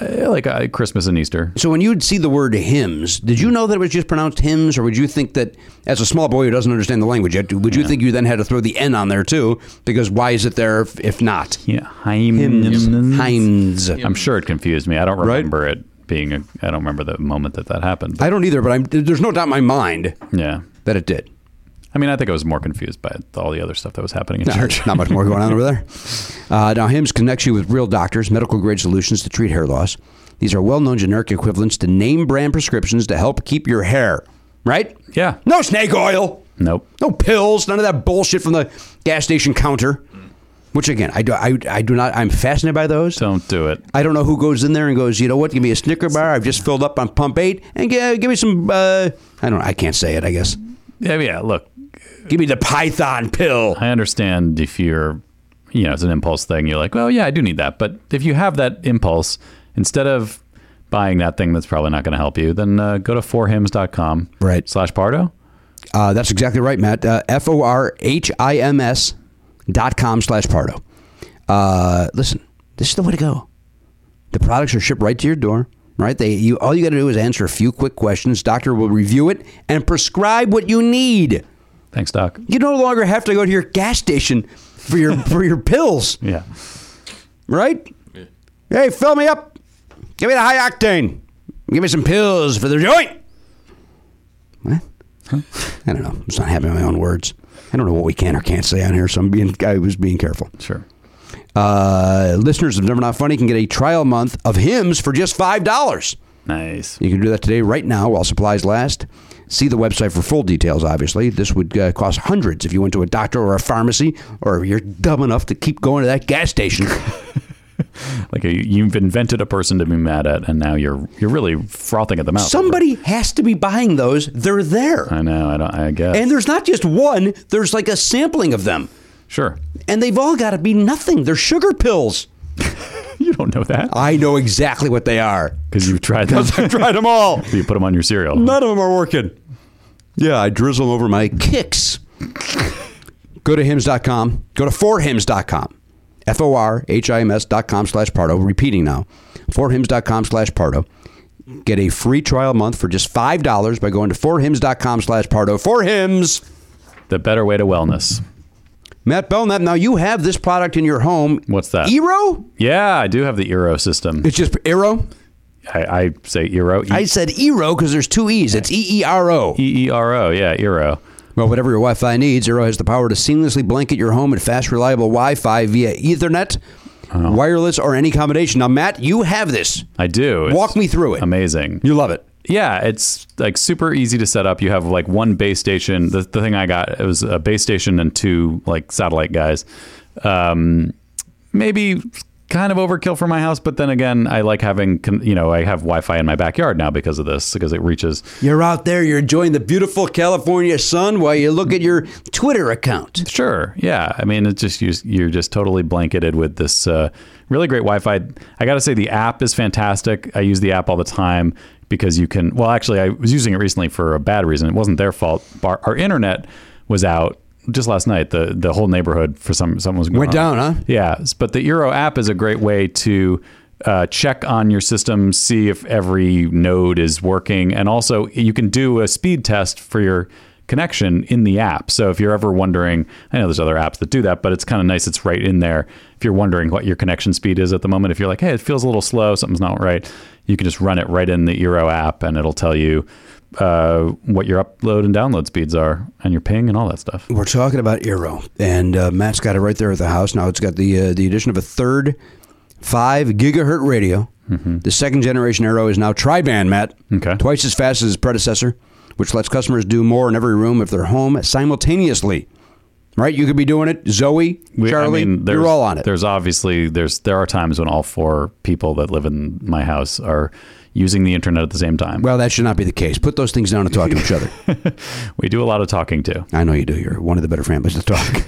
Yeah, like uh, Christmas and Easter. So when you'd see the word hymns, did you know that it was just pronounced hymns, or would you think that, as a small boy who doesn't understand the language yet, would you think you then had to throw the N on there too? Because why is it there if, if not? Yeah. Hymns. I'm sure it confused me. I don't remember it being a. I don't remember the moment that that happened. I don't either, but I'm, there's no doubt in my mind yeah. that it did. I mean, I think I was more confused by all the other stuff that was happening in No, church. Not much more going on over there. Uh, now, HIMS connects you with real doctors, medical grade solutions to treat hair loss. These are well known generic equivalents to name brand prescriptions to help keep your hair, right? Yeah. No snake oil. Nope. No pills, none of that bullshit from the gas station counter. Which again, I do, I, I do not. I'm fascinated by those. Don't do it. I don't know who goes in there and goes, you know what? Give me a Snicker bar. I've just filled up on pump eight, and give, give me some. Uh, I don't. I can't say it. I guess. Yeah. Yeah. Look, Give me the Python pill. I understand if you're, you know, it's an impulse thing. You're like, well, yeah, I do need that. But if you have that impulse, instead of buying that thing that's probably not going to help you, then uh, go to forhims.com Right. slash Pardo. Uh, that's exactly right, Matt. Uh, F O R H I M S dot com slash Pardo. Uh, listen, this is the way to go. The products are shipped right to your door. Right? They you all you got to do is answer a few quick questions. Doctor will review it and prescribe what you need. Thanks, Doc. You no longer have to go to your gas station for your for your pills, Yeah. right? Hey, fill me up. Give me the high octane. Give me some pills for the joint. What? I don't know. I'm just not happy with my own words. I don't know what we can or can't say on here, so I'm being I was being careful. Sure. Uh, listeners of Never Not Funny can get a trial month of hymns for just five dollars. Nice. You can do that today, right now, while supplies last. See the website for full details. Obviously, this would uh, cost hundreds if you went to a doctor or a pharmacy, or you're dumb enough to keep going to that gas station. Like you- you've invented a person to be mad at, and now you're you're really frothing at the mouth. Somebody has to be buying those. They're there, Oh, I know. I don't. I guess. and there's not just one. There's like a sampling of them, sure. and they've all got to be nothing. They're sugar pills. You don't know that I know exactly what they are. because you've tried them. I've tried them all. you put them on your cereal. None of them are working. Yeah, I drizzle 'em over my kicks. Go to hymns.com. Go to forhymns.com. F O R H I M S dot com slash Pardo. Repeating now. Forhymns.com slash Pardo. Get a free trial month for just $5 by going to forhymns.com slash Pardo. For hymns. The better way to wellness. Matt Belknap, now you have this product in your home. What's that? Eero? Yeah, I do have the Eero system. It's just Eero? I, I say E Eero. I said Eero because there's two E's. It's E E R O. E E R O. Yeah, Eero. Well, whatever your Wi Fi needs, Eero has the power to seamlessly blanket your home in fast, reliable Wi Fi via Ethernet, wireless, or any combination. Now, Matt, you have this. I do. Walk It's me through it. Amazing. You love it. Yeah, it's like super easy to set up. You have like one base station. The, the thing I got it was a base station and two like satellite guys. Um, maybe kind of overkill for my house, but then again, I like having con- you know I have Wi-Fi in my backyard now because of this because it reaches. You're out there, you're enjoying the beautiful California sun while you look at your Twitter account. Sure. Yeah. I mean, it's just you're, you're just totally blanketed with this uh, really great Wi-Fi. I got to say, the app is fantastic. I use the app all the time because you can. Well, actually, I was using it recently for a bad reason. It wasn't their fault. Our, our internet was out just last night. The the whole neighborhood for some something was going Went on. down, huh? Yeah, s- but the Euro app is a great way to uh, check on your system, see if every node is working, and also you can do a speed test for your connection in the app. So if you're ever wondering, I know there's other apps that do that, but it's kind of nice. It's right in there. If you're wondering what your connection speed is at the moment, if you're like, hey, it feels a little slow, something's not right, you can just run it right in the Euro app, and it'll tell you uh, what your upload and download speeds are, and your ping, and all that stuff. We're talking about Eero, and uh, Matt's got it right there at the house. Now it's got the uh, the addition of a third five gigahertz radio. The second generation Eero is now tri-band, Matt. Mm-hmm. Okay. Twice as fast as its predecessor, which lets customers do more in every room if they're home simultaneously. Right? You could be doing it, Zoe, We- I Charlie. mean, there's- you're all on it. There's obviously there's there are times when all four people that live in my house are using the internet at the same time. Well, that should not be the case. Put those things down and talk to each other. we do a lot of talking too. I know you do. You're one of the better families to talk.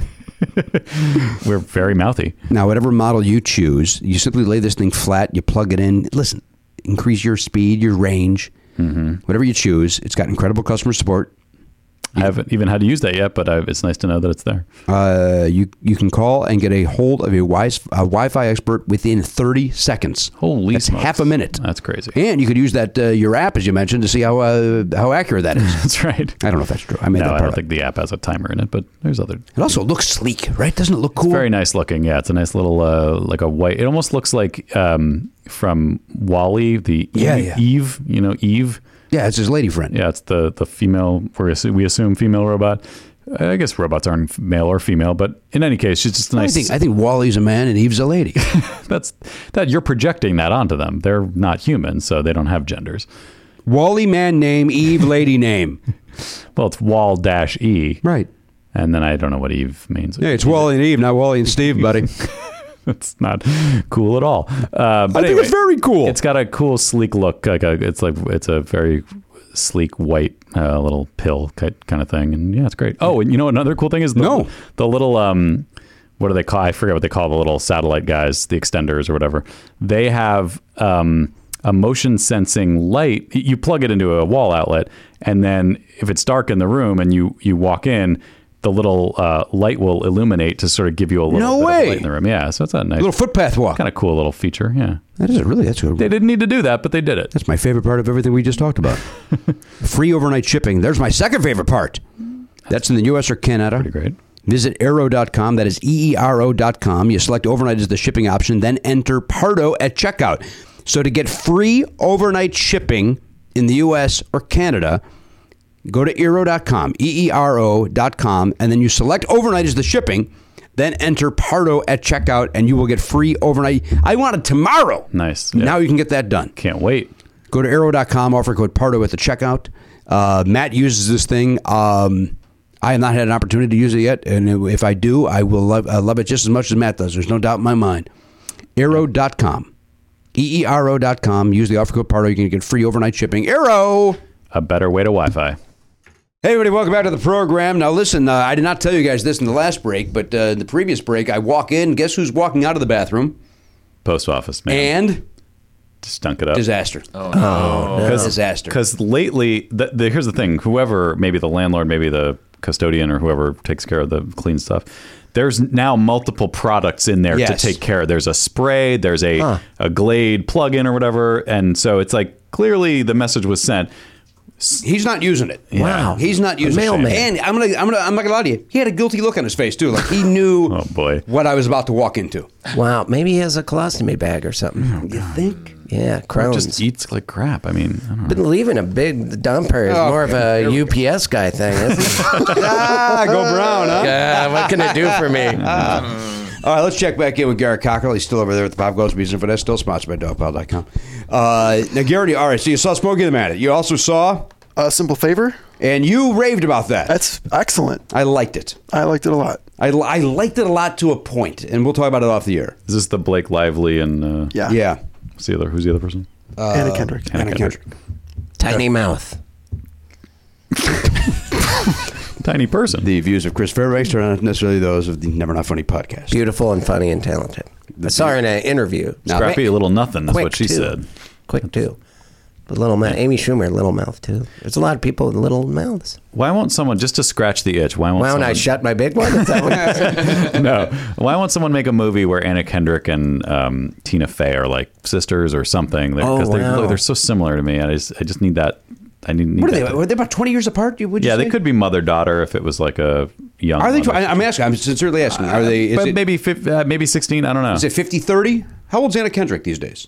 We're very mouthy. Now, whatever model you choose, you simply lay this thing flat, you plug it in. Listen, increase your speed, your range, Mm-hmm. whatever you choose. It's got incredible customer support. I haven't even had to use that yet, but I, it's nice to know that it's there. Uh, you you can call and get a hold of a, wi- a Wi-Fi expert within 30 seconds. Holy That's smokes. half a minute. That's crazy. And you could use that uh, your app as you mentioned to see how uh, how accurate that is. That's right. I don't know if that's true. I made no, that I part. don't up. think the app has a timer in it, but there's other It also looks sleek, right? Doesn't it look cool? very nice looking. Yeah, it's a nice little uh, like a white. It almost looks like um, from Wally the Yeah, Eve, yeah. Eve. You know Eve. yeah, it's his lady friend. Yeah, it's the the female. We assume, we assume female robot. I guess robots aren't male or female, but in any case, she's just a I nice. think I think Wally's a man and Eve's a lady. that's that you're projecting that onto them. They're not human, so they don't have genders. Wally man name, Eve lady name. Well, it's Wall dash E, Right. and then I don't know what Eve means. Yeah, it's Wally and Eve, not Wally and Steve, buddy. it's not cool at all. Uh, but I think it's anyway, very cool. It's got a cool, sleek look. Like a, it's like it's a very sleek white uh, little pill ki- kind of thing, and yeah, it's great. Oh, and you know another cool thing is the, No. the little um, what do they call? I forget what they call the little satellite guys, the extenders or whatever. They have um. A motion sensing light. You plug it into a wall outlet, and then if it's dark in the room and you you walk in, the little uh, light will illuminate to sort of give you a little No bit of way. light in the room. Yeah, so it's a nice little footpath walk. kind of cool little feature. Yeah. That is really that's a, They didn't need to do that, but they did it. that's my favorite part of everything we just talked about. Free overnight shipping. There's my second favorite part. That's in the U.S. or Canada. Pretty great. Visit aero.com. That is E E R O.com. You select overnight as the shipping option, then enter Pardo at checkout. So to get free overnight shipping in the U.S. or Canada, Go to eero.com, E E R O.com, and then you select overnight as the shipping. Then enter Pardo at checkout, and you will get free overnight. I want it tomorrow. Nice. Now you can get that done. Can't wait. Go to arrow.com, offer code Pardo at the checkout. Uh, Matt uses this thing. Um, I have not had an opportunity to use it yet, and if I do, I will love, I love it just as much as Matt does. There's no doubt in my mind. Arrow.com, E E R O.com. Use the offer code Pardo. You can get free overnight shipping. Arrow! A better way to Wi Fi. Hey, everybody, welcome back to the program. Now, listen, uh, I did not tell you guys this in the last break, but uh, in the previous break, I walk in. Guess who's walking out of the bathroom? Post office, man. And Just stunk it up. disaster. Oh, disaster. Because Uh, lately, the, the, here's the thing: whoever, maybe the landlord, maybe the custodian, or whoever takes care of the clean stuff, there's now multiple products in there Yes. to take care. of. There's a spray, there's a a Glade plug-in or whatever, and so it's like clearly the message was sent. He's not using it. Wow. he's not A using mailman. it. And I'm gonna, I'm gonna, I'm not gonna lie to you. He had a guilty look on his face too. Like he knew Oh boy. what I was about to walk into. Wow, maybe he has a colostomy bag or something. You think? Yeah, Or Crohn's. Oh, just eats like crap. I mean, I don't know. Been leaving a big dumper is Oh, more of a UPS guy thing. Isn't it? ah, go brown, huh? Uh, what can it do for me? All right, let's check back in with Garrett Cockrell. He's still over there at the Pop Goes Museum, but that's still sponsored by DogPal.com. Uh, now, Garrett, all right, so you saw Smokey the Man. You also saw, A Uh, simple favor. and you raved about that. That's excellent. I liked it. I liked it a lot. I, li- I liked it a lot to a point, and we'll talk about it off the air. Is this the Blake Lively and uh, Yeah. Yeah. what's the other? Who's the other person? Um, Anna Kendrick. Anna Kendrick. Tiny mouth. Tiny person. The views of Chris Fairbanks are not necessarily those of the Never Not Funny podcast. Beautiful and funny and talented. I saw her in an interview. Scrappy little nothing. That's what she too. said. Quick too. But little mouth. Amy Schumer, little mouth too. There's a lot of people with little mouths. Why won't someone just to scratch the itch? Why won't Why don't I someone, shut my big one? Is that what- no. Why won't someone make a movie where Anna Kendrick and um, Tina Fey are like sisters or something? They're, Oh, they're, wow. they're so similar to me. I just, I just need that. I need, need What are that they? to- Were they about 20 years apart? Would you yeah, say? they could be mother daughter if it was like a young. Are they? Tw- mother. I- I'm asking. I'm sincerely asking. Are they? Is but it, maybe fif- uh, maybe sixteen. I don't know. is it 50 30? How old's Anna Kendrick these days?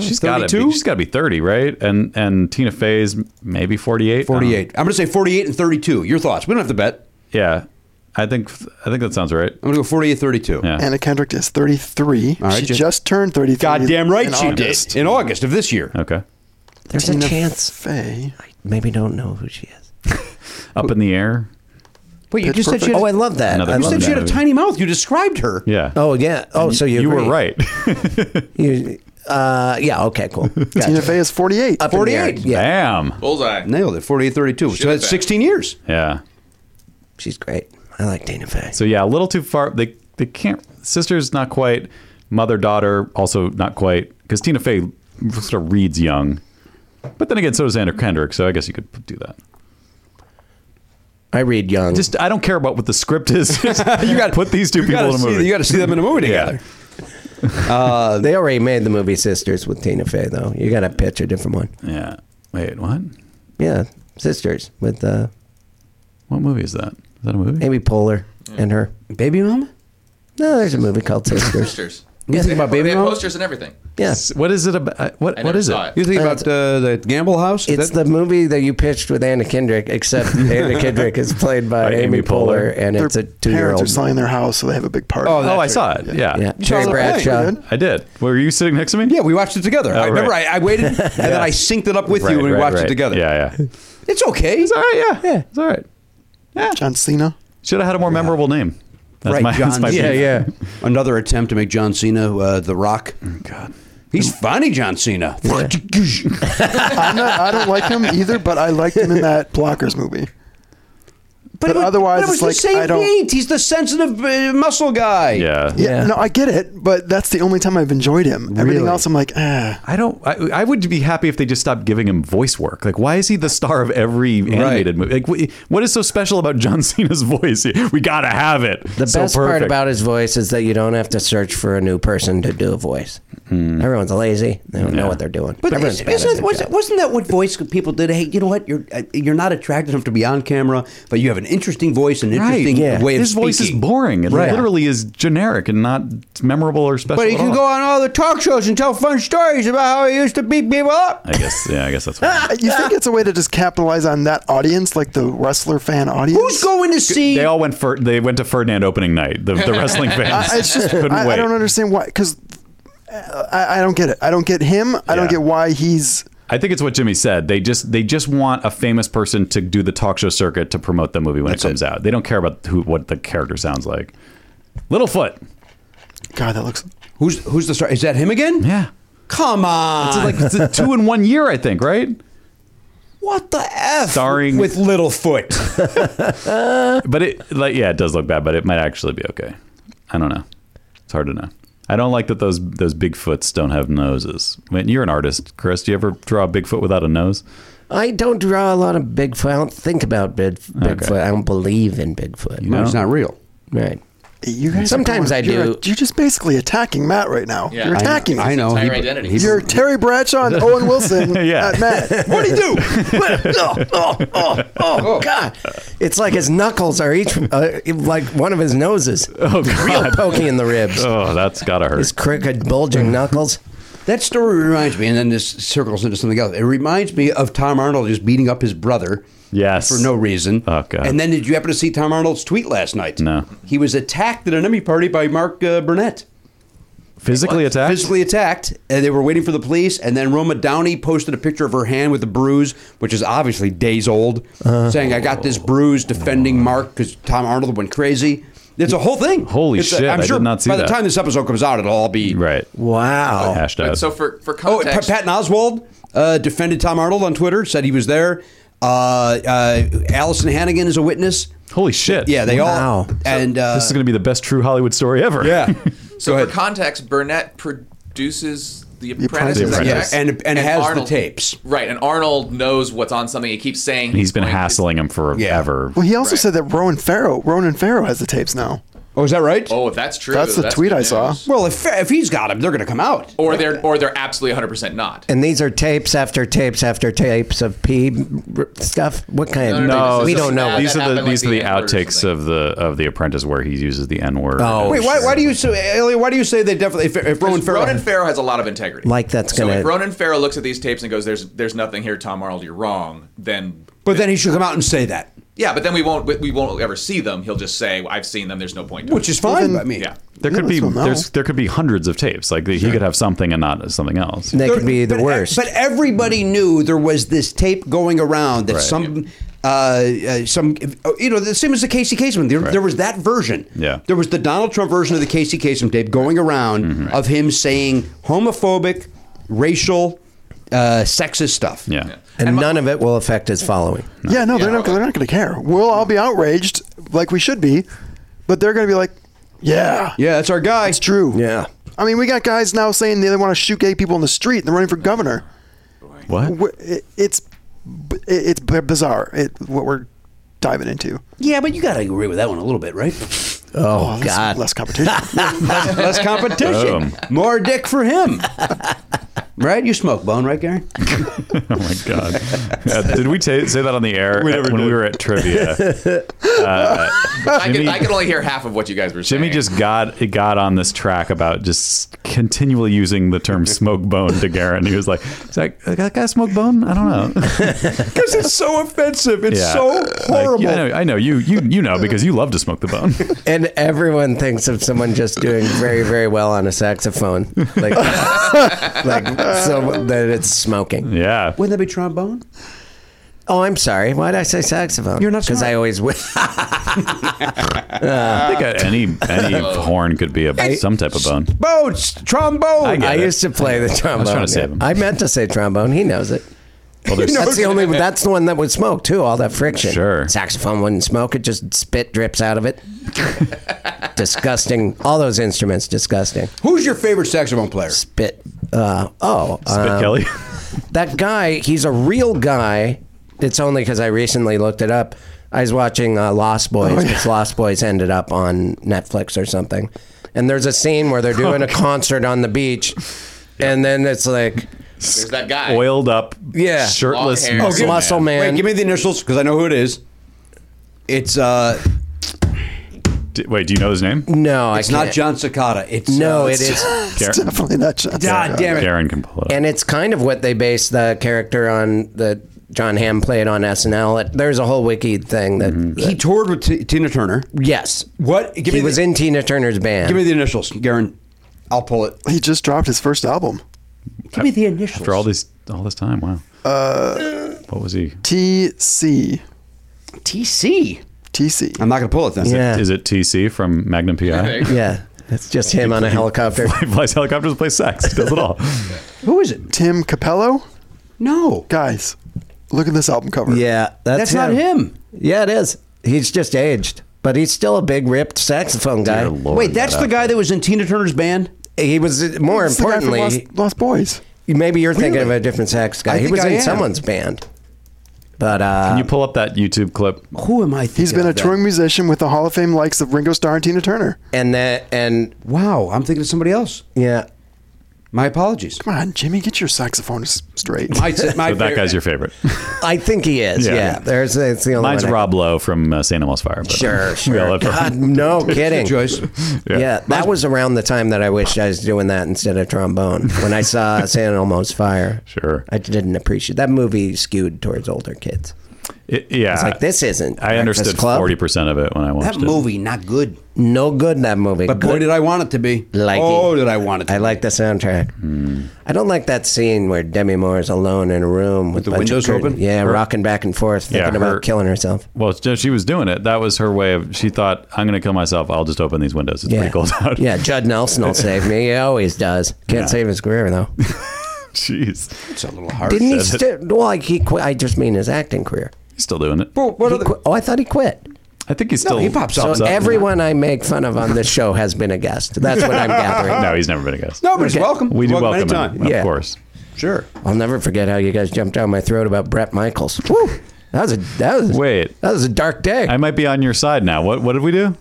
she's got to 32? be. She's got to be thirty, right? And and Tina Fey's maybe forty eight. 48. I'm going to say 48 and 32. Your thoughts? We don't have to bet. Yeah, I think I think that sounds right. I'm going to go 48 32. Yeah. Anna Kendrick is 33. All right, she just- just, turned 33. Goddamn right in she August. did. In August of this year. Okay, There's a Tina chance. Fey. I maybe don't know who she is. up in the air. Wait, you Pitch just said she had, Oh, I love that. Another I you love said she that. had a movie. tiny mouth. You described her. uh, Yeah. Oh yeah. Oh, so you you were agree. right. You- uh, yeah. Okay. Cool. Tina Fey is 48. Up in the air. 48. Yeah. Damn. Bullseye. Nailed it. 48 32. So that's 16 years. Yeah. She's great. I like Tina Fey. So yeah, a little too far. They they can't. Sister's not quite. Mother daughter also not quite. Because Tina Fey sort of reads young, but then again, so does Anna Kendrick. So I guess you could do that. I read young. Just I don't care about what the script is. you got to put these two You people gotta in a see- movie. You got to see them in a movie together. Uh, uh, they already made the movie Sisters with Tina Fey, though. You got to pitch a different one. yeah. Wait, what? Yeah, Sisters with uh, What movie is that? Is that a movie? Amy Poehler and her. Baby mama? No, there's a movie called Sisters. Posters. You think about Baby they Mama? have posters and everything. yeah, What is it about? uh, What I What never is it? saw it. You think about uh, the Gamble House? Is it's that- the movie that you pitched with Anna Kendrick, except Anna Kendrick is played by, By Amy, Amy Poehler, Poehler. and Their it's a parents are two-year-old. selling their house, so they have a big party. Oh, I saw it. Yeah. Yeah, Terry Sounds like- Bradshaw. pretty I did. Were you sitting next to me? yeah, we watched it together. I remember Oh, right. I, I waited and then I synced it up with Right, you and we right, watched it right. together. Yeah, yeah. It's okay. It's all right. Yeah, yeah. It's all right. John Cena. Should have had a more memorable name. That's right, my, John. that's my Cena. beef. Another attempt to make John Cena uh, the Rock. Oh, God, he's funny, John Cena. I'm not, I don't like him either, but I liked him in that Blockers movie. But, it was- otherwise, but it was it's the like same I don't. beat. He's the sensitive uh, muscle guy. Yeah. Yeah, Yeah. no, I get it, but that's the only time I've enjoyed him. Everything Really? else, I'm like, ah. I don't. I, I would be happy if they just stopped giving him voice work. Like, why is he the star of every animated movie? Like, wh- what is so special about John Cena's voice? We gotta have it. The so best part perfect. about his voice is that you don't have to search for a new person to do a voice. Hmm. Everyone's lazy. They don't know what they're doing. But Everyone's isn't- bad at isn't- their wasn't, wasn't that what voice people did? Hey, you know what? You're uh, you're not attractive enough to be on camera, but you have an interesting voice, an interesting way of His voice is speaking. boring. It Right. literally is generic and not memorable or special. But he at can all. go on all the talk shows and tell fun stories about how he used to beat people up. I guess. Yeah, I guess that's. What You think it's a way to just capitalize on that audience, like the wrestler fan audience? Who's going to see? they all went. Fer- they went to Ferdinand opening night. The, the wrestling fans I, it's just, couldn't I, wait. I don't understand why, because I, I don't get it. I don't get him. I don't Yeah. get why he's. I think it's what Jimmy said. They just they just want a famous person to do the talk show circuit to promote the movie when it comes out. They don't care about who what the character sounds like. Littlefoot. God, that looks. Who's who's the star? Is that him again? Yeah. Come on. It's like it's a two in one year, I think, right? what the f? Starring- with Littlefoot. But it like yeah, it does look bad, but it might actually be okay. I don't know. It's hard to know. I don't like that those those Bigfoots don't have noses. I mean, you're an artist, Chris. Do you ever draw a Bigfoot without a nose? I don't draw a lot of Bigfoot. I don't think about Big, Bigfoot. I don't believe in Bigfoot. No. it's not real. Right. You guys are Sometimes going- I you're- do. You're just basically attacking Matt right now. Yeah. You're I know- attacking. I him. know. Entire identity. He's- You're Terry Bradshaw and Owen Wilson Yeah. at Matt. What do you do? oh, oh, oh, oh, God. It's like his knuckles are each, uh, like one of his noses. Oh Real God. pokey in the ribs. Oh, Hmm. that's gotta hurt. His crooked, bulging knuckles. That story reminds me, and then this circles into something else. It reminds me of Tom Arnold just beating up his brother. Yes. For no reason. Oh, God. And then did you happen to see Tom Arnold's tweet last night? No. He was attacked at an Emmy party by Mark uh, Burnett. Physically attacked. Physically attacked, and they were waiting for the police. And then Roma Downey posted a picture of her hand with a bruise, which is obviously days old, saying, "I got this bruise defending Mark because Tom Arnold went crazy." It's a whole thing. Holy It's a- shit, I'm I did sure not see by that. the time this episode comes out, it'll all be right. Wow. Hashed But out. so for for Oh, Pa- context, Patton Oswald uh, defended Tom Arnold on Twitter, said he was there. Uh, uh, Allison Hannigan is a witness. Holy shit. Yeah, they Wow. all and uh, this is going to be the best true Hollywood story ever. yeah. so Go for ahead. context, Burnett produces The Apprentice. Apprentice, is that The Apprentice. correct? And- and has the Arnold- tapes. Right, and Arnold knows what's on something. He keeps saying He's been going to- hassling him forever. Well, he also said that Rowan Farrow, Ronan Farrow has the tapes now. Oh, is that right? Oh, if that's true. That's the tweet good I saw. news. Well, if, if he's got him, they're going to come out. Or they're or they're absolutely 100 percent not. And these are tapes after tapes after tapes of pee r- stuff. What kind? No, no, no, we this don't is- know. Yeah, these that are the happened, these like, are the the N-word or outtakes something. of the of the Apprentice where he uses the N word. Oh, Wait, why, why do you say, Elliot? Why do you say they definitely? If, if Ronan Farrow, Ronan Farrow has a lot of integrity. Like that's so gonna- if Ronan Farrow looks at these tapes and goes, "There's there's nothing here, Tom Arnold. You're wrong." Then but then he should come out and say that, yeah, but then we won't we- we won't ever see them. He'll just say, "I've seen them. There's no point." to which it." is fine by me. yeah. There could be Yeah, let's go now. there's there could be hundreds of tapes. Like he could have something and not something else. They could be the but, e-, worst. But everybody knew there was this tape going around that some, uh, uh, some, uh, you know, the same as the Casey Kasem. There, there was that version. Yeah. There was the Donald Trump version of the Casey Kasem tape going around Mm-hmm. of him saying homophobic, racial, uh, sexist stuff. Yeah. and none of it will affect his following. Yeah, no, they're Yeah. not. They're not going to care. We'll all be outraged, like we should be, but they're going to be like, "Yeah, Yeah, that's our guy. it's true." Yeah. I mean, we got guys now saying they want to shoot gay people in the street and they're running for governor. What? Wh- it- It's b- it's b- bizarre. It what we're diving into. Yeah, but you got to agree with that one a little bit, right? Oh, Less- God. less competition. less, less competition, Boom. more dick for him. Right? You smoke bone, right, Gary? Oh my god! Uh, did we ta say that on the air never when did. we were at trivia? Uh, I Jimmy- can I can only hear half of what you guys were saying. Jimmy just got got on this track about just continually using the term "smoke bone" to Garen. He was like, "Is that, that guy smoke bone? I don't know." Because it's so offensive. It's Yeah. so Like, horrible. yeah, I, know, I know you you you know because you love to smoke the bone. And everyone thinks of someone just doing very, very well on a saxophone. Like, like so that it's smoking. yeah. Wouldn't that be trombone? Oh, I'm sorry. Why did I say saxophone? You're not Because smart. I always win. I think uh, any any horn could be a some type of bone. Bones, trombone. get I it. used to play the trombone. trying to save him. I meant to say trombone. He knows it. Well, there's That's the only. That's the one that would smoke too. All that friction. Sure. Saxophone wouldn't smoke. It just spit drips out of it. disgusting. All those instruments disgusting. Who's your favorite saxophone player? Spit. Uh, oh, Spit um, Kelly. that guy. He's a real guy. It's only because I recently looked it up. I was watching uh, Lost Boys. Oh, 'cause Lost Boys ended up Oh, on Netflix or something. And there's a scene where they're doing a concert on the beach, and then it's like there's that guy oiled up, yeah, shirtless Oh, give- muscle man. Wait, give me the initials because I know who it is. It's uh, D- wait, do you know his name? No, it's not John Cicada. It's No, uh, it it's- is. Karen- definitely not John. God damn it! Karen can pull it. And it's kind of what they based the character on that John Hamm played on SNL. It, there's a whole wiki thing that, Mm-hmm. He toured with T- Tina Turner. yes, What? Give he me was the, in Tina Turner's band. Give me the initials, Garen. I'll pull it. He just dropped his first album. Give me the initials. After all this, all this time, wow. what was he? TC. TC. TC. I'm not going to pull it then. yeah, Is it TC from Magnum PI? yeah, it's just him on a helicopter. he flies helicopters, plays sex, does it all. Who is it? Tim Capello? No, Guys, look at this album cover. Yeah, that's, that's not him. Yeah, it is. He's just aged, but he's still a big ripped saxophone guy. Dear Lord, Wait, that's that the guy that was in Tina Turner's band. He was uh, more It's the guy from importantly. Lost, Lost Boys. Maybe you're thinking Really? of a different sax guy. I he think was I in am. someone's band, but uh, Can you pull up that YouTube clip? Oh, Who am I? thinking He's been of a then? touring musician with the Hall of Fame likes of Ringo Starr and Tina Turner. and that and Wow, I'm thinking of somebody else. yeah, My apologies. Come on, Jimmy, get your saxophone s- straight. My, my So that guy's your favorite. I think he is. Yeah. Yeah, there's it's the only Mine's one I- Rob Lowe from uh, St. Elmo's Fire. But Sure, We all sure. have- God, no kidding. choice. Yeah. that was around the time that I wished I was doing that instead of trombone. When I saw San Elmo's Fire, Sure. I didn't appreciate that movie. Skewed towards older kids. It- yeah. It's like this isn't. I Breakfast understood Club. forty percent of it when I watched That it. movie not good, No good in that movie. but boy Good- did I want it to be. Like oh, it. did I want it? To I be. like the soundtrack. Hmm. I don't like that scene where Demi Moore is alone in a room with, the a bunch of windows curtain- open? Yeah, rocking back and forth, Yeah, thinking her- about killing herself. Well, it's just- she was doing it. That was her way of. She thought, "I'm going to kill myself. I'll just open these windows. It's Yeah, pretty cold out." yeah. Judd Nelson will save me. He always does. Can't save his career though. Jeez, It's a little hard. Didn't he? said St- well, like he quit. I just mean his acting career. he's still doing it. Well, what He other? qui- oh, I thought he quit. I think he's still. he pops So up. everyone I make fun of on this show has been a guest. That's what I'm gathering. No, he's never been a guest. no, but it's Okay. welcome. we do welcome, welcome him, anytime. of Yeah. course. Sure. I'll never forget how you guys jumped down my throat about Brett Michaels. Woo! That was a that was Wait. that was a dark day. I might be on your side now. What What did we do?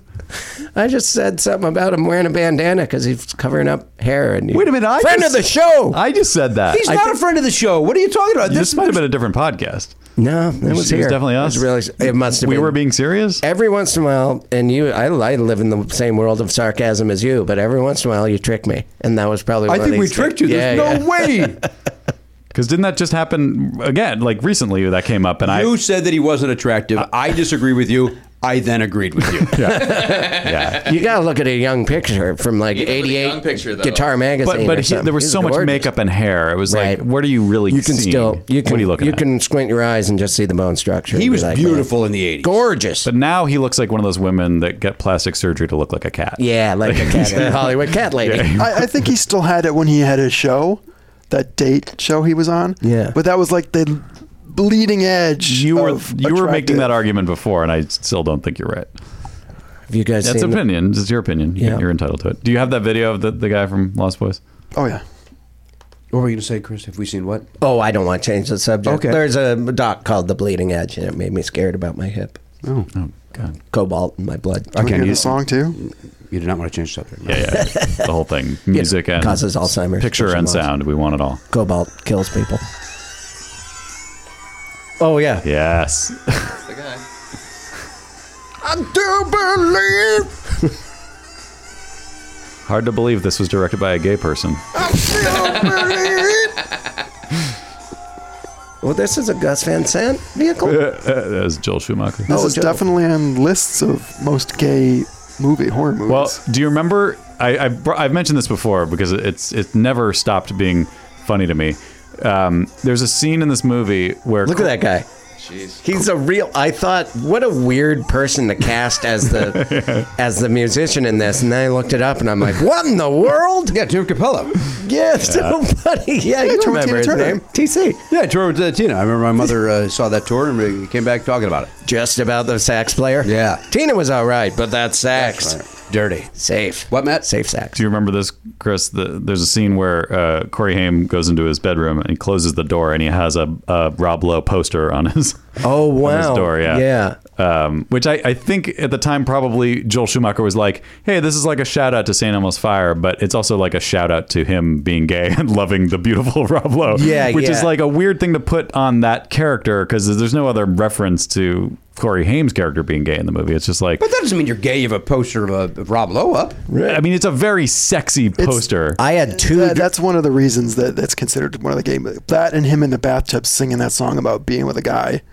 I just said something about him wearing a bandana because he's covering up hair. And you- Wait a minute, I friend just- of the show. I just said that. He's not a friend of the show. What are you talking about? this, might have been a different podcast. no, it was it here. was definitely It us. really, it must have we been. were being serious. every once in a while, and you, I, I live in the same world of sarcasm as you, but every once in a while you trick me, and that was probably. I one of think we these tricked you. things. There's Yeah, no yeah. way. Because didn't that just happen again? Like recently, that came up, and I you said that he wasn't attractive. I disagree with you. I then agreed with you. yeah. You gotta look at a young picture from like You can look at a '88 young picture, though. Guitar But Magazine. but or he, something. there was He's so much gorgeous. makeup and hair. It was Right. like, what are you really? You can seeing? still you can what are you looking you at? can squint your eyes and just see the bone structure. He Be was like, man, beautiful in the 80s. gorgeous. But now he looks like one of those women that get plastic surgery to look like a cat. yeah, like a cat, the Hollywood cat lady. I, I think he still had it when he had his show, that date show he was on. Yeah. But that was like the bleeding edge. You Oh, were you were of making attractive. that argument before, and I still don't think you're right. Have you guys That's seen the- opinion. It's your opinion. You- Yeah. You're entitled to it. Do you have that video of the, the guy from Lost Boys? Oh, yeah. What were you going to say, Chris? Have we seen what? Oh, I don't want to change the subject. Okay. There's a doc called The Bleeding Edge, and it made me scared about my hip. Oh God. Cobalt in my blood. Do you want to can't hear the use- song too? You did not want to change subject. Yeah, yeah. the whole thing, music and causes Alzheimer's. picture There's and some loss. sound. We want it all. Cobalt kills people. Oh, yeah. Yes. That's the guy. Hard to believe this was directed by a gay person. Well, this is a Gus Van Sant vehicle. that was Joel Schumacher. This Oh, is Joe. definitely on lists of most gay movie horror movies. Well, do you remember? I, I br- I've mentioned this before because it's it's never stopped being funny to me. Um, there's a scene in this movie where Look at that guy. Jeez. He's a real. I thought, what a weird person to cast as the as the musician in this. And then I looked it up, and I'm like, what in the world? Yeah, Tim Capello. Yeah, somebody. Yeah, you Tina remember his Turner. name? TC. Yeah, I toured with uh, Tina. I remember my mother uh, saw that tour and we came back talking about it. Just about the sax player. Yeah. Tina was all right, but that sax Dirty. safe. What, Matt? Safe sax. Do you remember this, Chris? The, there's a scene where uh, Corey Haim goes into his bedroom and he closes the door, and he has a, a Rob Lowe poster on his Oh on his wow. door. Yeah, Yeah. Um, which I, I think at the time probably Joel Schumacher was like, "Hey, this is like a shout out to St. Elmo's Fire, but it's also like a shout out to him being gay and loving the beautiful Rob Lowe." Yeah, which is yeah. like a weird thing to put on that character because there's no other reference to Corey Haim's character being gay in the movie. It's just like, But that doesn't mean you're gay. You have a poster of, a, of Rob Lowe up. I mean, it's a very sexy poster. I had two. that's one of the reasons that that's considered one of the game. That and him in the bathtub singing that song about being with a guy.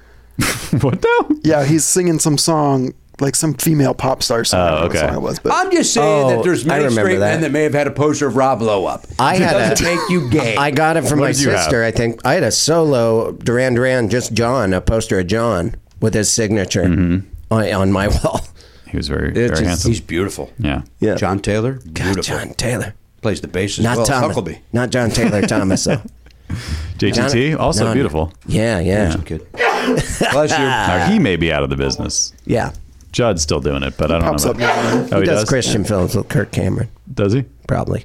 what the? Yeah, he's singing some song like some female pop star song. I don't know what Oh, okay. song it was, but I'm just saying Oh, that there's I many remember straight men that. that may have had a poster of Rob Lowe up. I it had a- doesn't make you gay. I got it from What my did you sister. I think I had a solo Duran Duran, just John, a poster of John with his signature Mm-hmm. on, on my wall. He was very, It's very just- handsome. He's beautiful. Yeah. Yeah, John Taylor, beautiful. John Taylor, Plays the bass as not well. Thomas, Huckleby. not John Taylor Thomas. Though. JTT, John- also no, beautiful. Yeah, yeah, Good. Bless you. Now, Ah. he may be out of the business. yeah. Judd's still doing it, but I don't pops know. up. about- now and then. Oh, He does Christian films with Kirk Cameron, Does he? probably.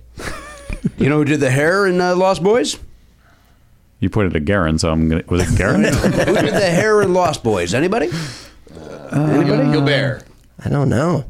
You know who did the hair in uh, Lost Boys? You pointed to Garen, so I'm gonna. Was it Garen? Who did the hair in Lost Boys? Anybody? Gil- Gilbert. I don't know.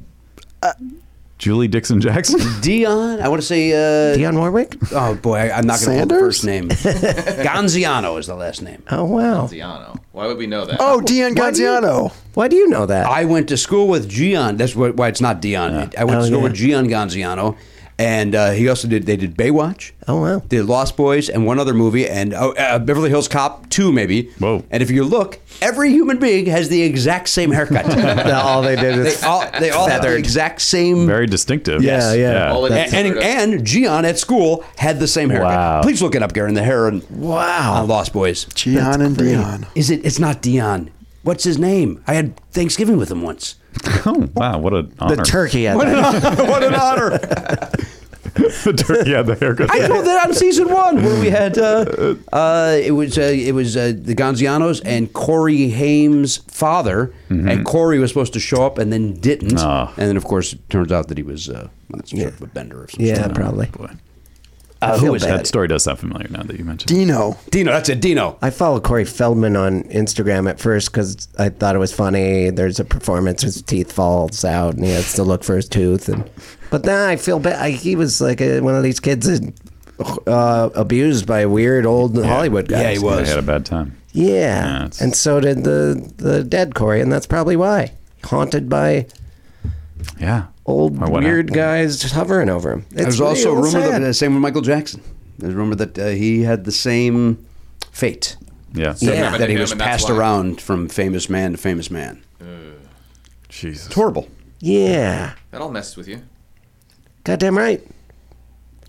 Julie Dixon Jackson. Dion. I want to say. Uh, Dionne Warwick. Oh boy, I, I'm not going to pull the Sanders? first name. Gonziano is the last name. Oh wow. Diano. Why would we know that? Oh, Dean Gonziano. Why do you know that? I went to school with Gian. That's what, why it's not Dion. I went Oh, to school yeah. with Gian Gonziano, and uh, he also did. They did Baywatch. Oh, wow. Did Lost Boys and one other movie, and oh, uh, Beverly Hills Cop two maybe. Whoa. And if you look, every human being has the exact same haircut. all they did they is all they all have the exact same. Very distinctive. Yeah, yeah. All it and, is- and, and Gian at school had the same haircut. Wow. Please look it up, Garen. The hair and Wow. on Lost Boys. Gian and Dion. Is it? It's not Dion. What's his name? I had Thanksgiving with him once. oh, wow, what an honor. the turkey. I think. what an honor! the turkey had the haircut. I know that on season one where we had uh, uh, it was uh, it was uh, the Gonzianos and Corey Haim's father, and Corey was supposed to show up and then didn't, Ah. and then of course it turns out that he was uh, on some sort of a bender or something. Yeah, probably. Boy. uh, who was That that? story does sound familiar now that you mentioned. it. Dino. Dino. That's it. Dino. I followed Corey Feldman on Instagram at first because I thought it was funny. There's a performance; his teeth falls out, and he has to look for his tooth. And but then I feel bad. I, he was like a, one of these kids that, uh, abused by weird old Hollywood guys. Yeah, he I was. had a bad time. Yeah, it's- and so did the the dead Corey, and that's probably why haunted by Yeah. old Or what weird happened. guys just hovering over him. It's There's also a real rumor that sad. uh, same with Michael Jackson. There's a rumor that uh, he had the same fate. Yeah. Yeah. that he was And that's passed why. around from famous man to famous man. Jesus. Horrible. yeah, That all messes with you. goddamn right.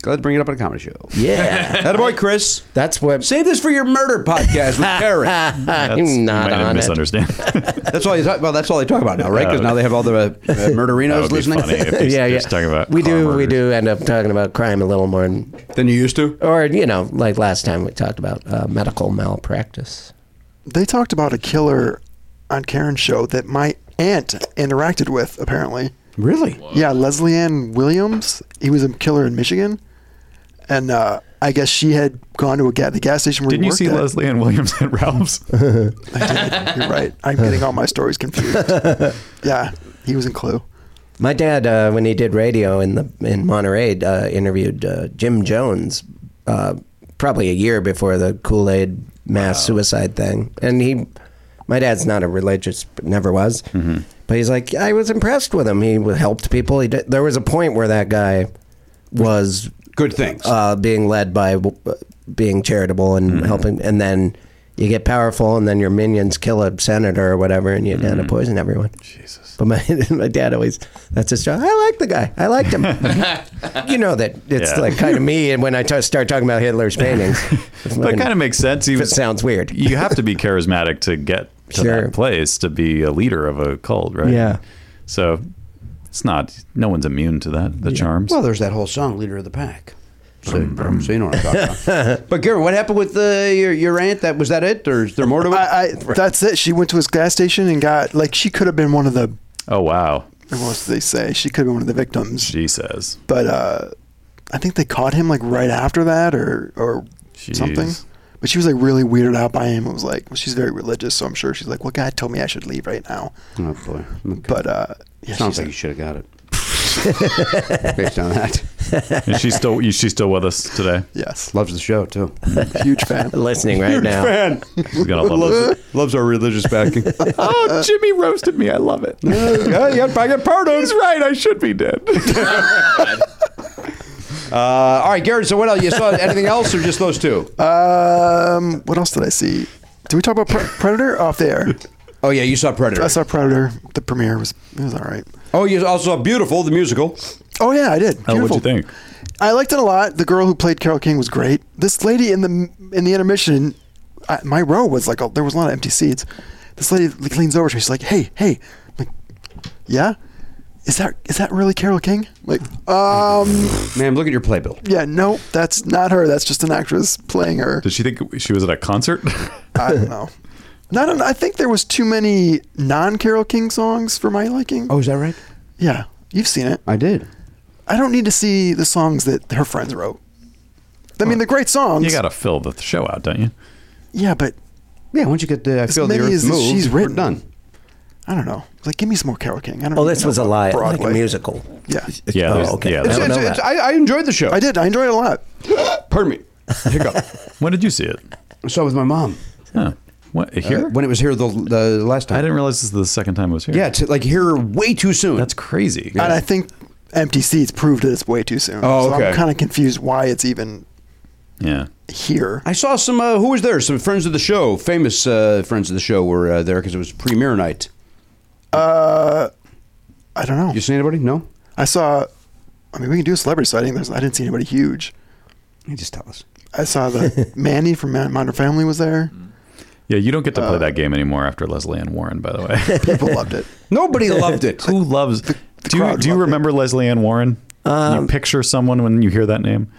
Glad to bring it up on a comedy show. Yeah, Attaboy, Chris. that's what. Save this for your murder podcast with Karen. That's- I'm not might have on it. misunderstand. That's all you talk. Well, that's all they talk about now, right? Because Yeah. now they have all the uh, Oh. that murderinos would be listening. funny. If he's- yeah, they're yeah. just talking about we car do, we murders. do end up talking about crime a little more, and- Than you used to. or you know, like last time we talked about uh, medical malpractice. They talked about a killer on Karen's show that my aunt interacted with, apparently. Really? Yeah, Leslie Ann Williams. He was a killer in Michigan, and uh, I guess she had gone to a ga- the gas station where Didn't he you worked see at. Leslie Ann Williams at Ralph's? You're right. I'm getting all my stories confused. yeah, he was in Clue. My dad, uh, when he did radio in the in Monterey, uh, interviewed uh, Jim Jones, uh, probably a year before the Kool Aid mass suicide thing, and he, my dad's not a religious, never was, Mm-hmm. but he's like, I was impressed with him. He helped people. He did, there was a point where that guy was Good things. uh, being led by w- being charitable and Mm-hmm. helping, and then you get powerful, and then your minions kill a senator or whatever, and you down Mm-hmm. to poison everyone. Jesus. But my my dad always that's his job. I like the guy. I liked him. you know that it's Yeah. like kind of me, and when I t- start talking about Hitler's paintings, that kind of makes sense. He It was- sounds weird. you have to be charismatic to get to Sure. that place to be a leader of a cult, right? Yeah. So it's not. No one's immune to that. The charms. well, there's that whole song, "Leader of the Pack." So, so you know what I'm talking about. But Garen, what happened with uh, your your aunt? That was that it, or is there more to it? I, I that's it. She went to his gas station and got like she could have been one of the oh wow. what did they say? She could have been one of the victims, She says. but uh, I think they caught him like right after that or or Jeez. something. But she was like really weirded out by him. It was like, well, she's very religious, so I'm sure she's like, well, God told me I should leave right now. Hmm. Oh boy. But uh, yeah, Sounds she's like you should have got it. Based on that. Is she still is she still with us today? Yes. Loves the show too. Huge fan. Listening right Huge now. fan. She's gonna love it. loves, loves our religious backing. Oh, Jimmy roasted me. I love it. yeah, you got, I got pardoned. He's right. I should be dead. Uh, all right, Garrett. So what else? You saw anything else, or just those two? Um, what else did I see? Did we talk about pre- Predator off the air? Oh yeah, you saw Predator. I saw Predator. The premiere was it was all right. Oh, you also saw Beautiful, the musical. Oh yeah, I did. Oh, what'd Beautiful. you think? I liked it a lot. The girl who played Carol King was great. This lady in the in the intermission, I, my row was like a, there was a lot of empty seats. This lady like, leans over to me. She's like, "Hey, hey," I'm like, "Yeah." Is that is that really Carol King? Like, um, Ma'am, look at your playbill. yeah, no, that's not her. That's just an actress playing her. Did she think she was at a concert? I don't know. Not an, I think there was too many non-Carol King songs for my liking. Oh, is that right? Yeah, you've seen it. I did. I don't need to see the songs that her friends wrote. I mean, they're great songs. you gotta fill the show out, don't you? yeah, but Yeah, once you get the I As feel the many earth as moves, she's we're written. done. I don't know. Like, give me some more Carol King. I don't. Oh, need this to was a know lie, about like a Broadway. musical. Yeah, Yeah. Oh, there's- okay. Yeah. It's- there's- know It's- it's- that. I, I enjoyed the show. I did. I enjoyed it a lot. Pardon me. Hiccup. when did you see it? I saw it with my mom Huh. What uh, here? when it was here the, the last time. I didn't realize this is the second time I was here. Yeah, it's like here way too soon. That's crazy. And I think empty seats proved that it's way too soon. Oh, So okay. I'm kind of confused why it's even Yeah. here. I saw some. Uh, who was there? Some friends of the show, famous uh, friends of the show, were uh, there because it was premiere night. Uh, I don't know. You see anybody? No. I saw. I mean, we can do a celebrity sighting. There's, I didn't see anybody huge. You just tell us. I saw the Manny from Ma- Modern Family was there. Yeah. You don't get to Uh, play that game anymore after Leslie Ann Warren, by the way. People loved it. Nobody loved it. Who loves? do you, crowd do you loved it. remember Leslie Ann Warren? you Um, picture someone when you hear that name.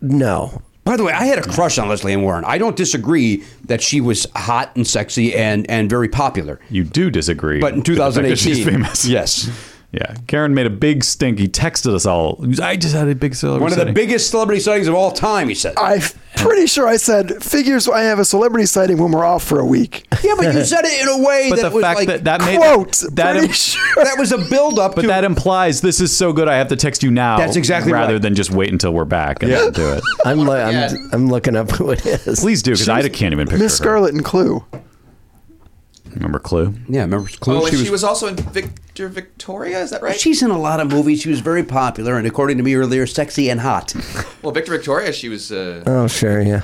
No. By the way, I had a crush on Leslie Ann Warren. I don't disagree that she was hot and sexy and and very popular. You do disagree, But in with the fact that 2018, she's famous. yes. Yeah, Karen made a big stink. He texted us all. I just had a big celebration. One of the biggest celebrity sightings of all time, he said. I'm pretty sure I said figures. I have a celebrity sighting when we're off for a week. yeah, but you said it in a way But that the was fact like that that made Quote. that pretty im- sure. that was a build up. but that uh, implies this is so good. I have to text you now. That's exactly rather right. than just wait until we're back and then do it. I'm, lo- I'm I'm looking up who it is. Please do because I can't even picture Miss her. Scarlet and Clue. Remember Clue? yeah, remember Clue? Oh, and she was also in Victor Victoria. Is that right? She's in a lot of movies. She was very popular, and according to me earlier, sexy and hot. well, Victor Victoria. She was. Uh, Oh sure, yeah.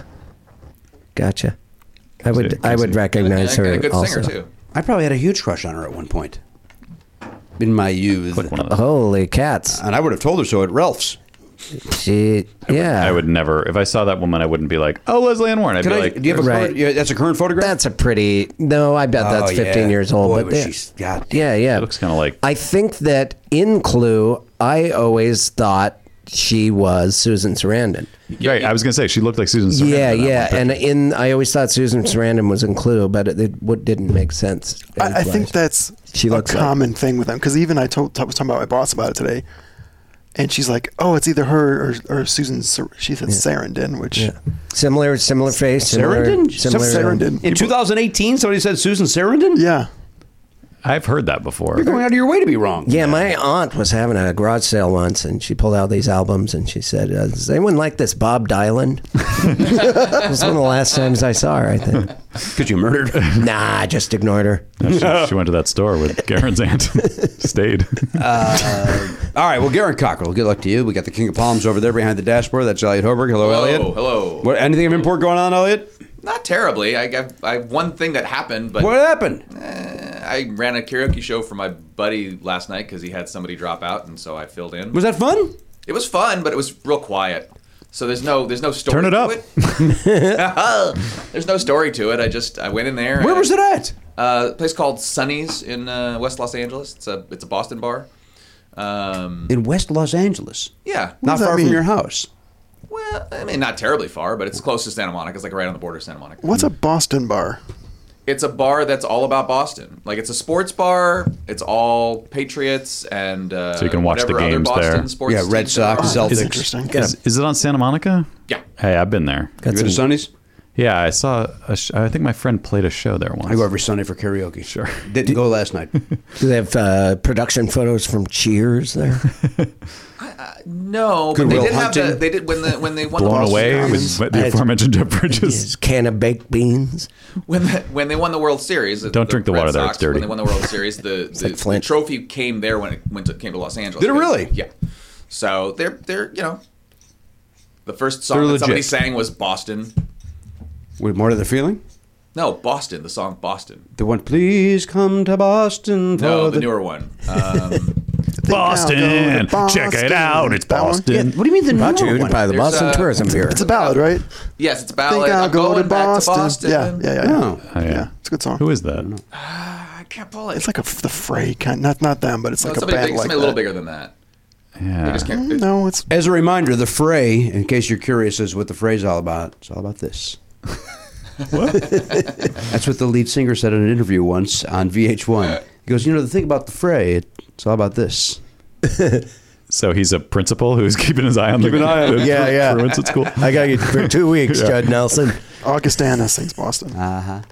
Gotcha. I would I would recognize a- her a good also. singer too. I probably had a huge crush on her at one point in my youth, Click one of those. Holy cats! and I would have told her so at Ralph's. She yeah. I would never. If I saw that woman, I wouldn't be like, "Oh, Leslie Ann Warren." I'd Can be I, like, do you have a Right. current, yeah, that's a current photograph? That's a pretty. No, I bet that's Oh, 15 yeah. years old. Boy, but was yeah. she- God. yeah, yeah. It looks kinda like- I think that in Clue, I always thought she was Susan Sarandon. right? I was gonna say she looked like Susan. Sarandon yeah, in that yeah. one And picture. in I always thought Susan Sarandon was in Clue, but it, it would- didn't make sense. I, I think that's She a looks like- common thing with them because even I told, was talking about my boss about it today, and she's like, "Oh, it's either her or, or Susan." Sar- She said Sarandon, which Yeah. Similar, similar face. Similar, Sarandon? Similar, Sarandon. in 2018, somebody said Susan Sarandon. yeah, I've heard that before. You're going out of your way to be wrong. Yeah, my aunt was having a garage sale once, and she pulled out these albums, and she said, uh, "Does anyone like this Bob Dylan?" it was one of the last times I saw her. I think. because you murdered. her. Nah, I just ignored her. she, she went to that store with Karen's aunt. Stayed. All right, well, Garrett Cockrell, good luck to you. We got the King of Palms over there behind the dashboard. That's Elliot Hoberg. Hello, Hello, Elliot. hello. What, anything of import going on, Elliot? Not terribly. I got I one thing that happened, but What happened? I ran a karaoke show for my buddy last night because he had somebody drop out, and so I filled in. Was that fun? It was fun, but it was real quiet. So there's no there's no story. Turn it to up. it. there's no story to it. I just I went in there. Where and- was it at? Uh, a place called Sunny's in uh, West Los Angeles. It's a it's a Boston bar. Um, In West Los Angeles. yeah. Not does that far mean? from your house. Well, I mean, not terribly far, but it's close to Santa Monica. It's like right on the border of Santa Monica. what's a Boston bar? It's a bar that's all about Boston. Like it's a sports bar. It's all Patriots and uh, So you can watch the whatever other games Boston there. Sports Yeah, Red teams there Sox, are. Celtics. Oh, Interesting. Is, is it on Santa Monica? Yeah. Hey, I've been there. You go to Sonny's? Yeah, I saw. A sh- I think my friend played a show there once. I go every Sunday for karaoke. Sure, didn't go last night. Do they have uh, production photos from Cheers there? No, but Goodwill they did have the. Hunting. They did when the when they won the Blown World away Series. with, with the That's- aforementioned Jeff Bridges. Yes, Can of baked beans. when the, when they won the World Series. Don't drink the Red water there, it's Sox, dirty. When they won the World Series, the, the, like Flint. the trophy came there when it went to, came to Los Angeles. Did it really? Yeah. So they're they're you know, the first song They're that somebody legit. sang was Boston. Wait, more to the feeling. No, Boston. The song Boston. The one, please come to Boston. for No, the newer one. Um, Boston, check it out. It's Boston. What do you mean the Brought to newer you one? by the There's Boston a- Tourism Bureau. It's a ballad, right? yes, it's a ballad. I'm going back to Boston. Yeah, yeah, yeah. No. Oh, yeah. Yeah, it's a good song. Who is that? I can't pull it. It's like a f- the Fray kind, not not them, but it's No, like a somebody band big, like somebody a little that. bigger than that. I Yeah. just can't. it- No, it's As a reminder, the fray, in case you're curious, is what the fray's all about. It's all about this. That's what the lead singer said in an interview once on VH1. He goes, you know, the thing about the fray, it- it's all about this. So he's a principal who's keeping his eye on the, the Yeah, yeah. truants at school. I got you for two weeks, Judd Nelson. Augustana sings Boston. Ah.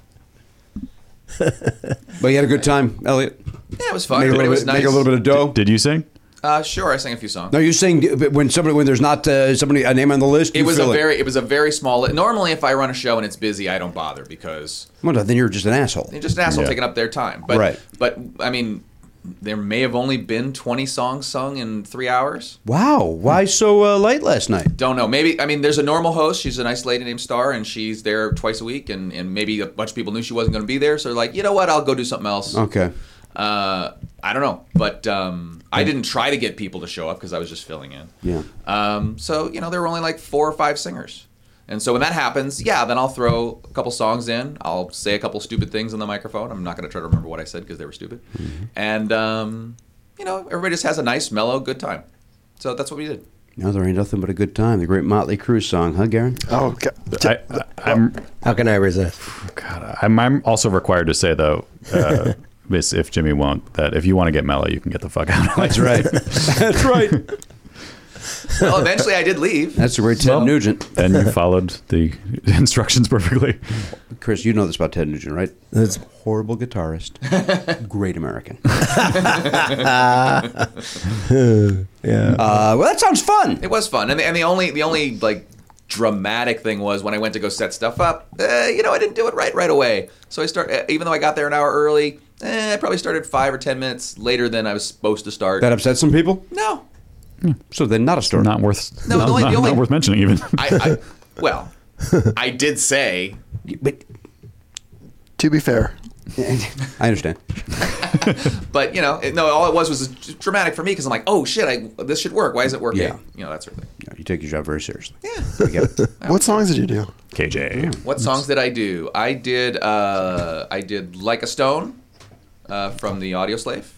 But you had a good time, Elliot. Yeah, it was fun. Make a, Everybody little was bit, nice. make a little bit of dough. Did you sing? Uh, sure, I sang a few songs. No, you're saying but when somebody when there's not uh, somebody a name on the list, it you was a feel very it was a very small. li- Normally, if I run a show and it's busy, I don't bother because Well, no, then you're just an asshole. they're just an asshole Yeah. taking up their time. But Right. but I mean, there may have only been twenty songs sung in three hours. Wow, why so uh, late last night? Don't know. Maybe I mean, there's a normal host. She's a nice lady named Star, and she's there twice a week. And and maybe a bunch of people knew she wasn't going to be there, so they're like, you know what, I'll go do something else. Okay, Uh, I don't know, but um, I didn't try to get people to show up because I was just filling in. yeah. Um, so you know there were only like four or five singers, and so when that happens, yeah, then I'll throw a couple songs in. I'll say a couple stupid things on the microphone. I'm not going to try to remember what I said because they were stupid, Mm-hmm. and um, you know everybody just has a nice, mellow, good time. So that's what we did. No, there ain't nothing but a good time. The great Motley Crue song, huh, Garen? Oh, God. I, I, I'm How can I resist? God, I'm, I'm also required to say though, uh, this- if Jimmy won't, that if you want to get mellow, you can get the fuck out. That's right. That's right. Well, eventually I did leave. That's the great Ted Well- Nugent. and you followed the instructions perfectly. Chris, you know this about Ted Nugent, right? That's horrible guitarist, great American. Yeah. Uh, well, that sounds fun. It was fun, and the, and the only the only like dramatic thing was when I went to go set stuff up. Uh, you know, I didn't do it right right away. So I start eh, even though I got there an hour early. Eh, I probably started five or ten minutes later than I was supposed to start. That upset some people, no, so then not a story. Not worth. No, the not, only- the not- only- not worth mentioning even. I, I well, I did say But To be fair, I understand. But you know, it, no, all it was was dramatic for me because I'm like, oh shit, I, this should work. Why is it working? Yeah. You know, that sort of thing. No, you take your job very seriously. Yeah. We get it. what songs did you do? KJ. What songs did I do? I did uh, I did Like a Stone uh, from the Audio Slave.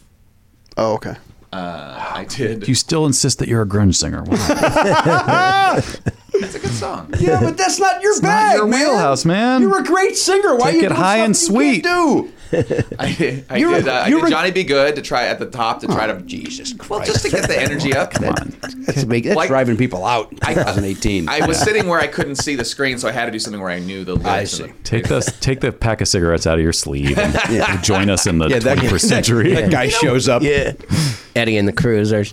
Oh, okay. Uh, I did. You still insist that you're a grunge singer. Wow. It's a good song. yeah, but that's not your bag, your man. wheelhouse, man. You're a great singer. Why Take you it do high and stuff you can't Do I did, I You're a- did, uh, I you're Oh, did a- Johnny Be Good to try at the top to try to Jesus Christ. Well, just to get the energy up. Come on. that's, big, that's Like- driving people out. in I- 2018. I was sitting where I couldn't see the screen, so I had to do something where I knew the lyrics. I and see. the- Take this. Take the pack of cigarettes out of your sleeve and join us in the Yeah, that- 21st century. that guy shows up. yeah. Eddie and the Cruisers.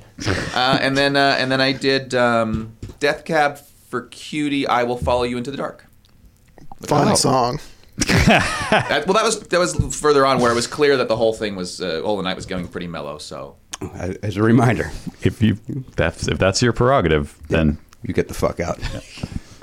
Uh, and then uh, and then I did um, Death Cab for Cutie. I will follow you into the dark. Fun song. That, well, that was that was further on where it was clear that the whole thing was uh, whole the night was going pretty mellow. So Uh, As a reminder, If you that's if that's your prerogative, then you get the fuck out.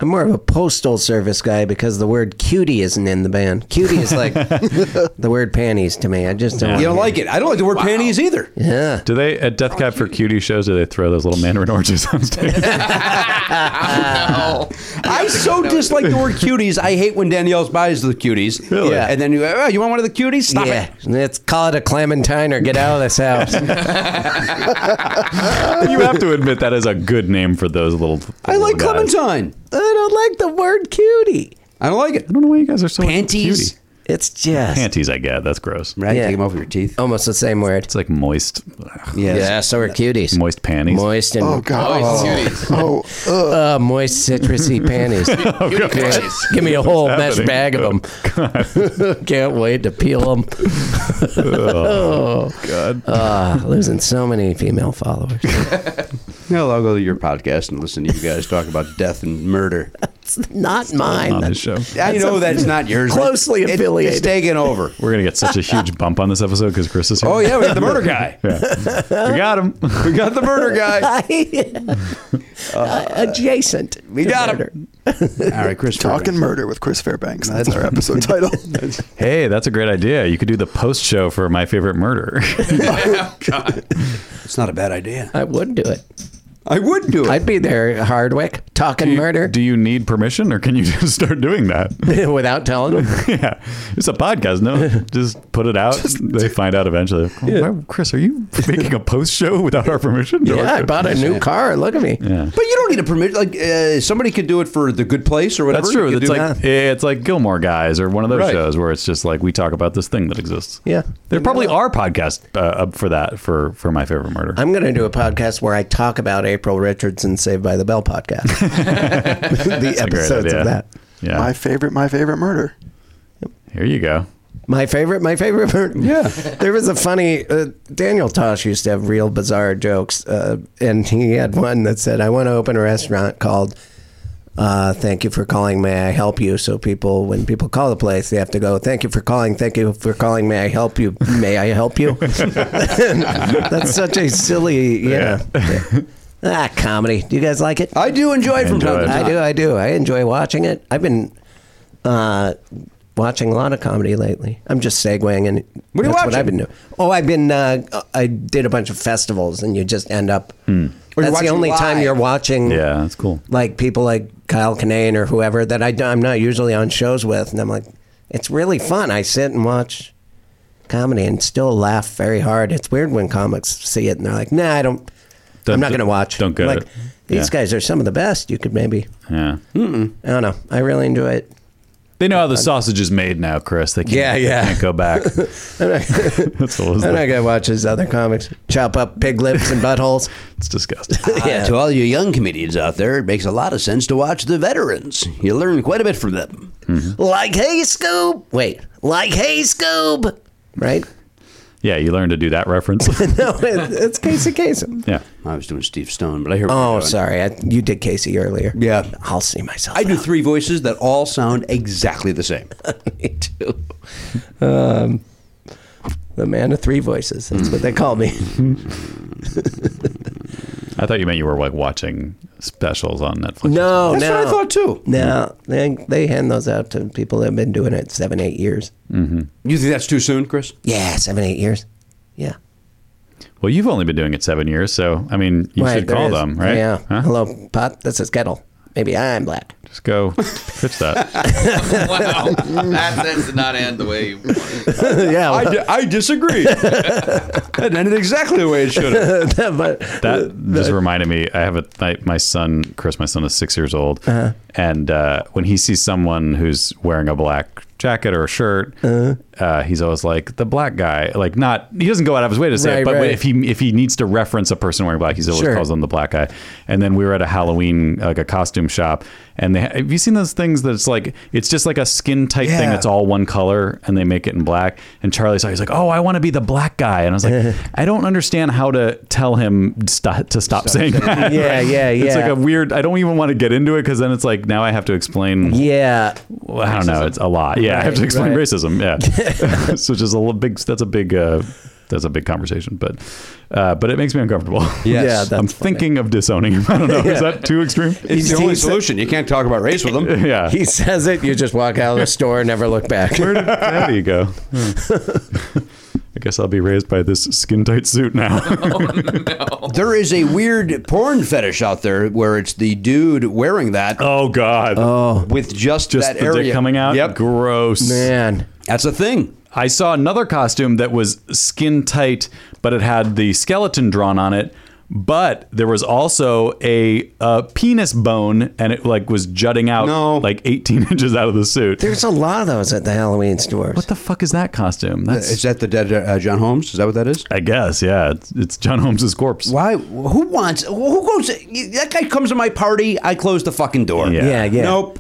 I'm more of a postal service guy because the word cutie isn't in the band. Cutie is like the word panties to me. I just don't. You don't like it. I don't like the word panties either. Yeah. do they at Death Cab for Cutie shows? Do they throw those little mandarin oranges on stage? no, I so dislike the word cuties. I hate when Danielle buys the cuties. Really? Yeah. And then you, oh, you want one of the cuties? Stop yeah. it. Let's call it a clementine or get out of this house. you have to admit that is a good name for those little. I little like guys. clementine. I don't like the word cutie. I don't like it. I don't know why you guys are so Panties. cutie. It's just panties. I get that's gross. Right? Take 'em off with your teeth. Almost the same word. It's like moist. Yeah. Yeah. So are cuties. Moist panties. Moist and Oh, God. Oh, Oh, uh, moist citrusy panties. Oh, God. Okay. Give me a whole What's mesh happening? bag of them. Can't wait to peel them. Oh, God. Ah, losing so many female followers. No, I'll go to your podcast and listen to you guys talk about death and murder. It's not mine. on this show. I That's know a- that's not yours. Closely It- affiliated. It's taken over. We're gonna get such a huge bump on this episode because Chris is here. Oh yeah, we got the murder guy. yeah. we got him. We got the murder guy. Uh, adjacent. We to got murder. him. All right, Chris. Talking Fairbanks. Murder with Chris Fairbanks. That's our episode title. Hey, that's a great idea. You could do the post show for my favorite murder. It's not a bad idea. I would do it. I would do it. I'd be there, Hardwick, talking murder do you need permission or can you just start doing that? without telling him. yeah, it's a podcast. No, just put it out. they find out eventually. Oh, why- Chris, are you making a post show without our permission? They're Yeah, like, I bought a new car. Look at me. Yeah. But you don't need a permit. Like uh, somebody could do it for the good place or whatever. That's You true. could It's do like it's like Gilmore Guys or one of those Right. shows where it's just like we talk about this thing that exists. Yeah. there probably are podcasts uh, up for that for for my favorite murder. I'm going to do a podcast where I talk about April Richardson's Saved by the Bell podcast. the That's a great episodes idea. of that. Yeah, my favorite, my favorite murder. here you go. My favorite, my favorite murder. Yeah. There was a funny, uh, Daniel Tosh used to have real bizarre jokes. Uh, and he had one that said, I want to open a restaurant called uh, Thank You for Calling, May I Help You? So people, when people call the place, they have to go, Thank you for calling, thank you for calling, may I help you, may I help you? That's such a silly, yeah. ah, comedy. Do you guys like it? I do enjoy it from Enjoy time to it. time. I do, I do. I enjoy watching it. I've been uh, watching a lot of comedy lately. I'm just segueing, and What are you that's what watching? I've been doing. Oh, I've been. Uh, I did a bunch of festivals, and you just end up. Or you're That's the watching only time live. you're watching. Yeah, that's cool. Like people like Kyle Kinane or whoever that I, am not usually on shows with, and I'm like, it's really fun. I sit and watch comedy and still laugh very hard. It's weird when comics see it and they're like, nah, I don't. Don't- I'm not going to watch. don't get like, it. These Yeah. guys are some of the best. You could maybe Yeah. I don't know. I really enjoy it. They know how the sausage is made now, Chris. They can't, Yeah, yeah. They can't go back. I'm not, That's all. I'm It's, not gonna watch his other comics chop up pig lips and buttholes. it's disgusting. Uh, to all you young comedians out there, it makes a lot of sense to watch the veterans. You learn quite a bit from them. Like hey Scoob. Wait, like hey Scoob. Right? Yeah, you learn to do that reference. No, it, it's Casey Kasem. yeah. I was doing Steve Stone, but I hear. what Oh, you're doing. sorry, I, you did Casey earlier. Yeah. I'll see myself. I do three voices that all sound exactly the same. Me too. Um, the man of three voices. That's what they call me. I thought you meant you were like watching specials on Netflix. No, That's no. what I thought too. No, they they hand those out to people that have been doing it seven, eight years. You think that's too soon, Chris? Yeah, seven, eight years. Yeah. Well, you've only been doing it seven years, so I mean, you should there call is. them, right? Yeah. Huh? Hello, pot. This is kettle. Maybe I'm black. Just go pitch that. wow, that sentence did not end the way. You yeah, I, di- I disagree. that ended exactly the way it should have. but That just reminded me. I have a my, my son, Chris. My son is six years old, Uh-huh. and uh, when he sees someone who's wearing a black jacket or a shirt, Uh-huh. uh he's always like the black guy. Like not, he doesn't go out of his way to say Right, it, but right. if he if he needs to reference a person wearing black, he always Sure. calls them the black guy. And then we were at a Halloween like a costume shop, and they have you seen those things that's like it's just like a skin tight thing Yeah. that's all one color, and they make it in black. And Charlie's always like, "Oh, I want to be the black guy," and I was like, "I don't understand how to tell him st- to stop saying that." Yeah, yeah, It's like yeah. a weird. I don't even want to get into it because then it's like now I have to explain. yeah, Well, I don't know. It's a lot. Yeah, I have to Right, explain right. racism. Yeah, so just a little big. That's a big. Uh, that's a big conversation, but uh, but it makes me uncomfortable. Yeah, that's I'm funny. thinking of disowning him. I don't know. Is that too extreme? It's He's- the only he's- solution. You can't talk about race with them. yeah. he says it. You just walk out of the store, never look back. Where did, there you go. Hmm. I guess I'll be raised by this skin tight suit now. There is a weird porn fetish out there where it's the dude wearing that oh God. with just, just that the area dick coming out. Yep, Gross. Man, that's a thing. I saw another costume that was skin tight, but it had the skeleton drawn on it, But there was also a, uh penis bone, and it like was jutting out like 18 inches out of the suit. There's a lot of those at the Halloween stores. What the fuck is that costume? That's- is that the dead uh, John Holmes? Is that what that is? I guess, yeah. It's, it's John Holmes's corpse. Why? Who wants? Who goes? That guy comes to my party. I close the fucking door. Yeah, yeah. Nope.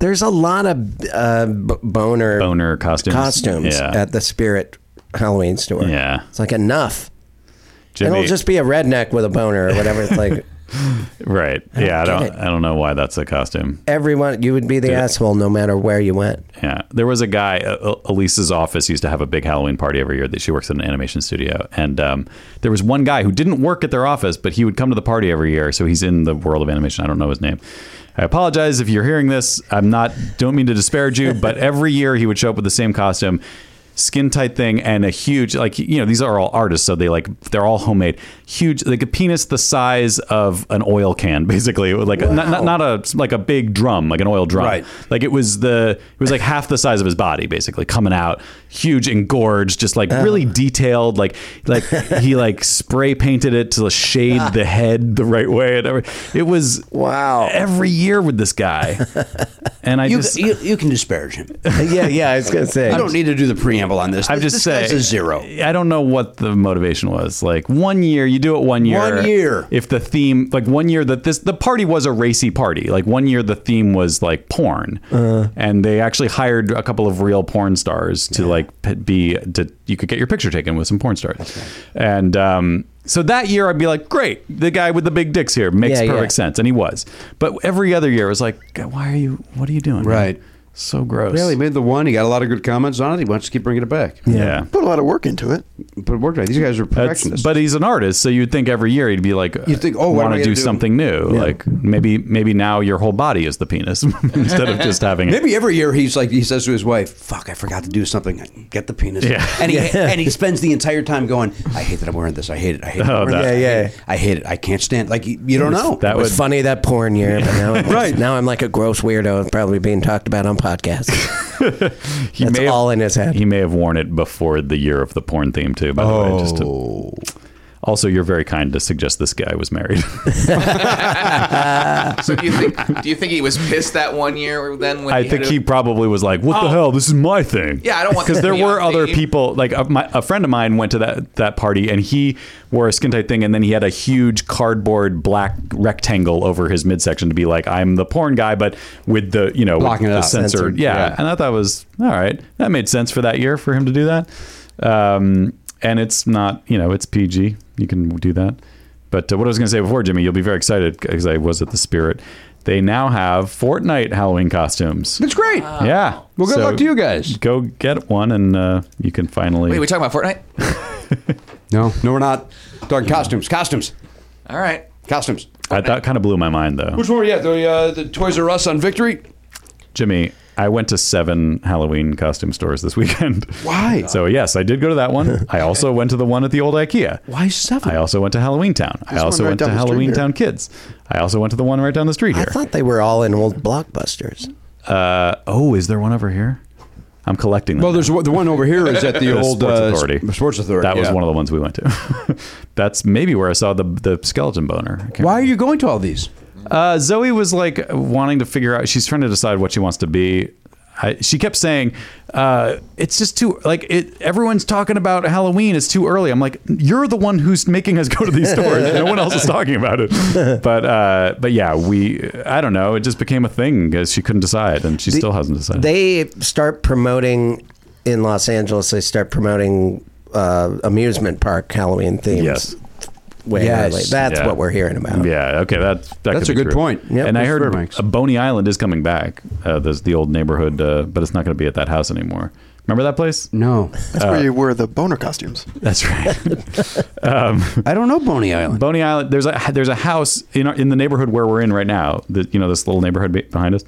There's a lot of uh, b- boner boner costumes costumes Yeah. at the Spirit Halloween store. Yeah. it's like enough. And Jimmy- it'll just be a redneck with a boner or whatever. It's like Right. yeah, I get don't it. I don't know why that's a costume. everyone, you would be the asshole no matter where you went. Yeah, there was a guy. uh, Elise's office used to have a big Halloween party every year. That she works at an animation studio, and um, there was one guy who didn't work at their office, but he would come to the party every year. So he's in the world of animation. I don't know his name. I apologize if you're hearing this. I'm not. Don't mean to disparage you, but every year he would show up with the same costume. Skin tight thing and a huge like you know these are all artists so they like they're all homemade huge like a penis the size of an oil can basically like a- not, not not a like a big drum like an oil drum Right. like it was the it was like half the size of his body basically coming out, huge engorged, just like really detailed. Like like he like spray painted it to shade the head the right way. And every, it was wow every year with this guy, and I you, just you, you can disparage him. yeah, yeah. I was gonna say. I don't need to do the preamble on this. I'm This- just this guy's saying a zero. I don't know what the motivation was. Like one year, you do it one year. One year. If the theme, like one year that this the party was a racy party. Like one year the theme was like porn, Uh-huh. and they actually hired a couple of real porn stars to like p- be to you could get your picture taken with some porn stars, and um. So that year, I'd be like, "Great, the guy with the big dicks here makes Yeah, yeah. perfect sense," and he was. But every other year, it was like, "God, "Why are you? What are you doing?" Right. So gross. Really made the one. He got a lot of good comments on it. He wants to keep bringing it back. Yeah. Put a lot of work into it. But it worked right. These guys are That's- perfectionists. but he's an artist, so you'd think every year he'd be like, You'd think, oh, why want am I to gonna do do- something new. Like maybe, maybe now your whole body is the penis instead of just having it. Maybe every year he's like he says to his wife, "Fuck, I forgot to do something. Get the penis." Yeah. And he and he spends the entire time going, "I hate that I'm wearing this. I hate it. I hate it. I'm Oh, wearing that- this. Yeah, I hate it. I hate yeah. it. I can't stand." Like you you don't know. That It was would- funny that porn year, but now, I'm Right. now I'm like a gross weirdo, probably being talked about on podcasts. He That's may have, all in his head. he may have worn it before the year of the porn theme too. By the way, just Oh. to, also you're very kind to suggest this guy was married. So do you think do you think he was pissed that one year? Then when I he think had he to- probably was like, "What the Oh. hell? This is my thing." Yeah, I don't want because this there to be were on other theme. people. Like a, my, a friend of mine went to that that party and he wore a skin tight thing, and then he had a huge cardboard black rectangle over his midsection to be like, "I'm the porn guy," but with the you know with Blocking it the out. censored. Censored, Yeah. yeah. and I thought was all right. That made sense for that year for him to do that. Um, and it's not you know it's PG. You can do that. But uh, what I was going to say before, Jimmy, you'll be very excited because I was at the Spirit. They now have Fortnite Halloween costumes. It's great. Yeah. Well, good So luck to you guys. Go get one, and uh, you can finally. Wait, we talking about Fortnite? No, no, we're not. Darn costumes, costumes, All right. costumes. I, that kind of blew my mind, though. Which one were you at? The, uh, the Toys R Us on Victory? Jimmy, I went to seven Halloween costume stores this weekend. Why? So yes, I did go to that one. I also went to the one at the old IKEA. Why seven? I also went to Halloween Town. I one also right went to down the street Halloween here. Town Kids. I also went to the one right down the street I here. thought they were all in old blockbusters. Uh, oh, is there one over here? I'm collecting them. well, there's one- the one over here is at the, The old Sports uh, Authority. Sp- Sports Authority. that was yeah. one of the ones we went to. That's maybe where I saw the the skeleton boner. I can't Why are you going to all these? Uh, Zoe was like wanting to figure out. She's trying to decide what she wants to be. I, she kept saying, uh, "It's just too like it. Everyone's talking about Halloween. It's too early." I'm like, "You're the one who's making us go to these stores. no one else is talking about it." But uh, but yeah, we. I don't know. It just became a thing because she couldn't decide, and she still hasn't decided. They start promoting in Los Angeles. They start promoting uh, amusement park Halloween themes. Yes. way Yes. early. That's Yeah. what we're hearing about. Yeah. Okay. That's that That's could a be good true. point. Yep, and I that's heard Fairbanks. uh, Boney Island is coming back. Uh, there's the old neighborhood, uh, but it's not going to be at that house anymore. Remember that place? No, That's where you wear the boner costumes. That's right. I don't know Boney Island. Boney Island. There's a there's a house in our, in the neighborhood where we're in right now. The, you know this little neighborhood be- behind us.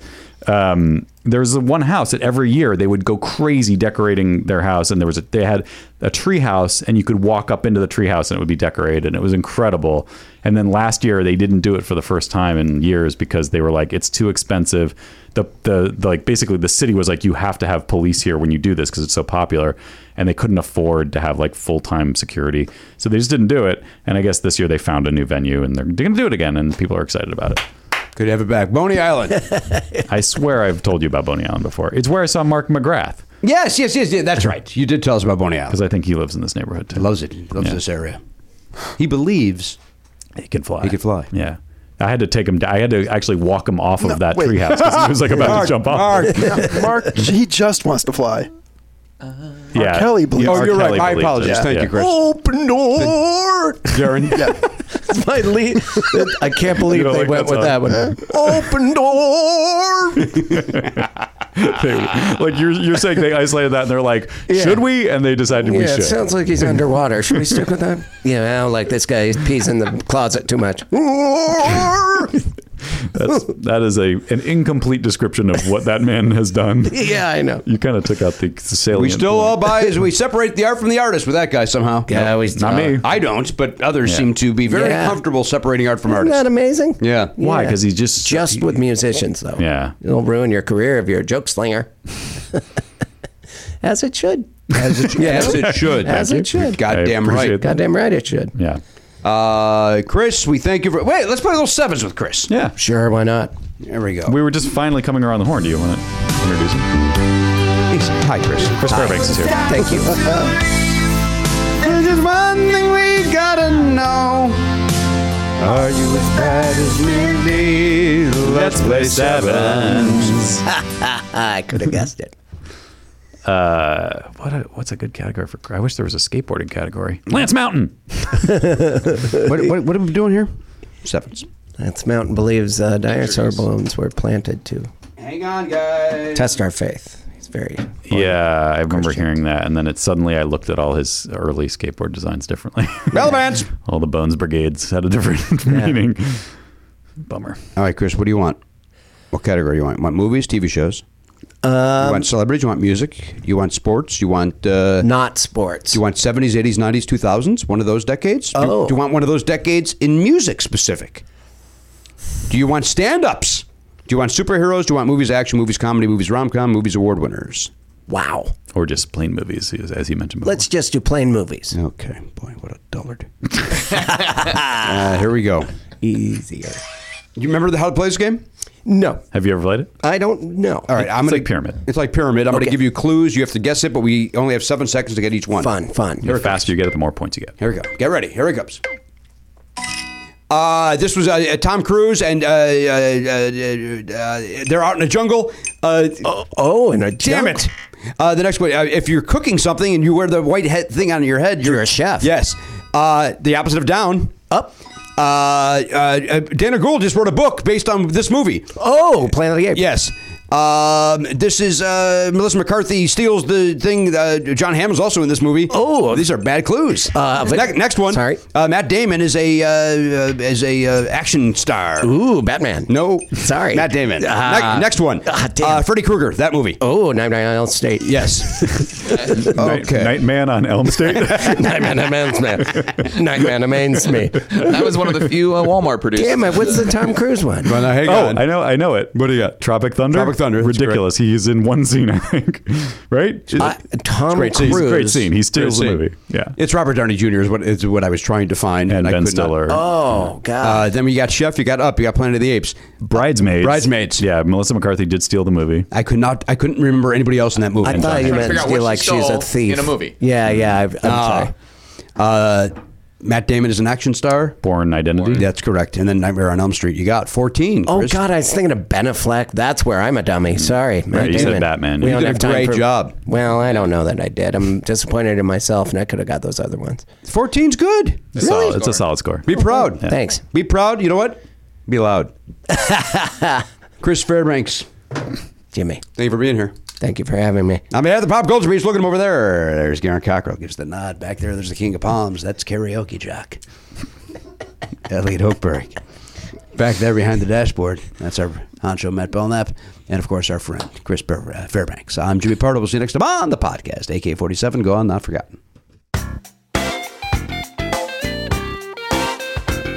um, there was one house that every year they would go crazy decorating their house, and there was a, they had a tree house, and you could walk up into the tree house and it would be decorated, and it was incredible. And then last year they didn't do it for the first time in years because they were like, it's too expensive. The the, the like basically the city was like, you have to have police here when you do this because it's so popular, and they couldn't afford to have like full time security, so they just didn't do it. And I guess this year they found a new venue and they're going to do it again, and people are excited about it. Could have it back. Boney Island. I swear I've told you about Boney Island before. It's where I saw Mark McGrath. Yes, yes, yes, yeah, that's right. You did tell us about Boney Island. Because I think he lives in this neighborhood too. Loves it. Loves Yeah. this area. He believes He can fly. he could fly. Yeah. I had to take him. down. I had to actually walk him off of that wait. treehouse because he was like about to jump off. Mark, Mark, he just wants to fly. yeah. Kelly believes- Yeah, Oh, R. you're right. Kelly My believes it. apologies. Oh. Thank you, Chris. Open door. Darren. It's my lead. I can't believe You don't they like went that with that one. Open door. They- like you're you're saying they isolated that and they're like, should we? And they decided we Yeah, should. it sounds like he's underwater. Should we stick with that? Yeah, I don't like this guy. He pees in the closet too much. That's, that is a an incomplete description of what that man has done. yeah, I know. You kind of took out the salient. We still all buy as we separate the art from the artist with that guy somehow. Yeah, we- Not me. I don't, but others Yeah. seem to be very Yeah. comfortable separating art from Isn't artists. that amazing? yeah. Why? Yeah. Because he's just Just with musicians, though. Yeah. It'll ruin your career if you're a joke slinger. As it should. As it, yes, it should. As it should. Goddamn I appreciate right. that. Goddamn right, it should. yeah. Uh, Chris, we thank you for. Wait, let's play a little sevens with Chris. Yeah. Sure, why not? There we go. We were just finally coming around the horn. Do you want to introduce him? Hi, Chris. Chris Fairbanks is here. Thank you. There's just one thing we gotta know. Are you as bad as me? Let's play sevens. I could have guessed it. Uh, what a, what's a good category for? I wish there was a skateboarding category. Oh, Lance Mountain. what, what, what are we doing here? Sevens. That's Mountain believes uh, dinosaur balloons were planted to Hang on, guys. test our faith. He's very. Yeah, I remember Christian. hearing that, and then it suddenly I looked at all his early skateboard designs differently. Relevance. all the Bones Brigades had a different meaning. Bummer. All right, Chris, what do you want? What category do you want? You want movies, TV shows? you want celebrities? You want music? You want sports? You want uh, Not sports. you want seventies, eighties, nineties, two thousands? One of those decades? Do- Oh. Do, you want one of those decades in music specific? Do you want stand ups? Do you want superheroes? Do you want movies, action movies, comedy movies, rom com movies, award winners? wow. Or just plain movies, as- as he mentioned before. Let's just do plain movies. Okay, boy, what a dullard. uh, here we go. Easier. You remember the, how to play this game? No, Have you ever played it? I don't know. All right, I'm It's gonna, like pyramid. It's like pyramid. I'm going Okay. to give you clues. You have to guess it, but we only have seven seconds to get each one. Fun, fun. The faster you get it, the more points you get. Here we go. Get ready. Here it comes. Uh, this was uh, uh, Tom Cruise, and uh, uh, uh, uh, they're out in the jungle. Uh, Oh, and a damn junk. it! Uh, the next one, uh, if you're cooking something and you wear the white head thing on your head, you're, You're a chef. Yes. Uh, the opposite of down, Up. Uh, uh, Dana Gould just wrote a book based on this movie. Oh, Planet of the Apes. Yes. Um, this is uh, Melissa McCarthy steals the thing. Uh, John Hamm is also in this movie. Oh. these are bad clues. Uh, but- Ne- next one. Sorry. Uh, Matt Damon is a uh, uh, is a uh, action star. Ooh, Batman. No, Sorry. Matt Damon. Ne- Ah. next one. Ah, damn. Uh, Freddy Krueger. That movie. Oh, Nine Nine Elm State. Yes. Night, Nightman on Elm Street. Nightman amends me. Nightman amends me. That was one of the few uh, Walmart produced. Damn it! What's the Tom Cruise one? Well, now, hang oh, on. I know, I know it. What do you got? Tropic Thunder. Tropic Thunder, that's Ridiculous. He's in one scene, I think. Right? Uh, Tom Great scene. Cruise. Great scene. He steals the Great scene. movie. Yeah. It's Robert Downey Jr. is what is what I was trying to find, and I Ben could not. Stiller. Oh God. Uh, then we got Chef. You got Up. You got Planet of the Apes. Bridesmaids. Bridesmaids. Yeah, Melissa McCarthy did steal the movie. I could not. I couldn't remember anybody else in that movie. Uh, I thought you meant trying to figure out to be what she like she's a Oh. stole thief in a movie. Yeah, yeah. I, I'm sorry. Uh, Matt Damon is an action star. Born Identity. That's correct. And then Nightmare on Elm Street. You got 14. Oh Chris. God, I was thinking of Ben Affleck. That's where I'm a dummy. Mm. Sorry, Matt Right, you said Damon. Batman. You don't did a have time great job. Well, I don't know that I did. I'm disappointed in myself, and I could have got those other ones. 14's good. It's solid- it's a solid score. Be proud. Thanks. Be proud. You know what? Be loud. Chris Fairbanks, Jimmy. thank you for being here. Thank you for having me. I'm here at the Pop Culture Beach. Look at him over there. There's Garen Cockrell. Gives the nod. Back there, there's the King of Palms. That's Karaoke Jock. Elliot Hochberg. Back there behind the dashboard, that's our honcho Matt Belknap, and of course our friend Chris Fair- uh, Fairbanks. I'm Jimmy Pardo. We'll see you next time on the podcast. AK47, go on, not forgotten.